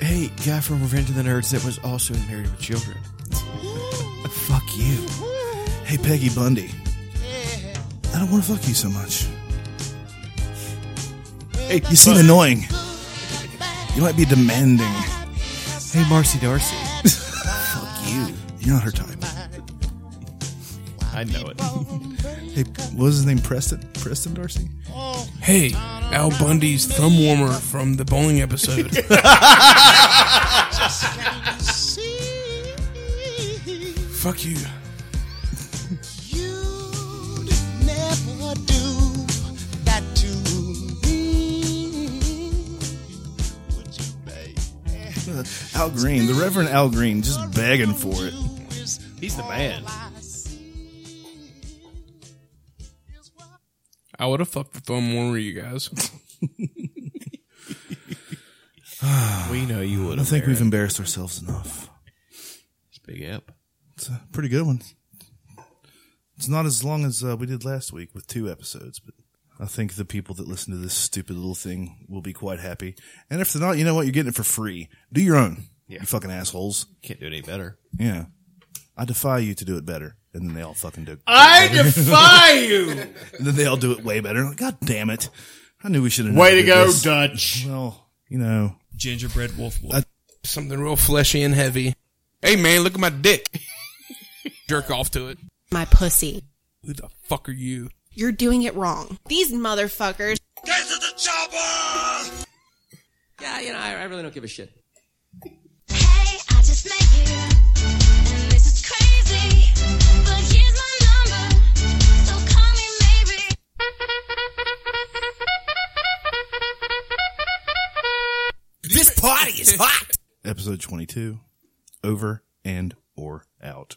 [SPEAKER 8] Hey, guy from Revenge of the Nerds that was also in Married with Children.
[SPEAKER 6] Fuck you. Hey Peggy Bundy. I don't want to fuck you so much.
[SPEAKER 8] Hey,
[SPEAKER 6] You seem
[SPEAKER 8] fuck.
[SPEAKER 6] annoying. You might be demanding.
[SPEAKER 8] Hey, Marcy Darcy.
[SPEAKER 6] fuck you. You're not her type.
[SPEAKER 8] I know it.
[SPEAKER 6] Hey, what was his name? Preston? Preston Darcy?
[SPEAKER 9] Hey, Al Bundy's thumb warmer from the bowling episode. Fuck you.
[SPEAKER 13] Never do that to me.
[SPEAKER 6] Uh, Al Green, the Reverend Al Green, just begging for it.
[SPEAKER 8] He's the man.
[SPEAKER 9] I would have fucked the thumb warmer, you guys.
[SPEAKER 8] we know you would.
[SPEAKER 6] I think we've embarrassed ourselves enough.
[SPEAKER 8] big up.
[SPEAKER 6] It's a pretty good one. It's not as long as uh, we did last week with two episodes, but I think the people that listen to this stupid little thing will be quite happy. And if they're not, you know what? You're getting it for free. Do your own. You fucking assholes.
[SPEAKER 8] Can't do it any better.
[SPEAKER 6] Yeah. I defy you to do it better. And then they all fucking do.
[SPEAKER 8] I defy you!
[SPEAKER 6] and then they all do it way better. Like, God damn it. I knew we should have.
[SPEAKER 8] Way to go,
[SPEAKER 6] this.
[SPEAKER 8] Dutch.
[SPEAKER 6] Well, you know.
[SPEAKER 9] Gingerbread wolf.
[SPEAKER 6] I-
[SPEAKER 9] Something real fleshy and heavy. Hey, man, look at my dick. Jerk off to it.
[SPEAKER 7] My pussy.
[SPEAKER 9] Who the fuck are you?
[SPEAKER 7] You're doing it wrong. These motherfuckers.
[SPEAKER 13] Get to the chopper!
[SPEAKER 2] Yeah, you know, I, I really don't give a shit.
[SPEAKER 13] I just met you, and this is crazy. But here's my number, so call me maybe.
[SPEAKER 6] This party is hot. Episode 22. Over and or out.